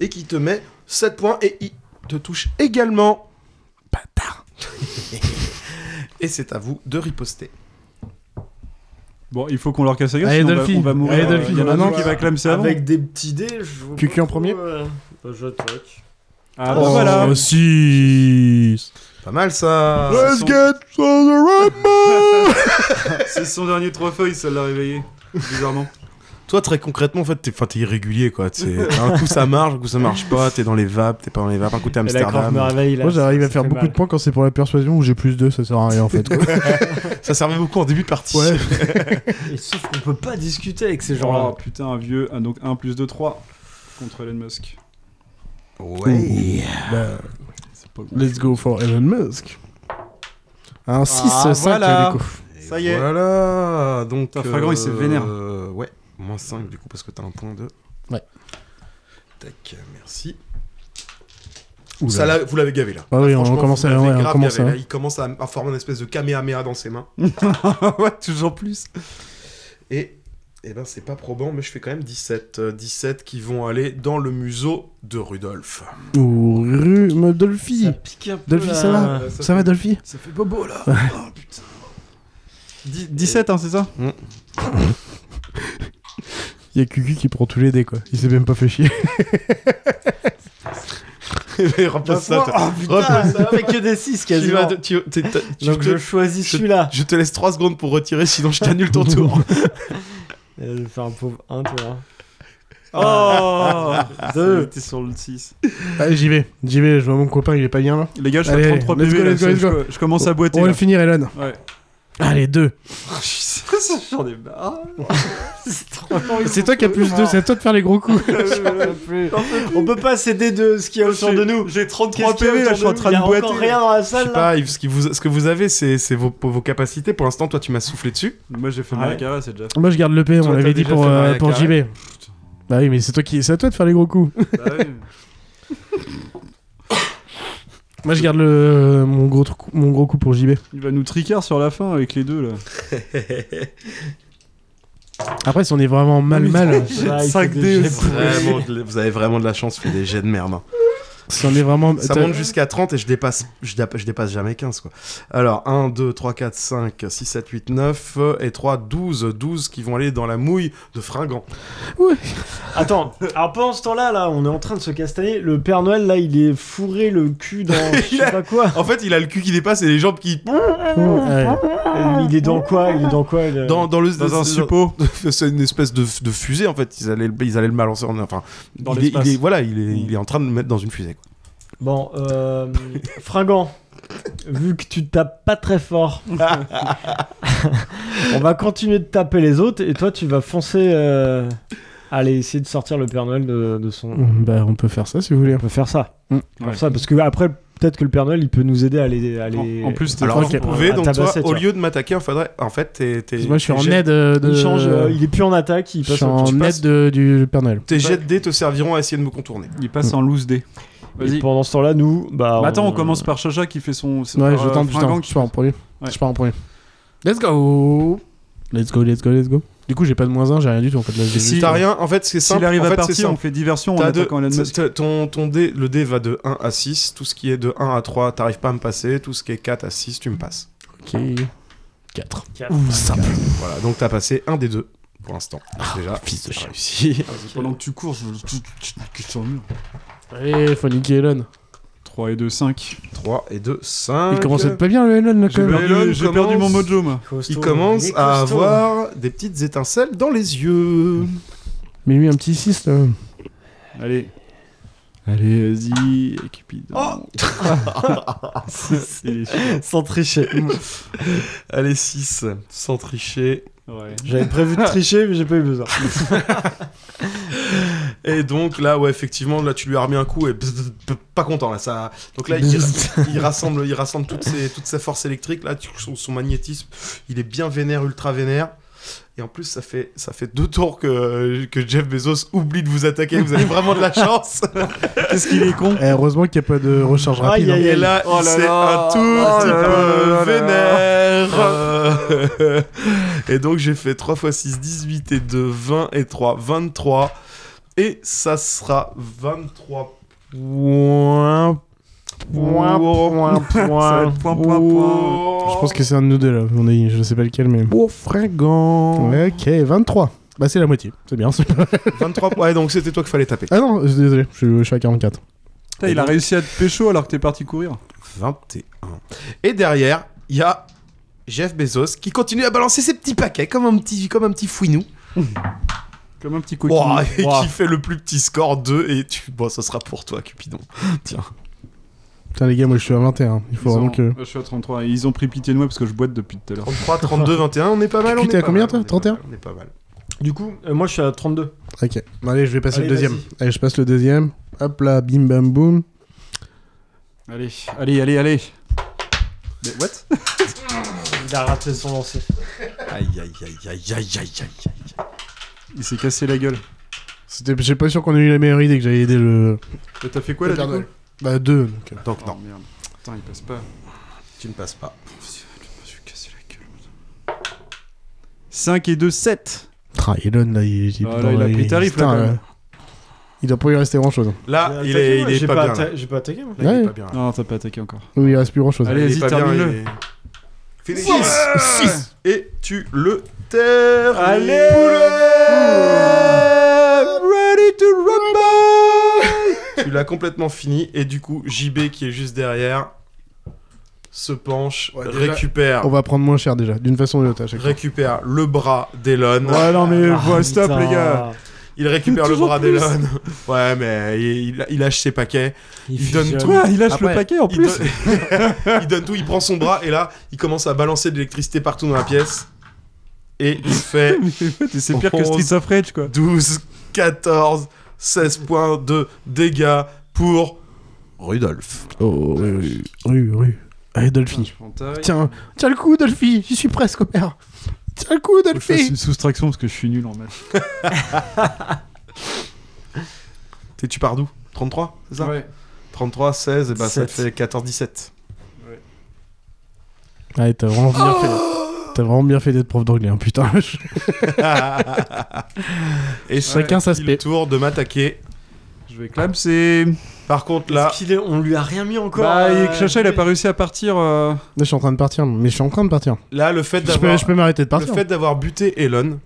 [SPEAKER 3] et qui te met 7 points et il te touche également. Bâtard. et c'est à vous de riposter.
[SPEAKER 1] Bon, il faut qu'on leur casse la gueule,
[SPEAKER 2] Allez,
[SPEAKER 1] sinon on va-
[SPEAKER 2] Dolphy.
[SPEAKER 1] on va mourir.
[SPEAKER 2] Allez,
[SPEAKER 1] Euh,
[SPEAKER 2] Dolphy.
[SPEAKER 1] Il y en a
[SPEAKER 2] Maintenant,
[SPEAKER 1] un qui va clamser avant.
[SPEAKER 5] Avec des petits dés, je vois
[SPEAKER 2] Cucu
[SPEAKER 5] pas
[SPEAKER 2] en premier
[SPEAKER 5] trop, euh, bah, je toque.
[SPEAKER 1] Ah
[SPEAKER 2] Oh,
[SPEAKER 1] bah voilà.
[SPEAKER 2] 6.
[SPEAKER 3] Pas mal ça.
[SPEAKER 1] Let's
[SPEAKER 3] Ça sent-
[SPEAKER 1] get C'est son dernier trophée, ça l'a réveillé. Bizarrement.
[SPEAKER 3] Toi, très concrètement, en fait, t'es enfin, t'es irrégulier, quoi. T'sais, un coup, ça marche, un coup, ça marche pas. T'es dans les vapes, t'es pas dans les vapes. Un coup, t'es à
[SPEAKER 5] Et là, quand je
[SPEAKER 3] Amsterdam.
[SPEAKER 5] me réveille, là.
[SPEAKER 2] Moi j'arrive
[SPEAKER 5] ça-
[SPEAKER 2] à
[SPEAKER 5] ça
[SPEAKER 2] faire
[SPEAKER 5] fait
[SPEAKER 2] beaucoup
[SPEAKER 5] mal.
[SPEAKER 2] de points quand c'est pour la persuasion où j'ai plus 2, ça sert à rien en fait.
[SPEAKER 3] Ça servait beaucoup en début de partie.
[SPEAKER 2] Ouais.
[SPEAKER 5] Et sauf qu'on peut pas discuter avec ces
[SPEAKER 1] Genre,
[SPEAKER 5] gens-là.
[SPEAKER 1] oh, putain, un vieux. Ah, donc 1 plus 2, 3 contre Elon Musk.
[SPEAKER 2] Bah,
[SPEAKER 1] C'est pas
[SPEAKER 2] let's go for Elon Musk. Un 6, 5
[SPEAKER 3] voilà.
[SPEAKER 2] du coup.
[SPEAKER 1] Ça y est.
[SPEAKER 3] Voilà. Donc.
[SPEAKER 1] Putain, Fragrant, il s'est vénère.
[SPEAKER 3] euh, Ouais. Moins 5, du coup, parce que t'as un point de.
[SPEAKER 2] Ouais.
[SPEAKER 3] Tac, merci.
[SPEAKER 2] Oula.
[SPEAKER 3] Ça, là, vous l'avez gavé, là.
[SPEAKER 2] Ah oui, on
[SPEAKER 3] Franchement,
[SPEAKER 2] commence
[SPEAKER 3] vous
[SPEAKER 2] à.
[SPEAKER 3] l'avez
[SPEAKER 2] ouais, on
[SPEAKER 3] grave
[SPEAKER 2] commence
[SPEAKER 3] gavé,
[SPEAKER 2] à-
[SPEAKER 3] là. Il commence à, à former une espèce de kamehameha dans ses mains.
[SPEAKER 1] ouais, toujours plus.
[SPEAKER 3] Et, eh ben, c'est pas probant, mais je fais quand même 17. euh, 17 qui vont aller dans le museau de Rudolf.
[SPEAKER 2] Ouh, rhume Dolphy.
[SPEAKER 5] Ça pique un peu.
[SPEAKER 2] Dolphy,
[SPEAKER 5] là.
[SPEAKER 2] ça va Ah,
[SPEAKER 3] Euh,
[SPEAKER 2] Ça, va, Dolphy
[SPEAKER 1] Ça fait bobo là. Oh putain. 17, hein, c'est ça
[SPEAKER 2] Il y a Cucu qui prend tous les dés, quoi. Il s'est même pas fait chier.
[SPEAKER 3] Et remplace ça, toi.
[SPEAKER 5] Oh putain, ça fait que des 6
[SPEAKER 3] Tu vas
[SPEAKER 5] quasiment.
[SPEAKER 3] de- tu- t'es- t'as- tu
[SPEAKER 5] Donc
[SPEAKER 3] te-
[SPEAKER 5] je choisis
[SPEAKER 3] je-
[SPEAKER 5] celui-là.
[SPEAKER 3] je te laisse 3 secondes pour retirer, sinon je t'annule ton tour.
[SPEAKER 5] Euh, Je vais faire un pauvre 1, tu vois.
[SPEAKER 1] Oh
[SPEAKER 5] Deux.
[SPEAKER 1] T'es sur le 6.
[SPEAKER 2] Allez, j'y vais. J'y vais, je vois mon copain, il est pas bien là.
[SPEAKER 1] Les gars, je
[SPEAKER 2] Allez,
[SPEAKER 1] fais 33
[SPEAKER 2] let's
[SPEAKER 1] PV.
[SPEAKER 2] go,
[SPEAKER 1] là,
[SPEAKER 2] let's go,
[SPEAKER 1] ça,
[SPEAKER 2] let's
[SPEAKER 1] je, je commence à boiter.
[SPEAKER 2] On va
[SPEAKER 1] là.
[SPEAKER 2] le finir, Elon.
[SPEAKER 1] Ouais.
[SPEAKER 2] Allez, 2.
[SPEAKER 1] J'en ai marre.
[SPEAKER 2] C'est toi qui as plus 2, c'est à toi de faire les gros coups.
[SPEAKER 5] On peut pas céder de ce qu'il y a autour
[SPEAKER 1] J'ai-
[SPEAKER 5] de nous.
[SPEAKER 1] J'ai
[SPEAKER 5] Qu'est-ce
[SPEAKER 1] 33
[SPEAKER 5] qu'il y a
[SPEAKER 1] PV là,
[SPEAKER 5] autour
[SPEAKER 1] je suis en
[SPEAKER 5] nous
[SPEAKER 1] train
[SPEAKER 5] Il y a
[SPEAKER 1] de boiter.
[SPEAKER 5] encore rien dans la
[SPEAKER 3] Je sais
[SPEAKER 5] salle là.
[SPEAKER 3] pas, Yves, ce, qui vous- ce que vous avez, c'est c'est vos, vos capacités. Pour l'instant, toi, tu m'as soufflé dessus.
[SPEAKER 1] Moi j'ai fait
[SPEAKER 5] Ouais.
[SPEAKER 1] ma cara, c'est déjà fait.
[SPEAKER 2] Moi, je garde le P, on
[SPEAKER 3] Toi,
[SPEAKER 2] l'avait
[SPEAKER 3] t'as
[SPEAKER 2] dit
[SPEAKER 3] déjà
[SPEAKER 2] pour,
[SPEAKER 3] fait
[SPEAKER 2] euh,
[SPEAKER 3] Maria
[SPEAKER 2] pour
[SPEAKER 3] Carré.
[SPEAKER 2] JB. Bah oui, mais c'est toi qui, c'est à toi de faire les gros coups. Moi, je garde le, mon gros, trou- mon gros coup pour JB.
[SPEAKER 1] Il va nous tricard sur la fin avec les deux là.
[SPEAKER 2] Après, si on est vraiment mal, mal,
[SPEAKER 5] Là, il faut
[SPEAKER 1] 5
[SPEAKER 5] des
[SPEAKER 1] dés
[SPEAKER 5] jets
[SPEAKER 1] aussi.
[SPEAKER 5] pour-
[SPEAKER 3] Vraiment de- vous avez vraiment de la chance, vous faites des jets de merde. hein.
[SPEAKER 2] si on est vraiment.
[SPEAKER 3] Ça
[SPEAKER 2] T'as-
[SPEAKER 3] monte jusqu'à 30 et je dépasse, je, dap- je dépasse jamais 15. Quoi. Alors, 1, 2, 3, 4, 5, 6, 7, 8, 9 euh, et 3, 12. 12 qui vont aller dans la mouille de fringant.
[SPEAKER 5] Attends, alors pendant ce temps-là, là, on est en train de se castagner. Le Père Noël, là, il est fourré le cul dans je
[SPEAKER 3] Il a-
[SPEAKER 5] sais pas quoi.
[SPEAKER 3] En fait, il a le cul qui dépasse et les jambes qui.
[SPEAKER 1] Ah,
[SPEAKER 2] Ouais.
[SPEAKER 5] Euh, Il est dans quoi Il est dans quoi il est-
[SPEAKER 3] Dans, dans le,
[SPEAKER 1] Dans un
[SPEAKER 3] dans-
[SPEAKER 1] suppôt.
[SPEAKER 3] C'est une espèce de, de fusée en fait. Ils allaient, le- ils allaient le balancer en. Enfin,
[SPEAKER 1] Dans
[SPEAKER 3] il est,
[SPEAKER 1] l'espace.
[SPEAKER 3] il est- voilà, il est,
[SPEAKER 1] Mm.
[SPEAKER 3] il est en train de le mettre dans une fusée. quoi.
[SPEAKER 5] Bon, euh, fringant, vu que tu tapes pas très fort, on va continuer de taper les autres et toi tu vas foncer. euh, Allez, essayer de sortir le Père Noël de, de son. On
[SPEAKER 2] Bah, on peut faire ça si vous voulez.
[SPEAKER 5] peut faire ça.
[SPEAKER 2] Mm.
[SPEAKER 5] Faire
[SPEAKER 1] Mm. Ouais.
[SPEAKER 5] ça parce que après peut-être que le Père Noël il peut nous aider à les. à les-
[SPEAKER 1] En, en plus, t'es
[SPEAKER 3] Alors,
[SPEAKER 1] fort.
[SPEAKER 2] ok.
[SPEAKER 3] vous pouvez,
[SPEAKER 5] Ah,
[SPEAKER 3] donc, toi,
[SPEAKER 5] tabasser,
[SPEAKER 3] au
[SPEAKER 5] toi.
[SPEAKER 3] lieu de m'attaquer, en fait, en fait, t'es. t'es-
[SPEAKER 2] Moi, je suis
[SPEAKER 3] tes
[SPEAKER 2] en
[SPEAKER 3] jets-
[SPEAKER 2] aide euh, de.
[SPEAKER 5] il change, euh, il est plus en attaque, il
[SPEAKER 2] Je
[SPEAKER 5] passe
[SPEAKER 2] suis
[SPEAKER 5] au-
[SPEAKER 2] en
[SPEAKER 3] tu
[SPEAKER 2] aide
[SPEAKER 3] passes-
[SPEAKER 2] de- du Père Noël.
[SPEAKER 3] Tes jets de dés te serviront à essayer de me contourner.
[SPEAKER 1] il passe en loose dé.
[SPEAKER 5] Et
[SPEAKER 1] Vas-y.
[SPEAKER 5] pendant ce temps-là, nous, bah.
[SPEAKER 1] Bah, attends, on commence par Chacha qui fait son. c'est
[SPEAKER 2] Ouais,
[SPEAKER 1] par,
[SPEAKER 2] je
[SPEAKER 1] euh,
[SPEAKER 2] tente, je
[SPEAKER 1] Fringant
[SPEAKER 2] tente.
[SPEAKER 1] qui-
[SPEAKER 2] Je pars en premier.
[SPEAKER 1] Ouais.
[SPEAKER 2] Je pars en premier. Let's go Let's go, let's go, let's go. Du coup, j'ai pas de moins 1, j'ai rien du tout en fait. Là, j'ai
[SPEAKER 1] Si-
[SPEAKER 2] juste-
[SPEAKER 3] T'as rien, en fait, c'est simple.
[SPEAKER 1] S'il arrive
[SPEAKER 3] en
[SPEAKER 1] à
[SPEAKER 3] fait, c'est
[SPEAKER 1] partir, on
[SPEAKER 3] simple.
[SPEAKER 1] fait diversion en
[SPEAKER 3] T'as de-
[SPEAKER 1] attaquant Elon Musk.
[SPEAKER 3] t'as- ton, ton dé, le dé va de 1 à 6, tout ce qui est de 1 à 3, t'arrives pas à me passer, tout ce qui est 4 à 6, tu me passes.
[SPEAKER 2] Ok. 4.
[SPEAKER 5] Quatre.
[SPEAKER 2] Simple.
[SPEAKER 3] Voilà, donc t'as passé un des deux pour l'instant. Déjà,
[SPEAKER 2] Fils de
[SPEAKER 3] t'as
[SPEAKER 2] chien.
[SPEAKER 3] réussi.
[SPEAKER 1] Pendant que tu cours, je. tu- tu- tu- tu- sur le mur.
[SPEAKER 2] Allez, faut niquer Elon.
[SPEAKER 1] 3 et 2, 5.
[SPEAKER 3] 3 et 2, 5.
[SPEAKER 1] Ah,
[SPEAKER 2] Il commence à être pas bien le Elon là
[SPEAKER 1] J'ai
[SPEAKER 2] quand même.
[SPEAKER 1] perdu,
[SPEAKER 3] Elon
[SPEAKER 1] j'ai perdu mon
[SPEAKER 3] commence-
[SPEAKER 1] mojo, moi.
[SPEAKER 5] Costaud,
[SPEAKER 3] Il commence
[SPEAKER 5] est
[SPEAKER 3] à
[SPEAKER 5] costaud.
[SPEAKER 3] avoir des petites étincelles dans les yeux.
[SPEAKER 2] Mais lui, un petit 6 là.
[SPEAKER 1] Allez. Oh. Allez, vas-y, Cupidon. C'est
[SPEAKER 4] Sans tricher.
[SPEAKER 3] Allez, 6, sans tricher.
[SPEAKER 1] ouais.
[SPEAKER 5] J'avais prévu de tricher, mais j'ai pas eu besoin.
[SPEAKER 3] Et donc là, ouais, effectivement, là, tu lui as remis un coup et bzz, bzz, pas content, là, ça... Donc là, il, il rassemble, il rassemble toutes ses, toute sa force électrique, là, tu- son, son magnétisme, il est bien vénère, ultra vénère. Et en plus, ça fait, ça fait deux tours que, que Jeff Bezos oublie de vous attaquer, vous avez vraiment de la chance.
[SPEAKER 1] Qu'est-ce qu'il est con
[SPEAKER 2] Eh, heureusement qu'il n'y a pas de recharge rapide.
[SPEAKER 5] Aïe, aïe,
[SPEAKER 2] hein.
[SPEAKER 3] Et là,
[SPEAKER 5] Oh
[SPEAKER 3] il
[SPEAKER 5] là
[SPEAKER 3] s'est
[SPEAKER 5] là,
[SPEAKER 3] un tout
[SPEAKER 5] oh
[SPEAKER 3] petit
[SPEAKER 5] là là là là
[SPEAKER 3] peu vénère. Euh, et donc, j'ai fait 3 x 6, 18 et 2, 20 et 3, 23. Et ça sera 23 points.
[SPEAKER 5] Point, point,
[SPEAKER 1] Ça va
[SPEAKER 5] point.
[SPEAKER 1] être point, point, point.
[SPEAKER 2] Je pense que c'est un de nous deux là. On est, je sais pas lequel, mais.
[SPEAKER 3] Oh, fringant
[SPEAKER 2] Ouais, Ok, 23. Bah, c'est la moitié. C'est bien. c'est pas-
[SPEAKER 3] 23 points. Ouais, donc c'était toi qu'il fallait taper.
[SPEAKER 2] Ah non, je- désolé, je suis- je suis à 44.
[SPEAKER 1] Putain, il a réussi à te pécho alors que t'es parti courir.
[SPEAKER 3] 21. Et derrière, il y a Jeff Bezos qui continue à balancer ses petits paquets comme un petit, comme un petit fouinou.
[SPEAKER 1] Comme un petit
[SPEAKER 3] Wow,
[SPEAKER 1] coquin.
[SPEAKER 3] et qui fait le plus petit score 2 et tu... Bon, ça sera pour toi, Cupidon.
[SPEAKER 2] Putain, les gars, moi je suis à 21. Il faut
[SPEAKER 1] Ils
[SPEAKER 2] vraiment
[SPEAKER 1] ont-
[SPEAKER 2] que.
[SPEAKER 1] Je suis à 33. Ils ont pris pitié de moi parce que je boite depuis tout à l'heure.
[SPEAKER 3] 33, 32, 21, on est pas mal. on
[SPEAKER 2] Putain,
[SPEAKER 3] est pas
[SPEAKER 2] combien,
[SPEAKER 3] mal,
[SPEAKER 2] toi
[SPEAKER 3] on est pas
[SPEAKER 2] 31?
[SPEAKER 3] mal, On est pas mal.
[SPEAKER 5] Du coup, euh, moi je suis à 32.
[SPEAKER 2] Ok. Bon, Allez, je vais passer
[SPEAKER 5] Allez,
[SPEAKER 2] le deuxième.
[SPEAKER 5] vas-y.
[SPEAKER 2] Allez, je passe le deuxième. Hop là, bim bam boum.
[SPEAKER 1] Allez, allez, allez, allez. Mais what
[SPEAKER 5] Il a raté son lancer.
[SPEAKER 3] Aïe, aïe, aïe, aïe, aïe, aïe, aïe, aïe.
[SPEAKER 1] Il s'est cassé la gueule.
[SPEAKER 2] C'était, j'ai pas sûr qu'on ait eu la meilleure idée que j'allais aider le.
[SPEAKER 1] Et t'as fait quoi là
[SPEAKER 2] le Père
[SPEAKER 1] du
[SPEAKER 2] Noël.
[SPEAKER 1] coup
[SPEAKER 2] Bah, deux. donc, euh.
[SPEAKER 3] Donc
[SPEAKER 1] Oh
[SPEAKER 3] non,
[SPEAKER 1] merde. Putain, il passe pas.
[SPEAKER 3] tu ne passes pas.
[SPEAKER 1] Je me suis cassé la gueule. 5 et 2, 7.
[SPEAKER 2] Tra, Elon là, il.
[SPEAKER 1] Ah, là, il a pris tarif, là,
[SPEAKER 2] putain,
[SPEAKER 1] quand même.
[SPEAKER 2] euh, Il doit pas lui rester hein. grand chose.
[SPEAKER 3] Là, Ah,
[SPEAKER 5] J'ai
[SPEAKER 3] il
[SPEAKER 5] attaqué,
[SPEAKER 3] est,
[SPEAKER 5] moi,
[SPEAKER 3] il est
[SPEAKER 5] j'ai
[SPEAKER 3] pas bien.
[SPEAKER 5] atta- J'ai pas attaqué moi.
[SPEAKER 3] là. Là, il est
[SPEAKER 2] Ouais.
[SPEAKER 3] pas bien. là.
[SPEAKER 1] Non, non, t'as pas attaqué encore.
[SPEAKER 2] Oui, il reste plus grand chose.
[SPEAKER 1] Allez,
[SPEAKER 3] Il
[SPEAKER 1] vas-y,
[SPEAKER 3] est pas bien,
[SPEAKER 1] termine-le.
[SPEAKER 3] il est- Fais-les
[SPEAKER 1] Six.
[SPEAKER 3] six. Six. Et tu le terres.
[SPEAKER 5] Allez.
[SPEAKER 3] Ready to rumble Tu l'as complètement fini et du coup, JB qui est juste derrière se penche,
[SPEAKER 2] Ouais, déjà- oh,
[SPEAKER 3] récupère,
[SPEAKER 2] On va prendre moins cher déjà, d'une façon ou d'une autre à chaque fois.
[SPEAKER 3] récupère le bras d'Elon.
[SPEAKER 1] Ouais, non, mais voilà,
[SPEAKER 5] Ah,
[SPEAKER 1] stop,
[SPEAKER 5] putain.
[SPEAKER 1] les gars.
[SPEAKER 3] Il récupère le
[SPEAKER 1] Toujours
[SPEAKER 3] bras
[SPEAKER 1] plus.
[SPEAKER 3] d'Elon. Ouais, mais il, il- il lâche ses paquets. Il
[SPEAKER 5] fait
[SPEAKER 3] donne
[SPEAKER 5] viol.
[SPEAKER 3] tout.
[SPEAKER 1] Ouais, il lâche le
[SPEAKER 2] Après,
[SPEAKER 1] paquet en
[SPEAKER 3] Il,
[SPEAKER 1] plus.
[SPEAKER 3] donne- il donne tout, il prend son bras et là, il commence à balancer de l'électricité partout dans la pièce. Et il fait
[SPEAKER 1] Et C'est pire que Streets of Rage quoi.
[SPEAKER 3] 12, 14, 16 points de dégâts pour Rudolf.
[SPEAKER 2] Oh, oui, oui. Oui, oui. Allez, Dolphy. Tiens, tiens le coup, Dolphy. J'y suis presque, au père. Tiens le coup,
[SPEAKER 1] Faut que je fasse
[SPEAKER 2] Dolphy.
[SPEAKER 1] une soustraction parce que je suis nul en maths.
[SPEAKER 3] T'es tu pars d'où 33, c'est ça
[SPEAKER 1] Ouais.
[SPEAKER 3] 33, 16, et bah ça te
[SPEAKER 4] Sept.
[SPEAKER 3] fait 14, 17.
[SPEAKER 2] Ouais, t'as vraiment bien fait. T'as vraiment bien fait d'être prof d'anglais, hein, putain.
[SPEAKER 3] et
[SPEAKER 2] Chacun
[SPEAKER 3] chacun
[SPEAKER 2] sa spé.
[SPEAKER 3] le tour de m'attaquer.
[SPEAKER 1] Je vais clamser.
[SPEAKER 3] Par contre là,
[SPEAKER 4] Est-ce qu'il est- On lui a rien mis encore.
[SPEAKER 1] Bah, et
[SPEAKER 4] euh,
[SPEAKER 1] Chacha il a pas réussi à partir. euh,
[SPEAKER 2] Là, je suis en train de partir, mais je suis en train de partir.
[SPEAKER 3] là le fait
[SPEAKER 2] Je peux,
[SPEAKER 3] d'avoir
[SPEAKER 2] je peux m'arrêter de
[SPEAKER 3] le
[SPEAKER 2] partir. hein.
[SPEAKER 3] fait d'avoir buté Elon,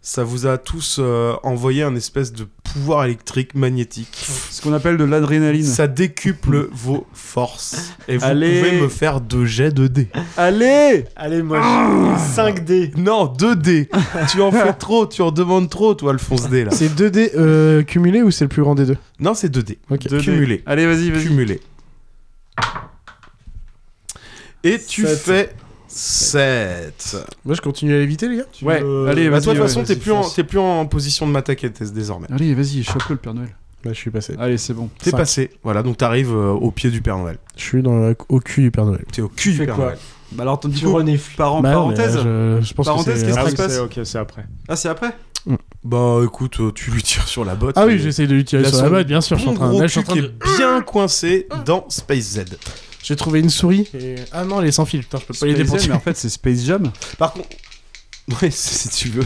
[SPEAKER 3] ça vous a tous euh, envoyé un espèce de pouvoir électrique magnétique.
[SPEAKER 1] Ce qu'on appelle de l'adrénaline.
[SPEAKER 3] Ça décuple vos forces et vous
[SPEAKER 1] Allez.
[SPEAKER 3] pouvez me faire deux jets de dés.
[SPEAKER 1] Allez
[SPEAKER 5] Allez, moi
[SPEAKER 3] Ah.
[SPEAKER 5] j'ai 5D.
[SPEAKER 3] Non, 2D. tu en fais trop, tu en demandes trop, toi, Alphonse D, là.
[SPEAKER 2] C'est 2D euh, cumulé ou c'est le plus grand des deux
[SPEAKER 3] Non, c'est 2D.
[SPEAKER 2] Ok.
[SPEAKER 1] 2D.
[SPEAKER 3] Cumulé.
[SPEAKER 1] Allez, vas-y, vas-y.
[SPEAKER 3] Cumulé. Et tu
[SPEAKER 5] Sept.
[SPEAKER 3] fais 7.
[SPEAKER 2] Moi, je continue à l'éviter, les gars.
[SPEAKER 1] Ouais,
[SPEAKER 5] veux-
[SPEAKER 1] allez, vas-y.
[SPEAKER 5] Bah,
[SPEAKER 3] Bah, toi, de toute
[SPEAKER 1] ouais.
[SPEAKER 3] façon, t'es
[SPEAKER 5] vas-y,
[SPEAKER 3] plus, en-
[SPEAKER 5] fonce.
[SPEAKER 3] t'es plus en position de m'attaquer t'es- désormais.
[SPEAKER 1] Allez, vas-y, chope le Père Noël.
[SPEAKER 2] Là, Bah, je suis passé.
[SPEAKER 1] Allez, c'est bon.
[SPEAKER 3] T'es
[SPEAKER 2] Cinq.
[SPEAKER 3] passé. Voilà, donc t'arrives euh, au pied du Père Noël.
[SPEAKER 2] Je suis dans le- au cul du Père Noël.
[SPEAKER 3] T'es au cul du
[SPEAKER 5] fais
[SPEAKER 3] Père
[SPEAKER 5] quoi
[SPEAKER 3] Noël.
[SPEAKER 1] Bah alors, ton
[SPEAKER 5] Tu renifles.
[SPEAKER 1] Par
[SPEAKER 2] Bah,
[SPEAKER 1] parenthèse.
[SPEAKER 2] mais, euh, je, je pense
[SPEAKER 1] Parenthèse,
[SPEAKER 2] que
[SPEAKER 1] qu'est-ce
[SPEAKER 2] c'est...
[SPEAKER 1] qui
[SPEAKER 5] Ah
[SPEAKER 1] se
[SPEAKER 5] oui,
[SPEAKER 1] passe
[SPEAKER 5] c'est- ok, c'est après.
[SPEAKER 1] Ah, c'est après
[SPEAKER 3] Bah, écoute, euh, tu lui tires sur la botte.
[SPEAKER 2] Ah oui,
[SPEAKER 3] et-
[SPEAKER 2] j'essaie de lui tirer
[SPEAKER 3] Là,
[SPEAKER 2] sur
[SPEAKER 3] son
[SPEAKER 2] la botte, bien sûr. Je suis en
[SPEAKER 3] Ton
[SPEAKER 2] train,
[SPEAKER 3] gros
[SPEAKER 2] là, je suis en
[SPEAKER 3] cul
[SPEAKER 2] train
[SPEAKER 3] qui
[SPEAKER 2] de...
[SPEAKER 3] est bien coincé dans Space Z.
[SPEAKER 2] J'ai trouvé une souris. Et... Ah non, elle est sans fil. Putain, je peux pas l'aider pour
[SPEAKER 1] Space Jam, mais en fait, c'est Space Jam.
[SPEAKER 3] Par contre. Ouais, si tu veux.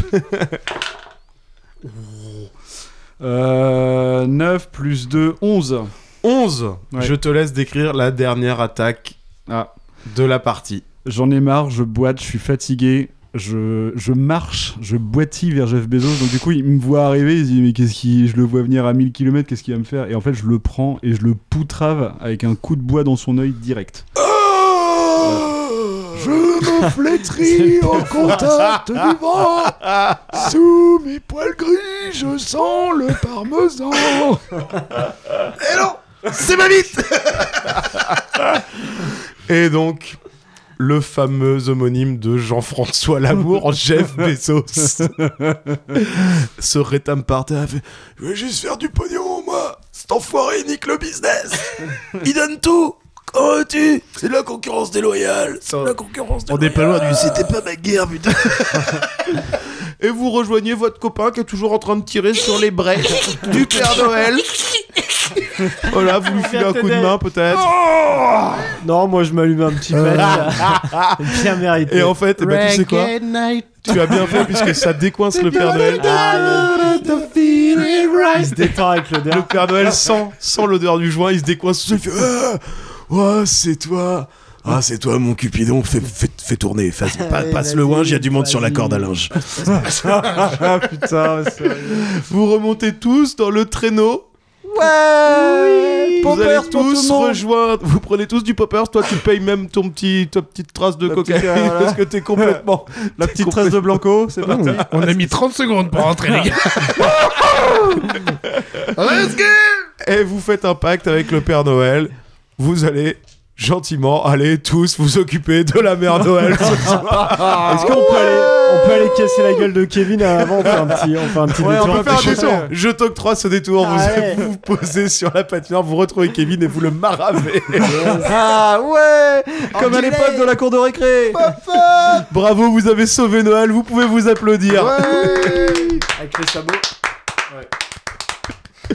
[SPEAKER 1] Euh, 9 plus 2, 11.
[SPEAKER 3] 11.
[SPEAKER 1] Ouais.
[SPEAKER 3] Je te laisse décrire la dernière attaque
[SPEAKER 1] Ah.
[SPEAKER 3] de la partie.
[SPEAKER 1] J'en ai marre, je boite, je suis fatigué. Je, je marche, je boitille vers Jeff Bezos. Donc, du coup, il me voit arriver. Il se dit Mais qu'est-ce qui. Je le vois venir à 1000 km, qu'est-ce qu'il va me faire Et en fait, je le prends et je le poutrave avec un coup de bois dans son œil direct.
[SPEAKER 3] Ah Je me flétris
[SPEAKER 4] C'est
[SPEAKER 3] au contact du vent sous mes poils gris, je sens le parmesan. Et non, c'est ma bite. Et donc, le fameux homonyme de Jean-François Lamour, Jeff Bezos, se rétame par terre. fait, je veux juste faire du pognon, moi. Cet enfoiré il nique le business. Il donne tout. Comment tu C'est de la concurrence déloyale. C'est de la concurrence déloyale. On n'est pas loin du. C'était pas ma guerre, putain. Et vous rejoignez votre copain qui est toujours en train de tirer sur les brèches du Père Noël. voilà, vous lui filez un coup de main peut-être.
[SPEAKER 5] Non, moi je m'allume un petit patch. Bien mérité.
[SPEAKER 3] Euh. Et en fait, eh ben, tu sais quoi
[SPEAKER 2] night.
[SPEAKER 3] Tu as bien fait puisque ça décoince le Père Noël.
[SPEAKER 5] Ah, il se détend avec le
[SPEAKER 3] Le
[SPEAKER 5] dernier.
[SPEAKER 3] Père Noël sent, sent l'odeur du joint, il se décoince. Il fait ah, ouais, c'est toi. Ah, c'est toi, mon Cupidon. Fais, fais- fais tourner. Fais- pa-
[SPEAKER 4] Allez,
[SPEAKER 3] passe le
[SPEAKER 4] vas-y,
[SPEAKER 3] ouinge, il y a du monde sur la
[SPEAKER 4] vas-y.
[SPEAKER 3] corde à linge.
[SPEAKER 1] Ah putain, c'est
[SPEAKER 3] Vous remontez tous dans le traîneau. Ouais Vous
[SPEAKER 5] Poppers
[SPEAKER 3] allez
[SPEAKER 5] pour tout
[SPEAKER 3] tous
[SPEAKER 5] le monde.
[SPEAKER 3] rejoindre. Vous prenez tous du poppers. Toi, tu payes même ton petit, ta petite trace de cocaïne parce que t'es complètement.
[SPEAKER 1] la petite trace de Blanco,
[SPEAKER 2] Ah,
[SPEAKER 1] c'est parti.
[SPEAKER 2] On a mis 30 secondes pour rentrer, les gars.
[SPEAKER 3] Et vous faites un pacte avec le Père Noël. Vous allez gentiment aller tous vous occuper de la mère Noël.
[SPEAKER 5] Est-ce qu'on peut, aller, on peut aller casser la gueule de Kevin avant On fait un petit, on fait un petit
[SPEAKER 3] Ouais,
[SPEAKER 5] détour.
[SPEAKER 3] on peut faire un détour. Je t'octroie ce détour.
[SPEAKER 5] Ah
[SPEAKER 3] vous,
[SPEAKER 5] ouais.
[SPEAKER 3] vous vous posez sur la patinoire, vous retrouvez Kevin et vous le maravez.
[SPEAKER 5] Ah ouais Comme à l'époque de la cour de récré
[SPEAKER 3] Bravo, vous avez sauvé Noël. Vous pouvez vous applaudir.
[SPEAKER 5] Avec les sabots.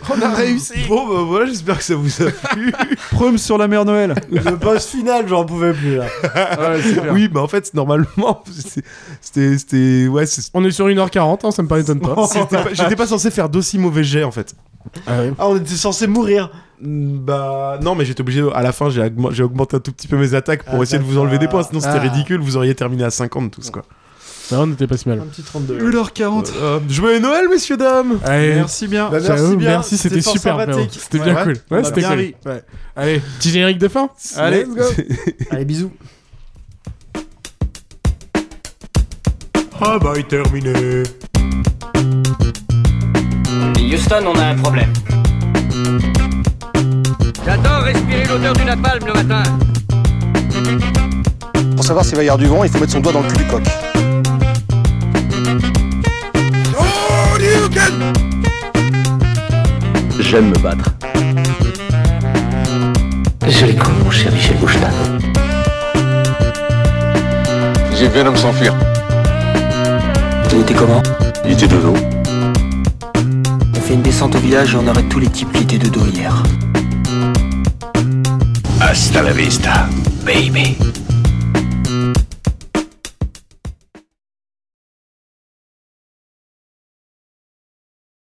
[SPEAKER 3] on a réussi. Bon, bah voilà, j'espère que ça vous a plu.
[SPEAKER 1] Prume sur la mère Noël.
[SPEAKER 5] Le boss final, j'en pouvais plus là.
[SPEAKER 3] oui, mais en fait, normalement, c'est- c'était. c'était- Ouais, c'est-
[SPEAKER 2] On est sur 1h40, hein, ça me m'étonne pas.
[SPEAKER 3] c'était pas- J'étais pas censé faire d'aussi mauvais jet en fait.
[SPEAKER 5] Ah, on était censé mourir.
[SPEAKER 3] Mm, Bah non, mais j'étais obligé. À la fin, j'ai augmenté, j'ai augmenté un tout petit peu mes attaques pour
[SPEAKER 5] Ah,
[SPEAKER 3] essayer de vous enlever des points. Sinon, c'était
[SPEAKER 2] Ah.
[SPEAKER 3] ridicule. Vous auriez terminé à 50 tous quoi.
[SPEAKER 2] Ça, on n'était pas si mal.
[SPEAKER 5] Un petit 32.
[SPEAKER 1] 1h40.
[SPEAKER 3] Euh, joyeux Noël, messieurs dames.
[SPEAKER 2] Allez,
[SPEAKER 1] Merci bien.
[SPEAKER 5] Bah, merci
[SPEAKER 2] ciao,
[SPEAKER 5] bien,
[SPEAKER 2] merci, c'était
[SPEAKER 5] fort
[SPEAKER 2] super. bravo.
[SPEAKER 5] sympathique.
[SPEAKER 2] C'était bien
[SPEAKER 3] Ouais.
[SPEAKER 2] cool.
[SPEAKER 3] On a
[SPEAKER 2] Ouais, c'était
[SPEAKER 3] bien
[SPEAKER 2] cool.
[SPEAKER 3] ri.
[SPEAKER 2] Ouais. Allez, petit générique de fin.
[SPEAKER 3] Allez, let's go.
[SPEAKER 5] Allez, bisous.
[SPEAKER 3] Travail terminé.
[SPEAKER 7] Houston, on a un problème. J'adore respirer l'odeur du napalm le matin.
[SPEAKER 8] Pour savoir s'il va y avoir du vent, il faut mettre son doigt dans le cul du coq.
[SPEAKER 9] J'ai vu un homme s'enfuir.
[SPEAKER 7] Tout était comment
[SPEAKER 9] Il était dos.
[SPEAKER 7] On fait une descente au village et on arrête tous les types qui étaient de dos hier.
[SPEAKER 9] Hasta la vista, baby.